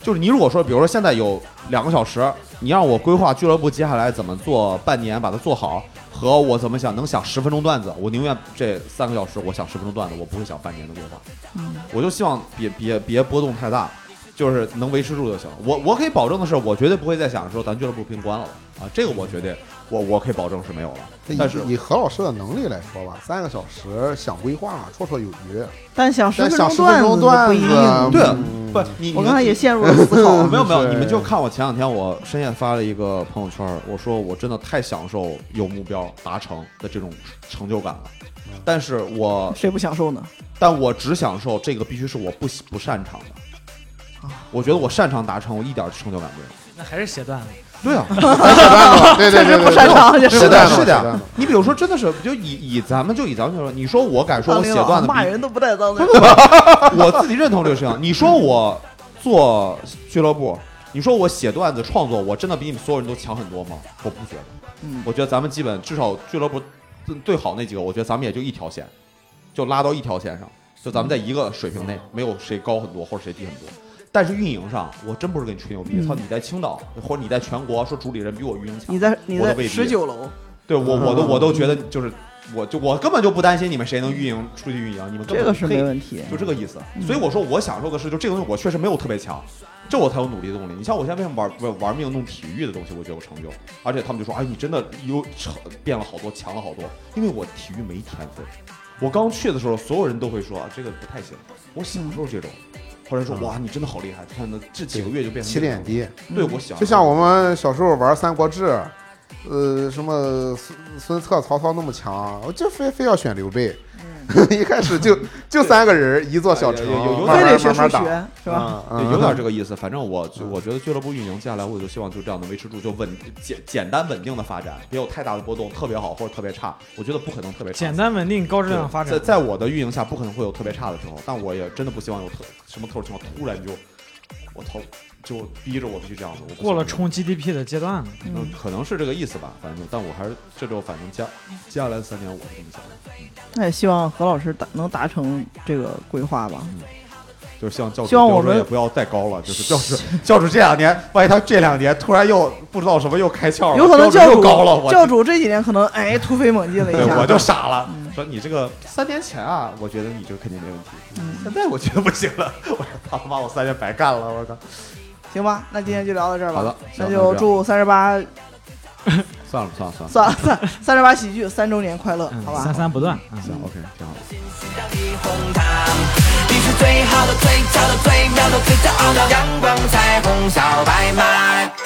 [SPEAKER 4] 就是你如果说，比如说现在有两个小时，你让我规划俱乐部接下来怎么做，半年把它做好，和我怎么想能想十分钟段子，我宁愿这三个小时我想十分钟段子，我不会想半年的规划。我就希望别别别波动太大，就是能维持住就行。我我可以保证的是，我绝对不会再想说咱俱乐部并关了啊，这个我绝对我我可以保证是没有了。但是
[SPEAKER 3] 以以何老师的能力来说吧，三个小时想规划绰绰有 余，
[SPEAKER 2] 但想十
[SPEAKER 3] 但
[SPEAKER 2] 分
[SPEAKER 3] 想
[SPEAKER 2] 钟
[SPEAKER 3] 十分钟
[SPEAKER 2] 段
[SPEAKER 3] 段
[SPEAKER 2] 不
[SPEAKER 3] 子
[SPEAKER 2] 一定。
[SPEAKER 4] 对
[SPEAKER 3] 嗯
[SPEAKER 4] 不，你
[SPEAKER 2] 我
[SPEAKER 4] 你
[SPEAKER 2] 刚才
[SPEAKER 4] 你
[SPEAKER 2] 也陷入了思考
[SPEAKER 4] 没有没有，
[SPEAKER 3] 对
[SPEAKER 4] 你们就看我前两天我深夜发了一个朋友圈儿，我说我真的太享受有目标达成的这种成就感了，
[SPEAKER 2] 嗯
[SPEAKER 4] 但是我
[SPEAKER 2] 谁不享受呢？
[SPEAKER 4] 但我只享受这个必须是我不喜不擅长的
[SPEAKER 2] 啊，
[SPEAKER 4] 我觉得我擅长达成，我一点儿成就感没有。
[SPEAKER 5] 那还是写段子。
[SPEAKER 4] 对啊，
[SPEAKER 3] 对
[SPEAKER 2] 确
[SPEAKER 3] 对对
[SPEAKER 2] 实
[SPEAKER 3] 对，
[SPEAKER 2] 不擅长，就是
[SPEAKER 4] 是
[SPEAKER 3] 的
[SPEAKER 4] 的，是
[SPEAKER 3] 是的
[SPEAKER 4] 的。你比如说，真的是，就以以咱们就以咱们就说，你说我敢说我写段子
[SPEAKER 2] 骂
[SPEAKER 4] 比
[SPEAKER 2] 人都不带 脏的。
[SPEAKER 4] 我自己认同这个事情。你说我做俱乐部，你说我写段子创作，我真的比你们所有人都强很多吗？我不觉得。
[SPEAKER 2] 嗯
[SPEAKER 4] 我觉得咱们基本至少俱乐部最好那几个，我觉得咱们也就一条线，就拉到一条线上，就咱们在一个水平内，
[SPEAKER 2] 嗯
[SPEAKER 4] 没有谁高很多或者谁低很多。但是运营上，我真不是跟你吹牛逼。
[SPEAKER 2] 嗯
[SPEAKER 4] 操、你在青岛或者你在全国说主理人比我运营强，
[SPEAKER 2] 你在你
[SPEAKER 4] 我都
[SPEAKER 2] 在
[SPEAKER 4] 未必
[SPEAKER 2] 十九嗯楼，
[SPEAKER 4] 对我我都我都觉得就是，我就我根本就不担心你们谁能运营出去运营，你们根
[SPEAKER 2] 这
[SPEAKER 4] 本
[SPEAKER 2] 个
[SPEAKER 4] 就是可以
[SPEAKER 2] 没问题。
[SPEAKER 3] 嗯
[SPEAKER 4] 就这个意思。所以我说我享受的是，就这个东西我确实没有特别强，这我才有努力动力。你像我现在为什么玩玩玩命弄体育的东西，我觉得有成就，而且他们就说，哎，你真的有成变了好多，强了好多，因为我体育没天分。我刚去的时候，所有人都会说啊，这个不太行。我小时候这种，后来说哇，你真的好厉害，看那这几个月就变成
[SPEAKER 3] 嗯起点低。
[SPEAKER 4] 对我小时候
[SPEAKER 3] 就像我们小时候玩《三国志》，呃，什么孙孙策、曹操那么强，我就非非要选刘备。
[SPEAKER 2] 嗯
[SPEAKER 3] 一开始就就三个人，一座小城，
[SPEAKER 4] 哎有有有
[SPEAKER 2] 非
[SPEAKER 3] 慢
[SPEAKER 2] 得
[SPEAKER 3] 慢
[SPEAKER 2] 学
[SPEAKER 3] 慢
[SPEAKER 2] 数
[SPEAKER 3] 慢打，
[SPEAKER 2] 学是吧？
[SPEAKER 4] 啊对，有点这
[SPEAKER 3] 个。
[SPEAKER 4] 个意思。反正我就我觉得俱乐部运营下来，我就希望就这样能维持住，就稳简简单稳定的发展，别有太大的波动，特别好或者特别差。我觉得不可能特别差。
[SPEAKER 5] 简单稳定、高质
[SPEAKER 4] 对
[SPEAKER 5] 量发展
[SPEAKER 4] 在。在我的运营下，不可能会有特别差的时候，但我也真的不希望有特什么特殊情况，突然就我操，就逼着我必须这样子。我不
[SPEAKER 5] 过了
[SPEAKER 4] 想这样，
[SPEAKER 5] 冲 GDP 的阶段了，
[SPEAKER 4] 嗯，可能是这个意思吧。反正，但我还是这周反正接接下来三年我是这么想的，
[SPEAKER 2] 那也希望何老师达能达成这个规划吧。
[SPEAKER 4] 就是希望教主
[SPEAKER 2] 希望
[SPEAKER 4] 标
[SPEAKER 2] 我
[SPEAKER 4] 准
[SPEAKER 2] 们
[SPEAKER 4] 也不要再高了。 就是教主教主这两年，万一他这两年突然又不知道什么又开窍了，
[SPEAKER 2] 有可能
[SPEAKER 4] 哦标
[SPEAKER 2] 教
[SPEAKER 4] 准又
[SPEAKER 2] 主
[SPEAKER 4] 高了，我
[SPEAKER 2] 教主这几年可能哎突飞猛进了一
[SPEAKER 4] 对，
[SPEAKER 2] 下，
[SPEAKER 4] 我就傻了
[SPEAKER 2] 嗯，
[SPEAKER 4] 说你这个三年前啊，我觉得你这个肯定没问题，
[SPEAKER 2] 嗯
[SPEAKER 4] 现在我觉得不行了， 我说他妈我三年白干了，我靠！
[SPEAKER 2] 行吧？那今天就聊到这儿吧。
[SPEAKER 4] 好的
[SPEAKER 2] 那
[SPEAKER 4] 行那
[SPEAKER 2] 就
[SPEAKER 4] 就
[SPEAKER 2] 祝三十八
[SPEAKER 4] 算了算了算了，
[SPEAKER 2] 算了算三十八喜剧三周年快乐，
[SPEAKER 5] 嗯
[SPEAKER 2] 好，吧
[SPEAKER 5] 三？三不断。嗯
[SPEAKER 4] 行 OK 挺好的。
[SPEAKER 6] 让你哄堂，你是最好的、最俏的、最妙的、最骄傲的阳光彩虹小白马。